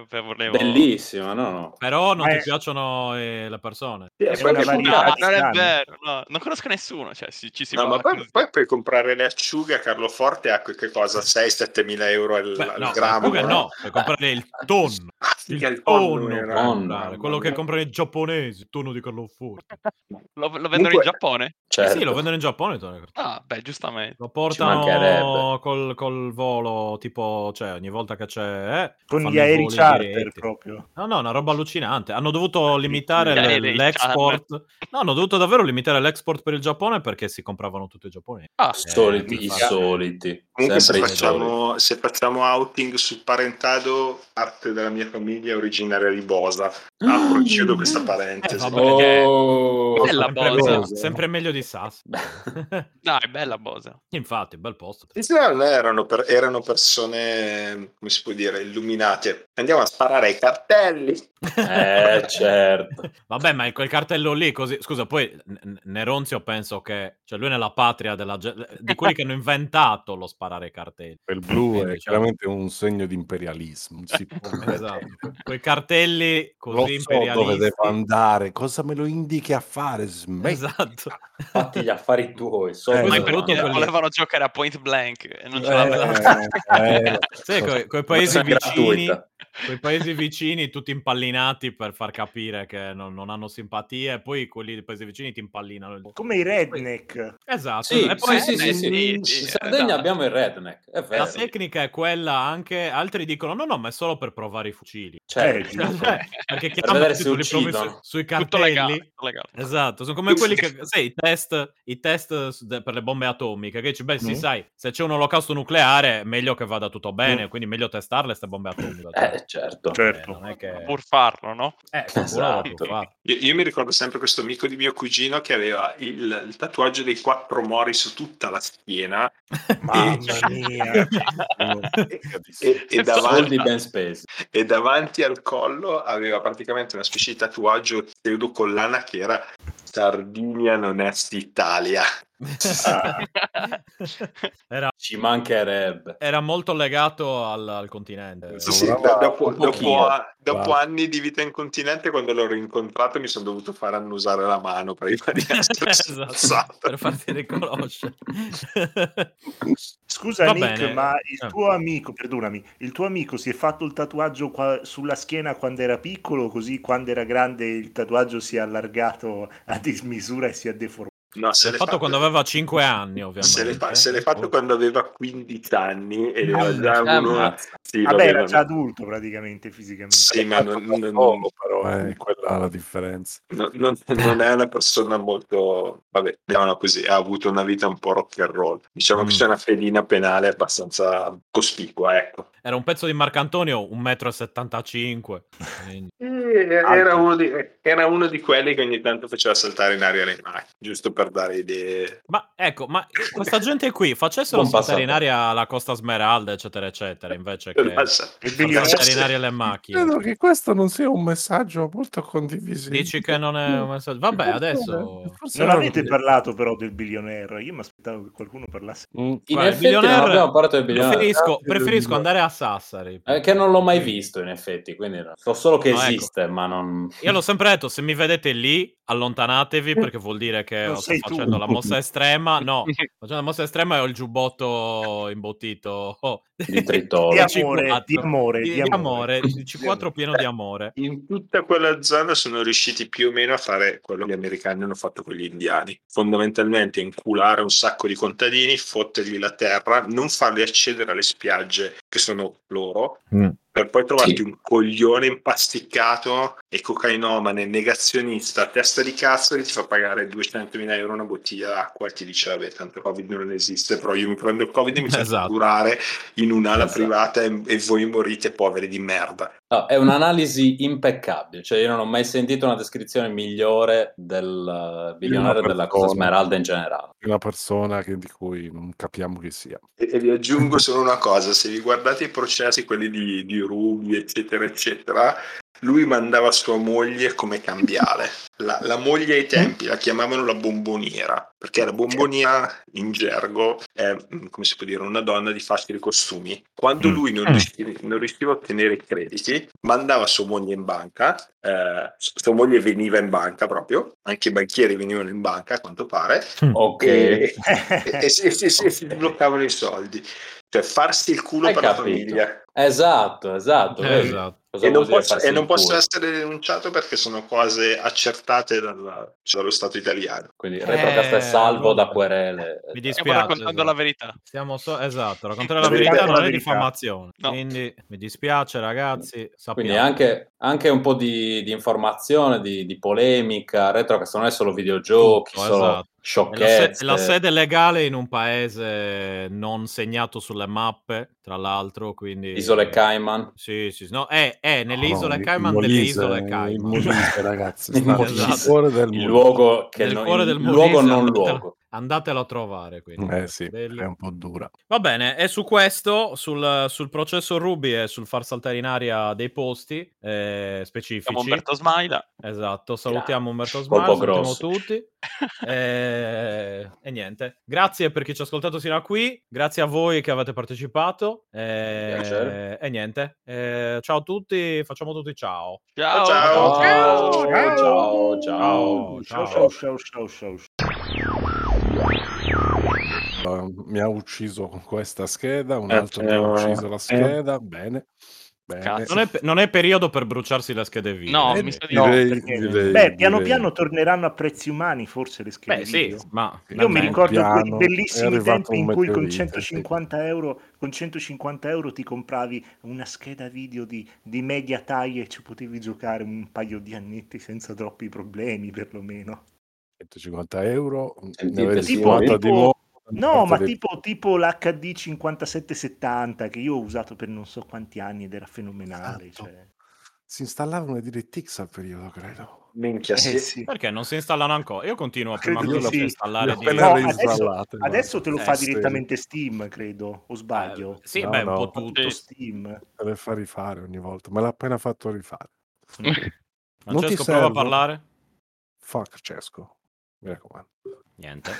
F: Forte. eh, volevo-
C: Bellissimo, no, no.
A: Però non
B: Ma
A: ti
B: è-
A: piacciono eh, le persone.
D: Sì,
B: È
D: poi
B: una
D: puoi
F: No,
B: varietà
D: comprare-
B: di
F: non è
B: scambi.
F: vero. no, non conosco nessuno. Cioè, si- ci si
D: No,
F: va
D: ma poi,
F: così.
D: poi puoi comprare le acciughe a Carloforte a que- che cosa? 6-7 mila euro al,
A: Beh,
D: al
A: no, Oh,
D: grammo?
C: eh.
A: comunque no, per comprare il tonno.
D: Ah, Che il tonno
A: tonno,
D: era.
C: Tonno.
A: quello che comprano i giapponesi, il tonno di Carloforte.
F: Lo, lo vendono in
D: Comunque-
F: Giappone?
A: Eh
C: Certo.
A: Sì, lo vendono in Giappone il tonno di Carloforte.
F: Ah, beh, giustamente.
A: Lo
C: mancherebbe.
A: portano col, col volo, tipo, cioè, ogni volta che c'è... eh,
B: con
A: fanno
B: gli
A: i
B: aerei
A: voli
B: charter
A: diretti.
B: proprio.
A: No, no, una roba allucinante. Hanno
F: Eh,
A: dovuto limitare
F: Gli
A: l-
F: aerei
A: l'export.
F: eh.
A: No, hanno dovuto davvero limitare l'export per il Giappone perché si compravano tutto i giapponesi.
F: Ah,
C: Soliti,
A: Eh,
C: i
A: infatti.
C: soliti.
D: Comunque se
C: sempre i
D: facciamo, se facciamo outing sul parentado, parte della mia famiglia è originaria di Bosa. Apro e chiudo questa
A: Eh,
D: parentesi.
A: vabbè.
C: soliti. Oh,
F: Bella
A: sempre,
F: Bosa.
A: meglio, sempre meglio di Sassi.
F: dai, bella Bosa.
A: Infatti, bel posto.
D: In generale erano, per- erano persone, come si può dire, illuminate. Andiamo a sparare ai cartelli.
C: Eh, certo.
A: Vabbè, ma in quel cartello lì, così... Scusa, poi N- N- Neronzio penso che... Cioè, lui è nella patria della... ge- di quelli che hanno inventato lo sparare ai cartelli.
F: Eh,
E: Il blu
A: Quindi,
E: è
A: diciamo-
E: chiaramente un segno di imperialismo. non Si può
A: Esatto. Quei cartelli
E: Lo
A: così
E: so dove devo
A: imperialisti.
E: andare, cosa me lo indichi a fare? Smetti.
A: Esatto.
C: Fatti gli affari tuoi.
E: Eh,
C: Solo
E: ma
F: Ma
E: Esatto.
F: perché
A: Soprattutto quelli-
F: volevano giocare a point blank e non ce
E: Eh,
F: l'avevano.
E: eh,
A: Sì, coi, coi paesi
C: Paesi
A: vicini...
C: gratuita.
A: quei paesi vicini tutti impallinati per far capire che non, non hanno simpatia e poi quelli dei paesi vicini ti impallinano
B: Come i redneck.
A: esatto
C: Sì,
A: e poi
C: sì, sì,
F: eh,
C: sì.
F: sì,
C: In
F: sì,
C: Sardegna
F: esatto.
C: abbiamo il redneck, è vero.
A: la tecnica è quella anche altri dicono no no ma è solo per provare i fucili
C: Certo.
B: Eh,
A: Cioè, perché
C: vedere
A: chiaramente
C: se
A: tu li provi
C: uccidono.
A: su- sui
F: Tutto legale.
A: cartelli
F: tutto legale.
A: Esatto, sono come quelli che, sai, i test, i test su- de- per le bombe atomiche, che dici, beh, sì,
B: Mm.
A: sai, se c'è un olocausto nucleare, meglio che vada tutto bene, quindi meglio testarle queste bombe atomiche. cioè,
C: Mm. Eh, certo.
A: eh,
B: Certo.
A: non è che...
F: Pur farlo, no?
A: Eh,
C: Esatto.
A: sicuro, può fare.
D: Io, io mi ricordo sempre questo amico di mio cugino che aveva il, il tatuaggio dei quattro mori su tutta la schiena
B: Mamma mia.
D: e, e
C: Soldi
D: davanti,
C: ben spesi.
D: e davanti al collo aveva praticamente una specie di tatuaggio pseudocollana che era Sardinia non est Italia.
B: Ah.
A: Era,
C: Ci mancherebbe.
A: era molto legato al, al continente.
D: Sì, sì,
E: Lavorava
D: da- dopo,
C: un pochino.
D: dopo- dopo
E: Guarda.
D: anni di vita in continente, quando l'ho rincontrato, mi sono dovuto far annusare la mano prima di essere
A: Esatto,
D: spazzato.
A: per farti riconoscere.
B: Scusa
A: Va
B: Nick,
A: bene.
B: ma il
A: Eh.
B: tuo amico, perdonami, il tuo amico si è fatto il tatuaggio qua- sulla schiena quando era piccolo, così quando era grande il tatuaggio si è allargato a dismisura e si è deformato.
D: No, se
A: L'ho
D: l'è
A: fatto quando aveva 5 anni, ovviamente. eh. Oh.
D: se l'è fa- se l'è fatto quando aveva 15 anni ed
A: Ah,
D: era già
C: Eh,
D: uno...
C: ammazza.
D: Sì,
B: Vabbè, era
D: l'avevano-
B: già adulto praticamente fisicamente.
D: Sì, ma non, non- non-
C: Oh.
E: Poco, però eh. è quella la differenza.
D: non- non- non è una persona molto... Vabbè, diciamo così, ha avuto una vita un po' rock and roll. Diciamo
A: Mm.
D: che c'è una fedina penale abbastanza cospicua, ecco.
A: Era un pezzo di Marcantonio, 1,75 m.
D: Era uno, di, era uno di quelli che ogni tanto faceva saltare in aria le macchine, giusto per dare idee.
A: Ma ecco, ma questa gente qui facessero
C: Buon
A: saltare in
C: passato.
A: aria la Costa Smeralda, eccetera, eccetera, invece che far
D: Lascia-
B: E degli
A: saltare Eh, in
D: se-
A: aria le macchine.
E: Credo che questo non sia un messaggio molto condivisibile.
A: Dici che non è un messaggio. Vabbè, adesso.
E: Forse
B: Non
E: era-
B: avete parlato però del billionaire, io mi aspettavo che qualcuno parlasse.
E: Mm.
C: In
A: Guarda, il
C: effetti non
A: billionaire-
C: abbiamo parlato del billionaire.
A: Preferisco,
E: Grazie,
A: preferisco
E: Luigi.
A: andare a Sassari.
C: Eh, che non l'ho mai visto, in effetti. Quindi no. so solo che
A: No, ecco.
C: esiste, ma non...
A: Io l'ho sempre detto, se mi vedete lì, allontanatevi perché vuol dire che
B: Non
A: sto
B: sei tu.
A: facendo la mossa estrema. No, facendo la mossa estrema e ho il giubbotto imbottito. Oh.
C: Di tritolo.
B: Di
A: C4.
B: amore, di amore,
A: Di,
B: di
A: di
B: amore.
A: amore, di C4 pieno di amore.
D: In tutta quella zona sono riusciti più o meno a fare quello che gli americani hanno fatto con gli indiani. Fondamentalmente inculare un sacco di contadini, fottergli la terra, non farli accedere alle spiagge che sono loro,
A: Mm.
D: per poi trovarti
C: Sì.
D: un coglione impasticato e cocainomane, negazionista, testa di cazzo che ti fa pagare 200.000 euro una bottiglia d'acqua e ti dice vabbè tanto Covid non esiste, però io mi prendo il Covid e mi faccio
A: Esatto.
D: curare in un'ala
C: Esatto.
D: privata e, e voi morite poveri di merda.
C: No, Ah, è un'analisi impeccabile, cioè io non ho mai sentito una descrizione migliore del eh, billionaire
E: Una
C: della Costa
E: persona.
C: Smeralda in generale.
E: Una persona che- di cui non capiamo chi sia.
D: E, e vi aggiungo solo una cosa, se vi guardate i processi, quelli di, di Ruby, eccetera, eccetera, lui mandava sua moglie come cambiale. La, la moglie ai tempi la chiamavano la bomboniera, perché la bomboniera in gergo è, mm, come si può dire, una donna di facili costumi. Quando
A: Mm.
D: lui non, riusciva, non riusciva a ottenere i crediti, mandava sua moglie in banca, eh, s- sua moglie veniva in banca proprio, anche i banchieri venivano in banca a quanto pare,
C: Ok.
D: e, e, e si- si- si- si bloccavano i soldi. Cioè, farsi il culo
C: Hai
D: per la
C: capito.
D: famiglia.
C: Esatto, esatto.
A: Eh,
C: vedi?
A: esatto.
C: Cosa
D: E non,
C: vuol dire
D: posso,
C: farsi
D: e
C: il
D: non posso
C: culo?
D: essere denunciato perché sono cose accertate dalla- cioè, dallo Stato italiano.
C: Quindi
A: Eh,
C: Retrocast è salvo
A: allora.
C: da querele.
A: Mi dispiace.
F: Stiamo raccontando
A: esatto.
F: la verità.
A: Stiamo so- esatto, raccontare la
D: Dovete
A: verità
D: dire la
A: non è
D: verità.
A: diffamazione.
F: No.
A: Quindi mi dispiace ragazzi, sappiamo.
C: Quindi anche, anche un po' di, di informazione, di, di polemica, Retrocast non è solo videogiochi,
A: Tutto,
C: solo
A: esatto. È la, se-
C: sciocchezze.
A: è la sede legale in un paese non segnato sulle mappe, tra l'altro, quindi...
C: Isole Cayman.
A: Sì, sì, no, è, è nelle isole
E: No,
A: Cayman
E: il
A: delle
E: Molise,
A: isole
E: Il
A: Cayman. Esatto.
E: Molise, ragazzi,
C: Il
E: sta nel
A: Molise.
E: cuore del
C: Il
E: Molise.
C: luogo, che
A: Nel
C: non-
A: cuore
C: il
A: del
C: luogo
A: Molise,
C: non
A: andate-
C: luogo.
A: Andatelo a trovare, quindi.
E: Eh sì,
A: Del-
E: è un po' dura.
A: Va bene, e su questo, sul, sul processo Ruby e sul far saltare in aria dei posti eh, specifici.
F: Siamo Umberto Smaila.
A: Esatto, salutiamo Umberto
C: Colpo
A: Smart, salutiamo
C: grosso.
A: tutti. Eh, e niente, grazie per chi ci ha ascoltato fino a qui, grazie a voi che avete partecipato eh,
C: Piacere.
A: e niente, eh, ciao a tutti, facciamo tutti ciao.
F: Ciao.
D: Ciao.
C: ciao, ciao. ciao.
A: Ciao,
B: Ciao,
A: ciao.
B: ciao, ciao, ciao, ciao.
E: Eh, Mi ha ucciso con questa scheda,
F: Eh,
E: un altro mi ha ucciso la scheda. Bene. bene.
F: Cazzo.
A: Non è, pe- non è periodo per bruciarsi la scheda vive.
F: No,
E: Eh,
F: mi sa di no,
E: direi,
B: perché-
E: direi-
B: Beh, piano
E: direi-
B: piano torneranno a prezzi umani forse le schede
A: Beh, sì,
B: video.
A: ma
B: Io mi
E: Piano
B: ricordo quei
E: piano, è
B: bellissimi
E: arrivato
B: tempi
E: un
B: in cui con
E: meteorite,
B: 150, euro, con 150 euro ti compravi una scheda video di, di media taglia e ci potevi giocare un paio di annetti senza troppi problemi, perlomeno.
E: Mm, 150 euro, ne
C: Sentite,
E: avete
C: sì,
E: sfumata
C: tipo-
E: di nuovo.
B: No, ma
E: Fate dei-
B: tipo, tipo l'HD 5770 che io ho usato per non so quanti anni ed era fenomenale.
E: Esatto.
B: cioè.
E: Si installavano le DirectX al periodo, credo.
D: Minchia,
B: Eh,
D: sì.
B: sì.
A: perché non si installano ancora? Io continuo a prima
B: Credo
A: che
B: di
A: si
B: sì.
A: installare di-
E: Appena
B: No,
E: le
B: adesso-
E: installate,
B: Adesso te lo
E: guarda.
B: fa
E: Eh, sì.
B: direttamente Steam, credo, o
A: Eh,
B: sbaglio.
A: sì,
E: No,
A: beh, un
E: no.
A: po'
B: Fa
A: tutto.
B: tutto Steam.
E: Te le fa rifare ogni volta, me l'ha appena fatto rifare. Non ti
A: Francesco, prova a
E: servo.
A: parlare.
E: Fuck, Cesco. Mi raccomando.
A: Niente.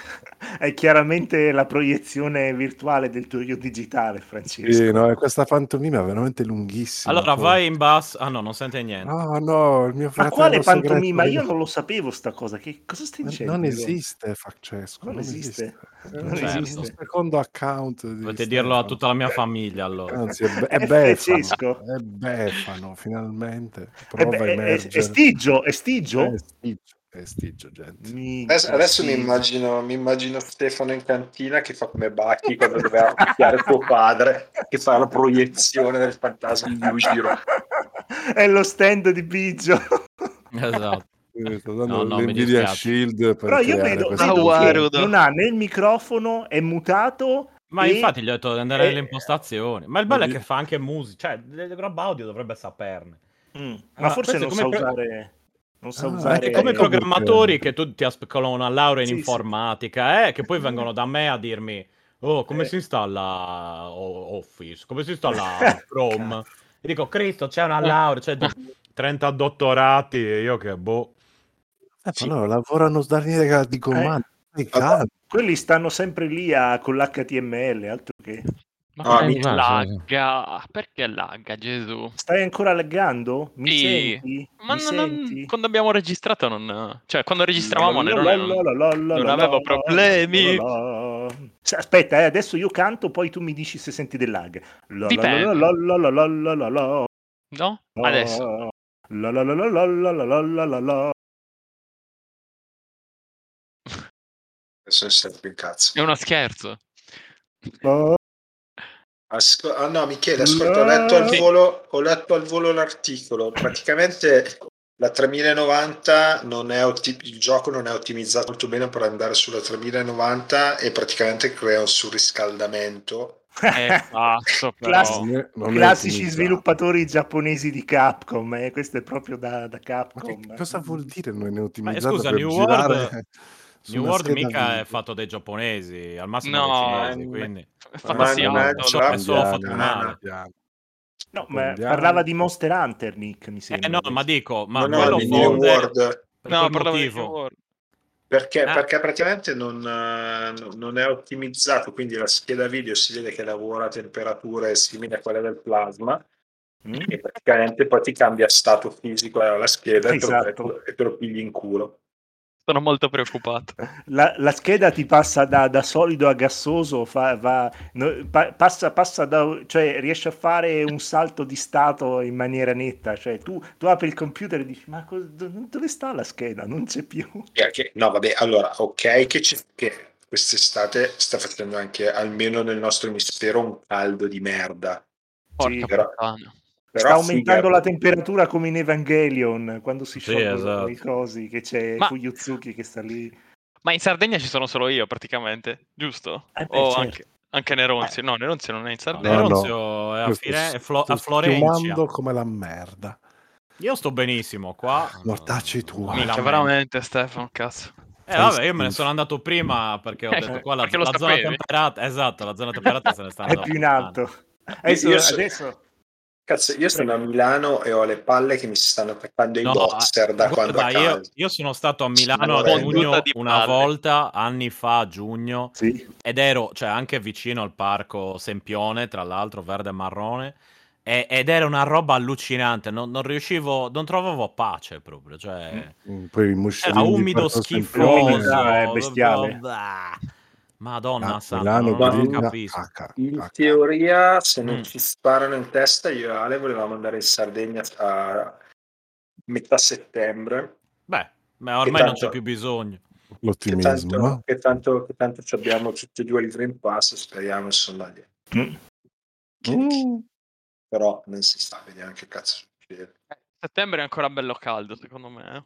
B: È chiaramente la proiezione virtuale del tuo io digitale, Francesco.
E: Sì, no, è questa pantomima è veramente lunghissima.
A: allora,
E: poi.
A: vai in basso. Ah no, non sente niente.
E: No, no, il mio
B: Ma
E: fratello
B: quale
E: segreto-
B: pantomima? Io non lo sapevo sta cosa. Che cosa stai
E: Ma
B: dicendo?
E: Non
B: Mirone?
E: esiste Faccesco,
B: Non
E: non
B: esiste.
E: esiste.
B: Non
A: Certo.
E: esiste.
B: esiste.
E: Un secondo account di
A: Potete dirlo a
E: Stefano.
A: tutta la mia famiglia allora.
E: Anzi, è, be-
B: È
E: è Befano,
B: Francesco.
E: è Befano, finalmente.
B: Eh
E: Prova Eh,
B: beh,
E: a
B: è, è- è
E: emergere.
B: Stigio, è Stigio?
E: È stigio, è stigio, gente.
B: Minchia,
D: Adesso, adesso mi,
B: Stigio.
D: immagino, mi immagino Stefano in cantina che fa come Bacchi quando doveva picchiare suo padre, che fa la proiezione del fantasma di Yujiro.
B: è lo stand di Biggio.
A: Esatto.
E: Eh, Sto dando
A: No, no, mi
E: l'Nvidia
A: dispiace.
E: Shield per
B: Però io
E: creare
B: vedo
E: questa-
F: Ah, guarda. Rudo.
B: non ha né il microfono, è mutato.
A: Ma
B: e-
A: infatti gli ho detto di andare
B: eh,
A: nelle impostazioni. Ma il bello è
E: voglio-
A: che fa anche musica, cioè del- del roba audio dovrebbe saperne.
B: Mm,
A: Ah,
B: Ma
A: questo
B: forse
A: è
B: non
A: come
B: sa
A: pro-
B: usare... Non sa
E: Ah,
B: usare...
A: È come i
E: pro-
A: programmatori che tutti asp- con una laurea in
B: Sì, sì.
A: informatica, eh, che poi vengono da me a dirmi "Oh, come
B: Eh.
A: si installa o- Office? Come si installa Chrome?" E dico "Cristo, c'è una laurea, cioè, c'è do- 30 dottorati e io che boh
E: Eh, ma loro lavorano da riga di comando. Dai,
D: Ah,
E: calma.
B: Quelli stanno sempre lì a- con l'HTML, altro che...
F: Ma
D: Ah,
F: perché
D: mi-
F: lagga? Ah, Perché lagga, Gesù?
B: Stai ancora laggando? Mi
F: Sì.
B: senti?
F: Ma
B: Mi
F: non- non-
B: senti?
F: quando abbiamo registrato non... Cioè, quando registravamo
B: La,
F: non,
B: la,
F: non-
B: la, la, la, la,
F: non
B: la,
F: avevo
B: la,
F: problemi.
B: la, la, la. Sì, Aspetta, eh, adesso io canto, poi tu mi dici se senti del lag. La, la, la, la, la, la, la, la, la, la,
F: No?
B: la.
F: Adesso.
B: La, la, la, la, la, la, la, la, la, la, la.
D: Adesso mi sento più in
F: È
D: cazzo.
F: uno scherzo.
D: Asco- ah, no, Michele, ascolta, ho letto al
B: Sì.
D: volo, ho letto al volo l'articolo. Praticamente la 3090 non è otti- il gioco non è ottimizzato molto bene per andare sulla 3090 e praticamente crea un surriscaldamento.
F: Eh, cazzo, però.
B: Classico.
E: Non è- non è
B: Classici
E: ottimizzato.
B: sviluppatori giapponesi di Capcom, eh, questo è proprio da, da
E: Ma
B: Capcom.
E: che cosa vuol dire non è ottimizzato
A: scusa,
E: per
A: New
E: girare
A: World-
E: su
A: New
E: una
A: World
E: scheda
A: mica
E: video?
A: è fatto dai giapponesi, al massimo
F: No, eh,
A: dai cinesi,
D: ehm,
A: quindi
F: È
D: Mannaggia.
F: fantasiato.
A: è solo
E: Andiamo,
A: fatto male.
E: andiamo.
B: No, ma
E: Andiamo.
B: parlava di Monster Hunter, Nick, mi
A: Eh
B: sembra.
A: no, ma dico, ma
D: non è
A: quello
D: di New
A: fonde
D: World.
A: per
F: No,
A: quel
F: parlavo di
A: motivo.
F: Word.
D: Perché,
A: Ah.
D: perché praticamente non, eh, non è ottimizzato, quindi la scheda video si vede che lavora a temperature simili a quelle del plasma
B: Mm?
D: e praticamente poi ti cambia stato fisico alla eh, scheda e te lo-
B: Esatto.
D: e te lo pigli in culo.
F: Sono molto preoccupato.
B: La, la scheda ti passa da, da solido a gassoso, fa- va- no, pa- passa, passa da, cioè riesci a fare un salto di stato in maniera netta. Cioè, tu, tu apri il computer e dici: Ma cos- do- dove sta la scheda? Non c'è più.
D: Eh, che- No, vabbè, allora, ok che, ci- che quest'estate sta facendo anche, almeno nel nostro emisfero, un caldo di merda.
F: Porca
D: però-
F: puttana.
D: Però
B: Sta aumentando
D: sì, eh.
B: la temperatura come in Evangelion quando si
A: Sì,
B: sciolgono
A: esatto.
B: i cosi, che c'è
F: Ma-
B: Fuyuzuki che sta lì.
F: Ma in Sardegna ci sono solo io, praticamente, giusto?
B: Eh, beh,
F: o
B: certo.
F: anche, anche Neronzi. No, Neronzi non è in
E: No,
F: Sardegna.
E: no.
A: Nerozio è a, Fire- è Flo-
E: Sto
A: a Florencia.
E: schiumando come la merda.
A: Io sto benissimo qua.
E: Mortacci tua.
A: Mi
F: Minchia,
A: lamento.
F: veramente, Stefano, cazzo.
A: Eh vabbè, io me ne sono andato prima perché ho
F: Eh,
A: detto qua la,
F: perché lo
A: la zona
F: sapevi.
A: temperata. Esatto, la zona temperata se ne sta
B: è
A: andando
B: più in
A: lontano.
B: alto. Adesso,
D: Io so-
B: adesso-
D: Cazzo, io sono a Milano e ho le palle che mi si stanno attaccando i
A: No,
D: boxer da
A: guarda,
D: quando a
A: io,
D: casa.
A: io sono stato a Milano
D: Allora,
A: a
D: eh.
A: giugno
F: Conduta di
A: una
F: palle.
A: volta, anni fa, a giugno,
B: sì.
A: ed ero cioè, anche vicino al parco Sempione, tra l'altro, verde e marrone. e- ed era una roba allucinante, non, non riuscivo, non trovavo pace proprio. Cioè,
E: Mm, Poi i
A: era
E: muscelini di
A: Eh, umido,
E: Porto
A: schifoso,
B: L'umidità è bestiale.
A: blah.
E: Sempione.
A: Madonna
E: Ah,
A: santa,
E: Milano,
A: non, non
E: Torino,
A: capisco.
E: cacca,
D: In
E: cacca.
A: ah,
D: teoria, se non
A: Mm.
D: ci sparano in testa, io e Ale volevamo andare in Sardegna a metà settembre.
A: Beh, ma
D: Che
A: ormai non
D: tanto-
A: c'è più bisogno.
D: Che
E: L'ottimismo,
D: tanto,
E: no?
D: che tanto, che tanto ci abbiamo tutti e due il Green Pass, speriamo insomma. che-
B: Mm.
D: che-
E: Mm.
D: Però non si sa, vediamo che cazzo succede.
F: Eh, Settembre è ancora bello caldo, secondo me.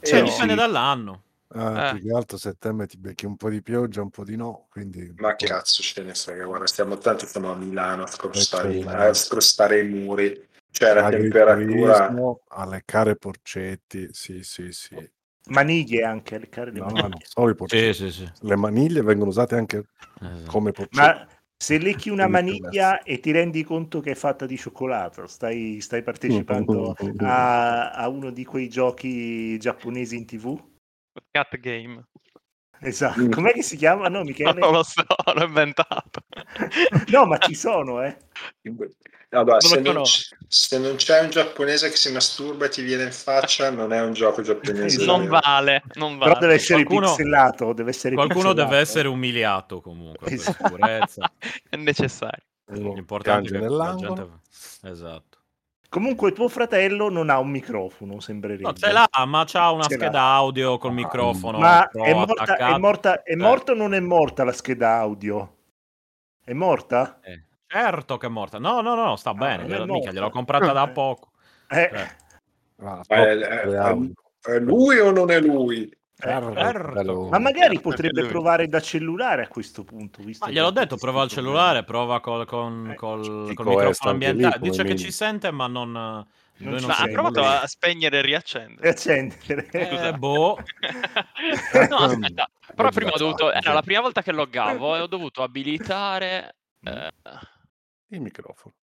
D: E
A: Cioè,
D: io-
A: dipende dall'anno.
E: Ah,
F: Eh.
E: Più che altro settembre ti becchi un po' di pioggia, un po' di no. Quindi...
D: Ma che cazzo ce ne frega, guarda, stiamo tanto stiamo a Milano a scrostare,
E: Eh, sì,
D: a scrostare i muri. Cioè la temperatura
E: Agriturismo, a leccare porcetti, sì, sì, sì.
B: Maniglie anche, le care le
E: No,
B: maniglie.
E: non solo i porcetti.
A: sì, Esatto. sì.
E: Le maniglie vengono usate anche
F: Esatto.
E: come porcetti.
B: Ma se lecchi una
E: Quindi
B: maniglia e ti rendi conto che è fatta di cioccolato, stai, stai partecipando a, a uno di quei giochi giapponesi in tv?
F: Cat Game.
B: Esatto. Com'è che si chiama? No, Michele?
F: Non lo so, l'ho inventato.
B: No, ma ci sono, eh.
D: Allora,
F: Non lo
D: se, non,
F: conosco.
D: se non c'è un giapponese che si masturba e ti viene in faccia, non è un gioco
C: Eh,
D: giapponese.
F: Non vale, non vale.
B: Però deve essere
A: Qualcuno-
B: pixelato, deve essere
A: Qualcuno
B: pixelato.
A: deve essere umiliato comunque per
B: Esatto.
A: sicurezza.
F: È necessario.
A: L'importante è che
E: Piange
A: la
E: nell'angolo.
A: gente... Esatto.
B: Comunque tuo fratello non ha un microfono, sembrerebbe.
A: No, ce l'ha, ma c'ha una
B: Ce l'ha.
A: scheda audio col microfono
B: ma
A: pro
B: è morta, è
A: attaccato.
B: morta, è
A: Eh.
B: morta o non è morta la scheda audio? È morta?
A: Eh, Certo che è morta. No, no, no, no, sta bene.
B: non è
A: gliela-
B: morta.
A: mica, gliel'ho comprata da
B: Eh.
A: poco.
B: Eh,
A: Eh.
E: Ah,
D: Eh,
E: proprio
D: eh,
E: le
D: eh,
C: ehm,
E: audio.
D: È lui o non è lui?
E: Certo,
A: certo.
E: bello.
B: Ma magari
F: Certo, anche
B: potrebbe
F: lui.
B: provare da cellulare a questo punto. Visto
A: Ma gliel'ho
B: che-
A: detto, prova il cellulare, prova col, con,
B: Eh,
A: col-
E: dico,
A: col
E: eh,
A: microfono
E: sta anche lì
A: ambientale.
E: come
A: Dice che
E: minimo.
A: ci sente, ma non... noi
B: Non ci
A: non
F: Ma ha
A: sentiamo
F: provato
A: lui.
F: a spegnere e riaccendere.
B: Accendere.
A: Eh, boh.
F: no, aspetta. Però
E: Oggi
F: prima
E: la
F: ho dovuto.
E: faccio.
F: Era la prima volta che loggavo e ho dovuto abilitare. eh,
E: Il microfono.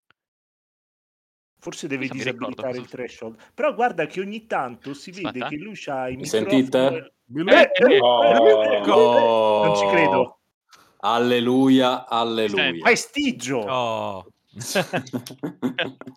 B: Forse devi
F: Cosa mi ricordo,
B: disabilitare
F: cosa
B: il threshold. Però guarda che ogni tanto si vede
F: Aspetta.
B: che lui ha il
C: Mi
B: microfono.
C: sentite?
B: Eh, eh, eh,
C: Oh.
B: Non ci credo. Eh,
C: Alleluia, alleluia.
B: Prestigio.
A: Oh.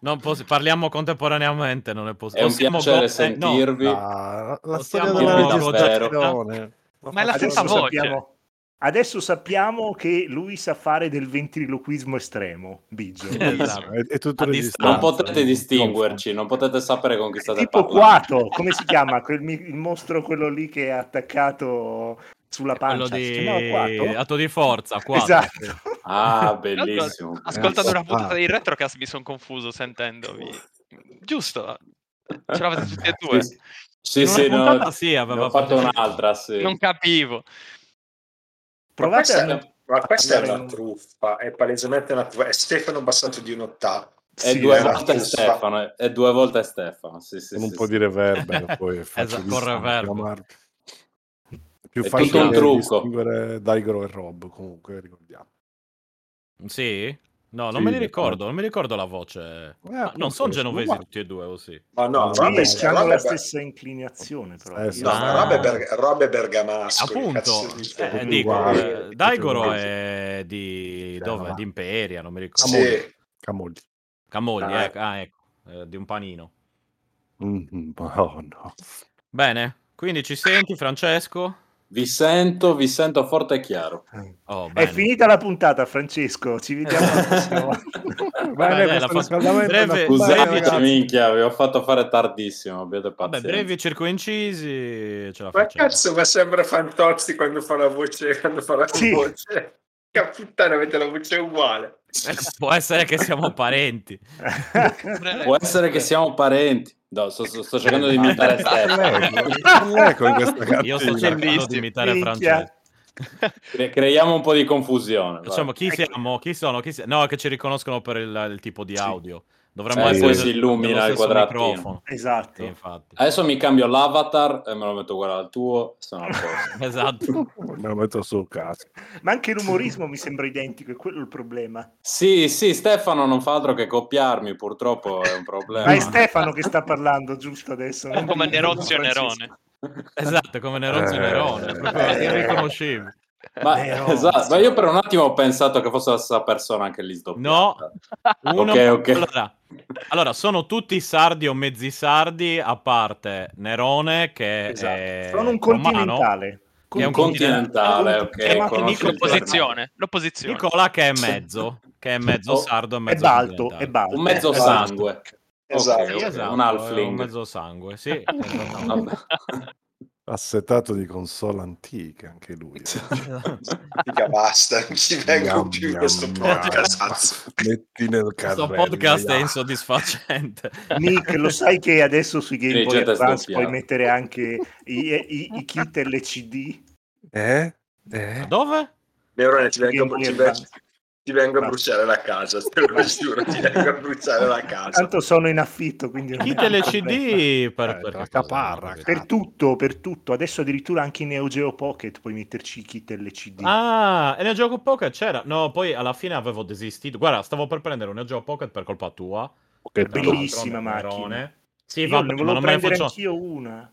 A: Non poss- parliamo contemporaneamente, non è
C: È
A: possibile.
C: un piacere
A: eh, no.
C: sentirvi.
E: Ah, la storia
A: Possiamo
E: della
C: dirvi davvero.
E: gestazione.
F: Ma è la
B: Adesso
F: stessa voce.
B: sappiamo, adesso sappiamo che lui sa fare del ventriloquismo estremo, Biggio.
A: Eh,
B: È
A: esatto.
E: È, è tutto
A: A
E: registrato.
C: Non
A: distanza.
C: potete distinguerci, non potete sapere con chi state
B: tipo
C: parlando.
B: Quato, come si chiama? Quel mi- il mostro quello lì che è attaccato sulla
A: Quello
B: pancia. Si
A: di
B: chiamava Quato?
A: atto di forza, qua.
B: Esatto.
C: Ah,
F: Tra l'altro,
C: bellissimo.
F: Ascoltando
E: Eh,
F: una
E: sì.
F: puntata
E: Ah.
F: di Retrocast mi sono confuso sentendovi. Giusto, ce l'avete tutti e
C: Sì,
F: due.
C: Eh, sì. Sì,
A: In una
C: sì, no,
A: puntata sì,
C: ne
A: aveva
C: ho fatto
A: fatto-
C: un'altra, sì.
F: Non capivo.
D: Ma
B: Provate
D: questa,
B: a...
D: è- ma questa è
B: andare
D: una
B: in-
D: truffa, è palesemente una truffa. È Stefano passato di un'ottava.
C: E
B: Sì,
C: due
B: esatto.
C: volte Stefano, e due volte Stefano, sì, sì,
E: Con un
C: sì,
E: po'
C: sì.
E: di reverbero, poi faccio
A: Esatto,
E: esatto,
A: con reverbero.
E: Più
C: È
E: facile
C: tutto un trucco.
E: distinguere Daigro e Rob, comunque, ricordiamo.
A: Sì? No, non
E: Sì,
A: me li
E: per
A: ricordo,
E: caso.
A: non mi ricordo la voce.
E: Eh,
A: Ah,
E: appunto,
A: non sono genovesi
E: guarda.
A: tutti e due, o sì?
D: Ma no,
E: Sì,
D: Rob è,
E: c'hanno
B: hanno
D: Rob
B: la
D: è-
B: stessa inclinazione però.
E: Eh, sì.
D: no, ma
A: Ah.
D: Rob è Ber- Rob è Bergamasco. che
A: Appunto,
D: cazzo dici?
A: eh,
E: Tutti
A: dico,
E: uguali.
A: eh,
E: Tutti
A: Daigoro
E: uguali.
A: è di...
E: Sì,
A: dove?
E: va.
A: Di Imperia, non mi ricordo.
E: Amore.
D: Sì,
E: Camogli.
A: Camogli,
D: Ah.
A: ecco, ah, ecco, eh, di un panino.
E: Mhm, ma oh Mm-hmm, no.
A: Bene, Quindi ci senti, Francesco?
C: Vi sento, vi sento forte e chiaro.
A: Oh,
B: È
A: bene.
B: finita la puntata, Francesco. Ci vediamo alla prossima volta.
A: Vabbè, la fa- breve-
B: Eh,
A: breve-
C: Scusateci,
A: ragazzi.
C: minchia, vi ho fatto fare tardissimo. Abbiate
A: Vabbè,
C: pazienza.
A: brevi e circoincisi. Ce la
D: Ma
A: facciamo.
D: cazzo, ma sembra Fantozzi quando fa la voce, quando fa la
B: Sì.
D: voce. Che puttana, avete la voce uguale.
A: Eh, Può essere che siamo parenti.
C: Può essere che siamo parenti. No, sto, sto- sto cercando di imitare Stefano.
E: Ecco in questa cartina.
A: Eh. Io sto cercando di
F: Bellissimo.
A: imitare
B: Minchia.
A: Francesco.
C: Cre- Creiamo un po' di confusione.
A: Facciamo chi
B: Ecco.
A: siamo, chi sono, chi si- No, che ci riconoscono per il, il tipo di audio. Dovremmo
C: Sì,
A: essere
C: sì,
A: del-
C: si illumina
A: dello
C: il
A: stesso
C: quadratino.
A: microfono. Sì,
B: esatto.
A: infatti.
C: dai. Adesso mi cambio l'avatar e me lo metto uguale al tuo. Sono a posto.
A: Esatto.
E: Me lo metto sul caso.
B: Ma anche l'umorismo mi sembra identico, è quello il problema.
A: Eh,
C: Sì, sì, Stefano non fa altro che copiarmi, purtroppo è un problema.
B: Ma è Stefano che sta parlando giusto adesso. non
F: Come
B: dico,
F: Nerozio
B: non Francesco.
F: Nerone.
A: Esatto, come Neronzo
E: Eh,
A: Nerone, proprio
B: eh,
A: irriconoscibile.
C: Ma,
B: Eh, no.
C: esatto, ma io per un attimo ho pensato che fosse la stessa persona anche lì sdoppiata.
A: No, uno...
C: Ok, ok.
A: Allora, allora, sono tutti sardi o mezzi sardi, a parte Nerone, che Eh, è
B: Esatto. Sono un
A: romano,
B: continentale.
A: che è un continentale.
C: continentale,
B: un-
C: ok.
B: è un-
C: conosco il termine.
F: L'opposizione. L'opposizione.
A: Nicola che è mezzo, che è mezzo
C: Oh,
A: sardo e
B: È
A: mezzo
B: balto,
A: continentale.
B: è balto.
C: Un mezzo
D: Esatto.
C: sangue.
D: Esatto.
C: Ok, ok,
A: Esatto,
C: un
A: è un
C: halfling.
A: mezzo sangue, sì. esatto. esattamente.
C: Vabbè.
E: Assetato di console antiche anche lui. eh.
D: Mica basta, non ci vengo
E: Miam,
D: più in
E: miam,
D: questo
E: miam.
D: podcast. cazzo.
E: Metti nel
A: Questo
E: carrello.
A: podcast
E: ya.
A: è insoddisfacente.
B: Nick, lo sai che adesso sui Game Boy
C: Dirigente
B: Advance
C: sdoppiato.
B: puoi mettere anche i, i- i kit LCD?
E: Eh? Eh?
A: Dove?
D: Neurone, ti
B: Sui
D: vengo,
B: Game Boy
D: ti vengo-
B: Advance.
D: ti vengo a
B: Basta.
D: bruciare la casa, te lo giuro, ti vengo a bruciare la casa.
B: Tanto sono in affitto, quindi... non
A: Chi
B: è
A: te le
B: un problema.
A: CD per,
E: Eh,
A: per
E: la
A: che
E: caparra,
A: cosa?
B: Per tutto, per tutto. Adesso addirittura anche in Neo Geo Pocket puoi metterci i kit LCD.
A: Ah, e nel gioco Pocket c'era. No, poi alla fine avevo desistito. Guarda, stavo per prendere un Neo Geo Pocket per colpa tua.
E: Che
A: Tra
E: bello.
B: Bellissima
A: l'altro,
B: macchina.
A: Nerone. Sì,
B: Io
A: vabbè,
B: ne
A: ma
B: volevo
A: non me ne
B: prendere
A: faccio
B: anch'io una.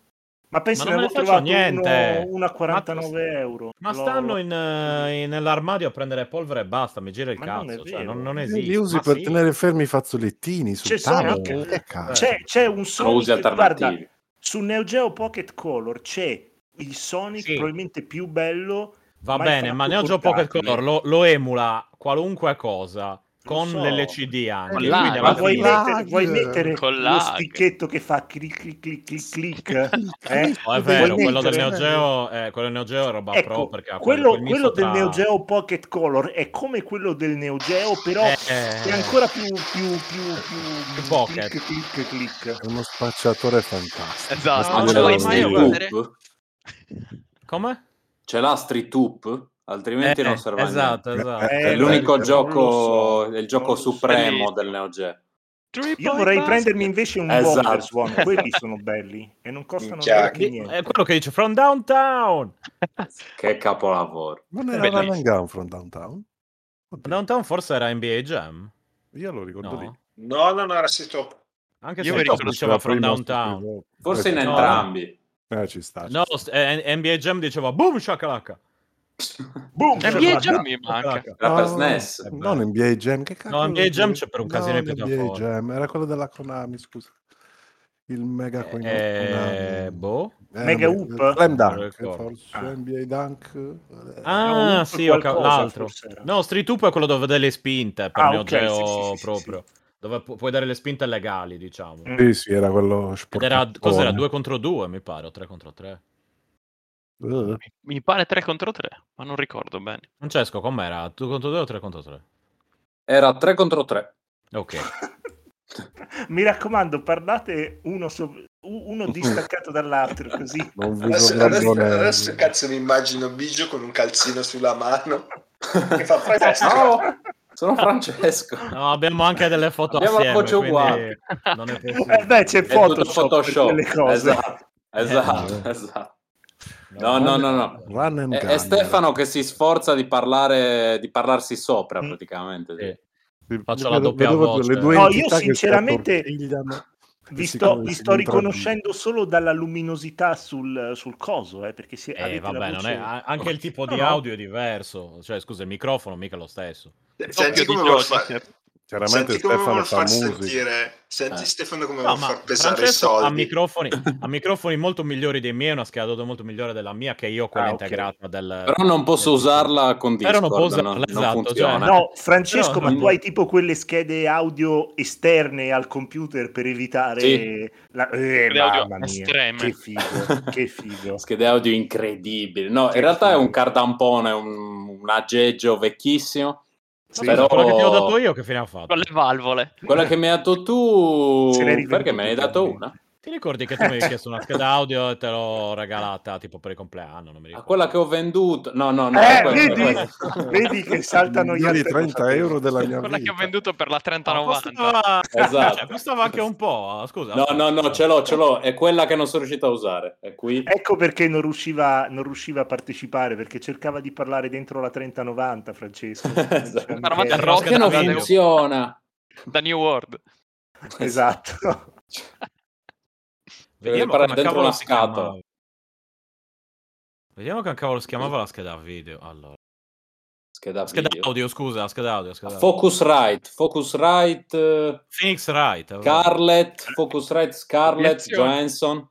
B: Ma penso
A: Ma
B: ne
A: non me
B: avevo
A: ne faccio
B: trovato
A: niente.
B: uno- una a 49 euro.
A: Ma
B: L'ho-
A: stanno
B: l'ho-
A: in, eh, in- nell'armadio a prendere polvere e basta. Mi gira il
B: Ma non è
A: cazzo. Cioè,
B: vero.
A: non, non esiste.
E: Li usi
A: Ma
E: per
A: sì.
E: tenere fermi i fazzolettini sul
B: C'è
E: tavolo.
B: Sonic.
E: ma che cazzo?
B: Eh. C'è, c'è un
C: Sono
B: Sonic,
C: usi alternativi.
B: guarda, su Neo Geo Pocket Color c'è il Sonic
A: Sì.
B: probabilmente più bello.
A: Va
B: mai
A: bene,
B: fatto
A: ma Neo Geo
B: portatile.
A: Pocket Color lo, lo emula qualunque cosa con
B: so.
A: l'LCD anche.
E: Con
A: Quindi
F: l'hai,
A: alla
B: Ma
A: fine-
B: vuoi
E: Con
B: mettere,
E: lag.
B: vuoi mettere
F: Con
B: lo
F: lag.
B: sticchetto che fa clic clic clic clic clic? eh?
A: No, è
B: Vuoi
A: vero, quello del
B: mettere-
A: Neo Geo, eh, quello del Neo Geo è roba pro
B: Ecco,
A: perché ha quel-
B: quello,
A: quel misto
B: quello del
A: tra-
B: Neo Geo Pocket Color è come quello del Neo Geo, però
A: Eh,
B: è ancora più più più più,
A: Più pocket.
B: clic clic clic.
E: È uno spacciatore fantastico.
F: Esatto.
A: Ma
C: Ma
A: no,
C: ce l'ha
A: ma io
C: Street
A: guarda-
C: Hoop?
A: Come?
C: Ce l'ha Street Hoop? Altrimenti
A: Eh,
C: non serve a niente.
A: esatto, esatto.
B: Eh,
C: È l'unico
B: non
C: gioco,
B: lo so,
C: è il gioco
B: non lo so.
C: supremo del Neo Geo.
B: Io vorrei prendermi invece un
C: Esatto.
B: Bomber Swan, quelli sono belli e non costano
D: Minchia,
B: neanche
D: che-
A: È
B: niente.
A: quello che dice From Downtown.
C: Che capolavoro.
E: Non era
F: Bellissimo.
E: Run and Gun from Downtown? Oddio,
A: Downtown forse era NBA Jam.
E: Io lo ricordo
A: No.
E: lì.
D: No, no, no, era sito.
A: Anche
F: Io
A: se
F: mi
A: Top
F: ricordo
A: diceva From
E: Prima,
A: Downtown.
E: dopo.
C: Forse in
E: Eh,
A: No.
C: entrambi.
E: Eh, ci sta. ci
A: No, st- eh, NBA Jam diceva Boom shakalaka.
B: Boom!
F: Eh,
B: Shakalaka.
F: via, già mi manca.
C: Era per
E: Ah, eh, No,
C: SNES.
E: Non NBA Jam, che cazzo?
A: No, NBA
E: vuol
A: Jam
E: dire?
A: c'è per un casino di
E: No, NBA
A: piattaforme.
E: Jam, era quello della Konami, scusa. Il Mega Coin
A: Eh, boh.
B: Mega Hoop?
E: eh, Slam
A: Non lo
E: Dunk,
A: ricordo.
E: forse
B: Ah.
E: NBA Dunk. eh,
A: Ah,
B: un
A: sì, ho cap-
B: qualcosa,
A: l'altro.
B: forse era.
A: No, Street Hoop è quello dove dai le spinte per
B: Ah,
A: Neo
B: ok,
A: Geo
B: sì, sì, sì, sì,
A: proprio.
B: sì.
A: Dove pu- puoi dare le spinte legali, diciamo.
B: Mm.
E: Sì, sì, era quello
A: Ed era,
E: sporcattone.
A: cos'era? 2 contro 2, mi pare, o 3 contro 3.
E: Eh,
F: Mi pare 3 contro 3, ma non ricordo bene.
A: Francesco, com'era? 2 contro 2 o 3 contro 3?
C: Era 3 contro 3.
A: Ok.
B: Mi raccomando, parlate uno, sov- u- uno distaccato dall'altro, così.
E: Non vi
D: Adesso, adesso,
E: sovrabbonate.
D: adesso cazzo mi immagino Biggio con un calzino sulla mano che fa presto.
C: Ciao, sono Francesco.
A: No, abbiamo anche delle foto
C: Abbiamo la
A: assieme,
C: voce
A: quindi
C: uguale.
A: Non è
B: Eh,
A: possibile.
B: beh, c'è
C: È tutto
B: Photoshop,
C: Photoshop.
B: per quelle cose.
C: Esatto, esatto, esatto. No, no, no, no.
E: Run and
C: È,
E: Gun.
C: è Stefano che si sforza di parlare, di parlarsi sopra
B: Mm.
C: praticamente.
A: Sì.
E: Sì,
A: faccio
E: vedo-
A: la doppia
E: vedo
A: voce.
E: le due
B: No, io
E: entità che si
B: sinceramente-
E: attorcigliano.
B: Vi
E: Sì,
B: sto,
E: come
B: vi
E: si
B: sto
E: introduce.
B: riconoscendo solo dalla luminosità sul, sul coso, eh, perché se
A: Eh,
B: avete la
A: vabbè, non
B: voce...
A: è- a- anche il tipo
B: No,
A: di
B: no.
A: audio è diverso. Cioè, scusa, il microfono mica è lo stesso.
D: Senti
F: Doppio
D: come
F: di
D: vuol
F: Joseph.
D: fare.
E: Chiaramente
D: Senti come
E: Stefano
D: vuol
E: fa
D: far
E: musica.
D: sentire, senti
C: Eh.
D: Stefano come
A: No,
D: vuol
A: ma
D: far pesare
A: Francesco
D: i
A: ha
D: soldi.
A: microfoni, ha microfoni molto migliori dei miei, una scheda molto migliore della mia, che io ho quella
B: Ah, ok.
A: integrata del...
C: Però non posso
A: del-
C: usarla con Discord,
A: Però non può
C: non,
A: usarla,
C: non
A: esatto,
C: funziona.
A: cioè-
B: No, Francesco,
A: Però-
B: ma tu hai tipo quelle schede audio esterne al computer per evitare
C: Sì.
B: la... eh,
F: Schede audio
B: mamma mia,
F: estreme.
B: che figo, che figo.
C: Schede audio incredibile. No,
B: Sì,
C: in realtà
B: sì.
C: è un cardampone, un, un aggeggio vecchissimo.
B: Sì,
A: Però...
C: però-
A: Quello che ti ho dato io, che fine ha fatto?
F: Con le valvole.
C: Quella che mi hai dato tu...
B: Se l'hai rivenduto
C: Perché me ne hai dato
B: praticamente.
C: una?
A: Ti ricordi che tu mi hai chiesto una scheda audio e te l'ho regalata tipo per il compleanno? Non mi
C: A
A: ricordo.
C: quella che ho venduto... No, no, no.
B: Eh,
C: è quella, è
B: vedi?
C: quella.
B: Vedi che saltano gli
E: Miliardi
B: altri,
E: 30
B: lo
E: euro della mia
F: Quella che ho
E: vita.
F: venduto per la 3090.
A: Ah, Costava...
C: Esatto.
A: cioè, costava anche un po', eh, scusa.
C: No, no, no, ce l'ho, ce l'ho. È quella che non sono riuscito a usare. È qui.
B: Ecco perché non riusciva, non riusciva a partecipare, perché cercava di parlare dentro la 3090, Francesco.
C: Esatto.
B: Cioè,
F: Armata
B: Michele-
F: in rosa.
C: Perché non
F: Scandalo.
C: funziona?
F: Da New World.
B: Esatto.
A: Vediamo
C: Devi
A: come
C: parlare dentro
A: cavolo
C: una
A: si chiamava.
C: scatola.
A: Vediamo che cavolo si chiamava la scheda video. Allora.
C: Scheda
A: La scheda
C: video.
A: audio, scusa, la scheda audio. la scheda audio.
C: Focusrite, Focusrite, eh,
A: Phoenix Wright. eh,
C: Scarlett, Focusrite, Scarlett
F: Obiezione.
C: Johansson,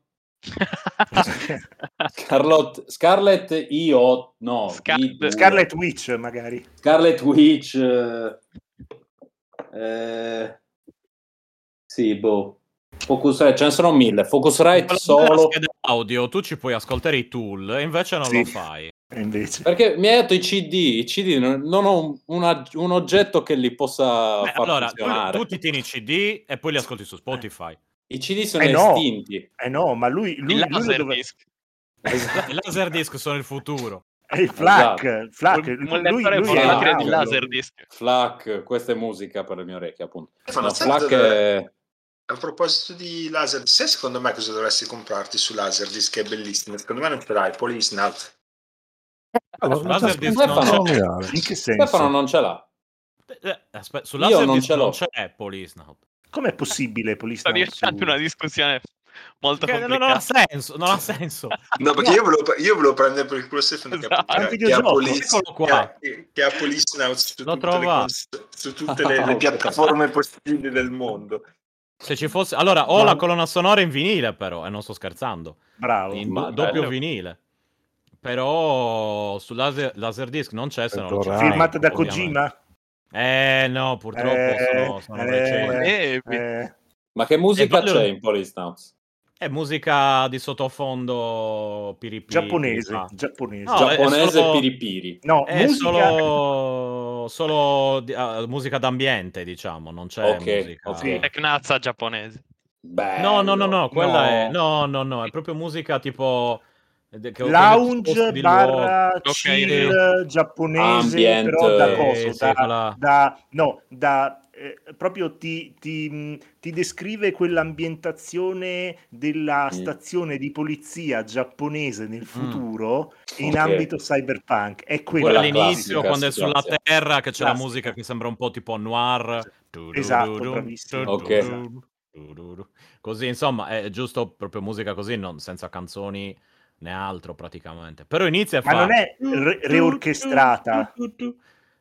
C: Scarlett, Scarlett io, no,
F: Scar-
C: I-
B: Scarlet Witch, magari.
C: Scarlett Witch, eh, eh, sì, boh, Focusrite, ce ne sono mille, Focusrite
A: Quella della
C: solo,
A: scheda audio, tu ci puoi ascoltare i tool e invece non
B: Sì.
A: lo fai.
B: E eh, invece.
C: perché mi hai detto i CD, i CD non, non ho un, una- un oggetto che li possa
A: Beh,
C: far
A: allora, tu,
C: funzionare,
A: tu ti tieni i CD e poi li ascolti su Spotify.
C: i CD sono
B: Eh no.
C: estinti,
B: Eh no, ma lui, lui, lui
F: Il
B: lo
F: laser
B: dove-
F: disc.
A: I Laserdisc sono il futuro.
B: È Eh, il FLAC.
C: Esatto.
B: Flac,
F: Un-
B: Ah, lui-
F: un
B: lui-
F: lettore
B: lui
F: con
B: è
C: la laurea.
F: la batteria
B: in
F: di
B: audio.
F: Laserdisc.
C: Flac, questa è musica per le mie orecchie appunto.
D: Stefano,
C: No,
D: sai
C: Flac
D: dove-
C: è...
D: A proposito di laser, sai secondo me cosa dovresti comprarti su Laserdisc che è bellissimo? Secondo me non ce l'hai, Polisnal.
E: Allora, Ah, non
A: Laser
E: c'è
A: disc
E: ascoltato
C: non
A: c'è.
E: nominare.
B: In che
C: Stefano
B: senso?
C: non ce l'ha.
A: Eh, Aspetta, su
C: Io non
A: Laserdisc
C: ce l'ho.
A: non c'è Polisnout.
B: Com'è possibile, Polista?
F: Sta diventando una discussione
B: Eh,
F: molto
A: Perché non
F: complicata.
A: ha senso, non ha senso.
D: No, perché io, volevo, io volevo prendere per il culo Stefano che ha-
F: Esatto.
D: che,
B: È un
D: ha- che ha
B: videogioco,
D: Polis,
A: eccolo
D: che
A: qua.
D: ha, che ha Polisnal su
A: L'ho
D: tutte, le,
A: trovato.
D: cons- su tutte le,
C: Ah,
D: le
C: ok.
D: piattaforme possibili del mondo.
A: Se ci fosse... Allora, ho
B: Ma-
A: la colonna sonora in vinile però, e non sto scherzando.
B: Bravo.
A: in
C: Ma
A: du- doppio
F: bello.
A: vinile. Però su laser, Laserdisc non c'è, se no non c'è.
E: Dorai.
B: Firmata da
A: ovviamente.
B: Kojima?
A: Eh no, purtroppo sono, sono
B: Eh,
A: recenti.
F: Eh,
B: Eh,
C: Ma che musica
A: Eh, bello-
C: c'è in Polystamps?
A: È musica di sottofondo piripiri.
B: giapponese.
A: Ah.
B: Giapponese.
A: No,
B: Gia-
F: eh,
A: è-
C: Giapponese
A: solo-
C: piripiri.
B: No,
A: È
B: musica...
A: solo, solo di- ah, musica d'ambiente, diciamo, non c'è
C: Ok,
A: musica.
C: ok.
F: Tecnazza giapponese.
A: No, no, no, no, quella è
B: No.
A: no, no, no, è proprio musica tipo eh, che-
B: Lounge
A: di luogo.
B: barra
F: Ok,
B: chill giapponese,
C: Ambient,
B: però da
C: eh,
B: coso,
A: sì,
B: da,
A: quella-
B: da- no, da eh, proprio ti, ti, mh, ti descrive quell'ambientazione della
C: Mm.
B: stazione di polizia giapponese nel futuro in
C: Ok.
B: ambito cyberpunk. È quella,
A: Mm. Quella
C: Quella
A: all'inizio,
C: classica,
A: quando è
C: sì,
A: sulla
C: classica.
A: terra, che c'è la
B: Classica.
A: musica che sembra un po' tipo noir. Du- du-
B: Esatto,
A: du- du-
B: bravissimo.
A: du-
C: Ok.
A: du- du- du- du- Così, insomma, è giusto proprio musica così, non- senza canzoni né altro praticamente. Però inizia e
B: Ma
A: fa...
B: non è re- reorchestrata.
A: Mm.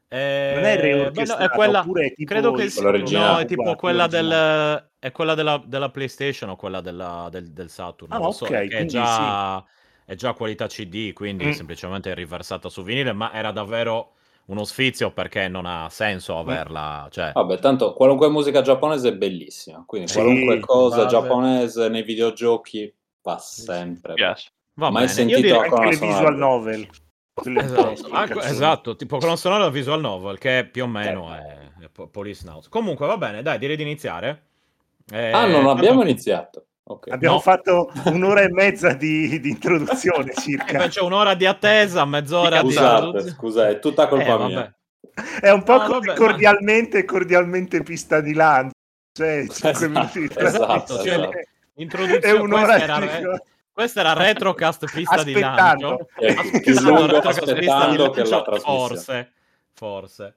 A: Eh,
B: Non è
A: beh,
B: reorchestrata,
A: no, è quella...
B: oppure è tipo
A: Credo che
B: il-
A: sia...
C: Quella originale.
A: No, è tipo
B: Guarda,
A: quella
B: l'originale.
A: del... È quella della, della PlayStation o quella della- del, del Saturn.
B: Ah,
A: non lo so,
B: ok,
A: perché è
B: quindi
A: già... È già qualità CD, quindi
B: Mm.
A: semplicemente è riversata su vinile, ma era davvero uno sfizio perché non ha
B: Mm.
A: senso averla. Cioè,
C: Vabbè, tanto qualunque musica giapponese è bellissima, quindi
B: Sì,
C: qualunque cosa
A: base.
C: giapponese nei videogiochi va sempre.
F: Mi piace.
A: va bene.
C: Mai
A: Io
C: sentito
A: direi...
C: ancora?
B: Anche le
C: sono
B: visual
C: arabo.
B: novel. Quelle-
A: Esatto,
B: quelle
A: anche-
B: canzoni.
A: esatto, tipo colonna sonora visual novel che più o meno è,
B: Certo.
A: è po- Police Now. Comunque va bene, dai, direi di iniziare. Eh,
C: Ah, non
A: tanto-
C: abbiamo iniziato. Ok.
B: Eh, Abbiamo
A: No.
B: fatto un'ora e mezza di, di introduzione
A: Eh,
B: circa.
A: beh, c'è un'ora di attesa, mezz'ora di...
C: Scusate, scusa, è tutta
A: Eh,
C: colpa
A: vabbè.
C: mia.
B: È un po'
A: Ah,
B: come
A: vabbè,
B: cordialmente, cordialmente pista di lancio. Cioè, 5 minuti di
C: Esatto,
B: trasmissione.
A: esatto.
B: È
A: Introduzione,
B: un'ora
A: questa
B: e
A: era,
B: mezza.
A: questa era Retrocast pista di
B: Aspettando.
A: lancio.
C: È più
A: Aspettando
C: lungo
A: Retrocast pista di
C: aspettando che la
A: lancio,
C: trasmissione.
A: Forse, forse,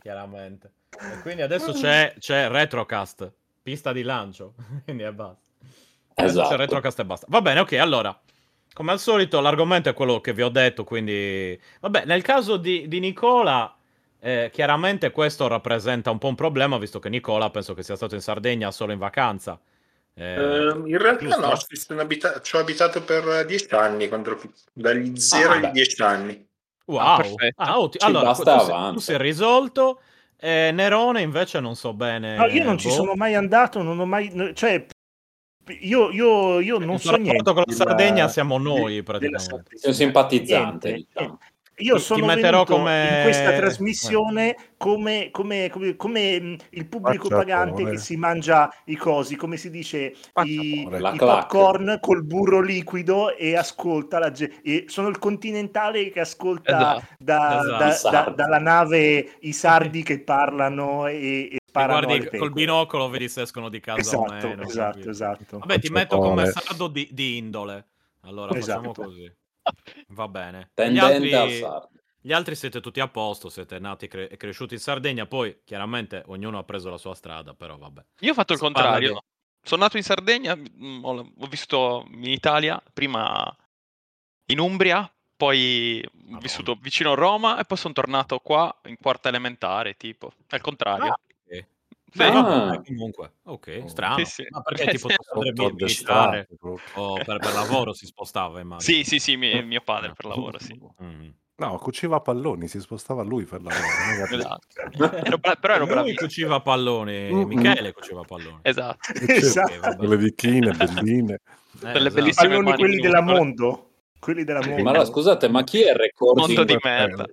A: chiaramente. E quindi adesso c'è, c'è Retrocast, pista di lancio, quindi è basta. Adesso
C: Esatto.
A: C'è Retrocast e basta. Va bene, ok, allora. Come al solito l'argomento è quello che vi ho detto, quindi... Vabbè, nel caso di, di Nicola... eh, Eh, chiaramente questo rappresenta un po' un problema, visto che Nicola penso che sia stato in Sardegna solo in vacanza. Eh,
D: Eh, in realtà
A: giusto?
D: no, ci, sono abita- ci ho abitato per eh, dieci anni, quando ero pic-
A: Ah,
D: dagli 0
C: beh.
D: ai 10 anni.
A: Wow.
F: Ah, perfetto.
A: Ah, otti-
C: Ci
A: allora, tu,
C: basta
A: tu sei,
C: avanza.
A: tu sei risolto. eh, Nerone invece non so bene.
B: No, io non ci
A: boh.
B: sono mai andato, non ho mai... no, Cioè, io, io- io non
A: Il
B: so
A: rapporto
B: niente.
A: con la
B: della-
A: Sardegna siamo noi,
B: de-
A: praticamente.
B: della Sardegna.
C: Sei un simpatizzante,
B: Niente.
C: diciamo.
B: Io
A: Ti- ti
B: sono
A: metterò
B: venuto
A: come- eh,
B: in questa trasmissione come, come- come- come, mh, il pubblico
E: Facciatore.
B: pagante che si mangia i cosi, come si dice, i,
E: Facciatore.
B: i
C: La clac.
B: popcorn col burro liquido e ascolta la ge- e sono il continentale che ascolta
F: Esatto,
B: da-
A: esatto.
B: da-
C: I sardi.
B: da- dalla nave i sardi che parlano e, e
A: Ti
B: sparano alle
A: guardi col
B: pecore.
A: binocolo, vedi se escono di casa o
B: Esatto,
A: meno.
B: esatto,
A: capito?
B: esatto.
A: Vabbè, ti
E: Faccio
A: metto come
E: pare.
A: sardo di, di indole. Allora, facciamo
B: Esatto.
A: così. Va bene. Gli
C: Tendente al
A: altri,
C: sardo.
A: gli altri siete tutti a posto, siete nati e cre- e cresciuti in Sardegna, poi chiaramente ognuno ha preso la sua strada, però vabbè.
F: Io ho fatto il
A: Si parla
F: contrario.
A: di-
F: Sono nato in Sardegna, mh, ho, ho vissuto in Italia, prima in Umbria, poi ho
A: Madonna.
F: vissuto vicino a Roma e poi sono tornato qua in quarta elementare, tipo. Al contrario.
A: Ah, ok.
F: Sì.
A: Beh,
C: Ah.
A: vabbè, comunque, ok,
E: Oh.
A: strano.
F: Sì, sì.
A: Ma perché tipo
F: Sotto
A: tuo padre
E: Sotto
A: mi-
E: ad
F: eh.
A: militare
E: estate, proprio.
A: o per, per lavoro si spostava, immagino.
F: Sì, sì, sì, mi- mio padre per lavoro, sì.
A: Mm.
E: No, cuciva palloni, si spostava lui per lavoro. non era-
F: Esatto. Ero bra- però ero
A: Lui
F: bravissimo. Mm,
A: cuciva palloni,
E: Mm-mm.
A: Michele cuciva palloni.
F: Esatto.
B: Esatto.
A: Ok, vabbè.
E: Con le vichine, belline.
A: Eh,
F: Quelle
A: esatto.
F: bellissime-
B: Palloni
F: mani
B: quelli
F: di
B: della
F: muscolo.
B: Mondo. Quelli della Mondo.
C: Ma allora, scusate, ma chi è il record
F: Mondo di
C: in-
F: merda.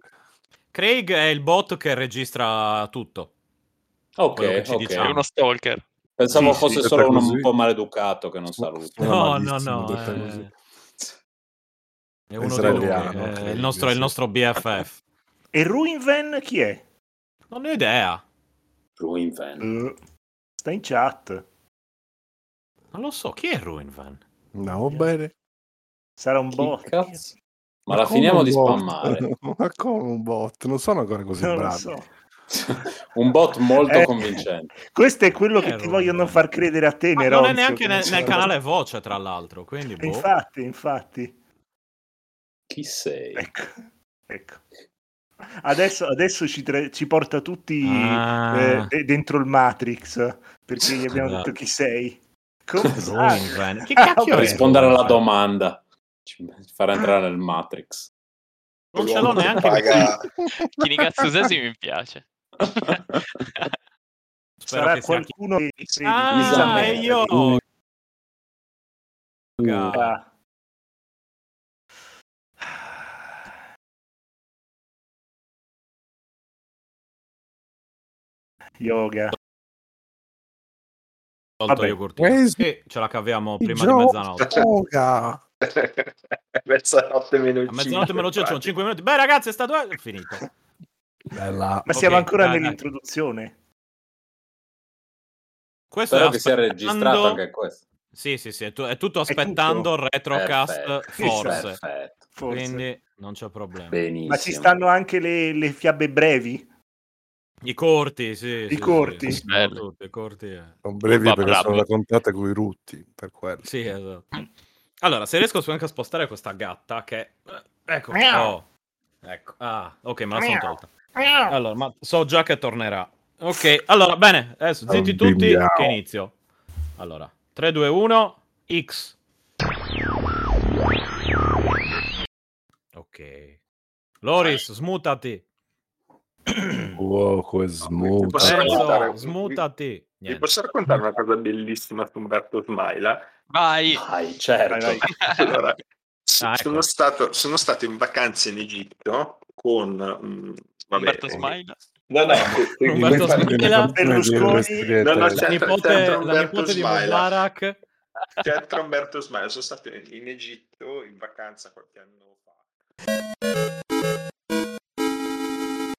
A: Craig è il bot che registra tutto. quello che
C: Ok,
A: ci
C: ok.
F: Ero
A: diciamo.
F: uno stalker.
C: Pensavo
B: Sì,
C: fosse
E: sì,
C: solo uno
E: così.
C: un po' maleducato che non saluta.
E: Suona
A: No, no,
E: malissimo,
A: no.
E: detta
A: eh,
E: così.
A: È uno di noi,
E: Israeliano,
A: eh,
E: Craig,
A: il, nostro, il
E: sì.
A: nostro BFF.
B: E Ruinven chi è?
A: Non ho idea.
C: Ruinven.
B: Eh, sta in chat.
A: Non lo so. Chi è Ruinvan?
E: Andiamo bene.
B: Sarà un
A: Boh.
B: bot.
C: Chi cazzo? Ma
E: Ma
C: la
E: come
C: finiamo
E: un
C: di
E: bot?
C: spammare.
E: Ma come un bot? Non sono ancora così
B: Non lo
E: bravi.
B: so.
C: un bot molto
B: Eh,
C: convincente.
B: Questo è quello
A: Chi è
B: che ti
A: Ruinven?
B: vogliono far credere a te,
A: Ma
B: Neronzio.
A: non è neanche
B: che
A: nel,
B: non
A: nel
B: so.
A: canale voce, tra l'altro. Quindi, boh.
B: Infatti, infatti.
C: Chi sei?
B: Ecco. ecco. Adesso, adesso ci, tra- ci porta tutti
A: Ah.
B: eh, de- dentro il Matrix perché gli abbiamo
A: Esatto.
B: detto chi sei. Come Ah, sai?
A: Ruinven. Che cacchio
B: Per
A: è?
C: Rispondere alla
A: Ruinven?
C: domanda. Ci far entrare nel Matrix.
A: Non ce l'ho
D: L'uomo che
A: neanche in
D: paga-
F: Kinigazusesi mi piace.
A: Spero
B: Sarà
A: che sia chi-
B: qualcuno che credi,
A: Ah,
C: Misamere.
A: e io. Raga.
B: Ah. Yoga.
A: Tolto
B: Vabbè.
A: yogurtino.
E: Questo-
A: Sì, ce la caviamo prima di
E: Gioca.
A: mezzanotte.
E: Yoga.
D: mezzanotte meno il
A: A mezzanotte me lo giro, sono 5 minuti. Beh, ragazzi, è stato è finito.
E: Bella.
B: Ma siamo
A: Ah, Ok,
B: ancora
A: dai, dai.
B: nell'introduzione.
A: Questo
C: Spero
A: è
C: che sia
A: aspettando-
C: registrato anche questo.
A: Sì, sì, sì, è, tu- è tutto aspettando il retrocast,
C: Perfetto.
A: forse.
C: Perfetto.
B: Forse.
A: Quindi non c'è problema.
C: Benissimo.
B: Ma ci stanno anche le, le fiabe brevi.
A: I corti, sì. sì, sì,
B: corti.
A: ci sono
F: Bello.
A: tutti, I corti. eh.
E: Sono brevi
F: Va,
E: perché
F: bravo.
E: sono raccontate con i rutti, per quello.
A: Sì, esatto. Allora, se riesco anche a spostare questa gatta che... eh, Ecco. oh, Ecco. Ah, ok, me la sono tolta. Allora, ma so già che tornerà. Ok, allora, bene. Adesso zitti tutti
E: Bimbiao.
A: che inizio. Allora, 3, 2, 1, X. Ok. Loris, smutati.
E: Wow, che
D: ti
E: smuta.
D: posso- raccontare
A: Enzo,
D: un-
A: smutati.
D: Vi
A: Niente.
D: posso raccontare una cosa bellissima su Umberto Smaila?
F: Vai.
C: Dai, certo.
B: Vai, vai.
D: Allora, s-
A: Ah, ecco.
D: sono, stato, sono stato in vacanze in Egitto con... mm, vabbè,
F: Umberto
D: eh,
F: Smile.
D: No, no,
A: Umberto Smaila.
E: No,
D: No, no,
A: La nipote, la
D: c'è- Sandro
A: nipote di
D: Umberto Smaila.
A: Mubarak.
D: C'entra Umberto Smaila. Sono stato in in Egitto in vacanza qualche anno fa.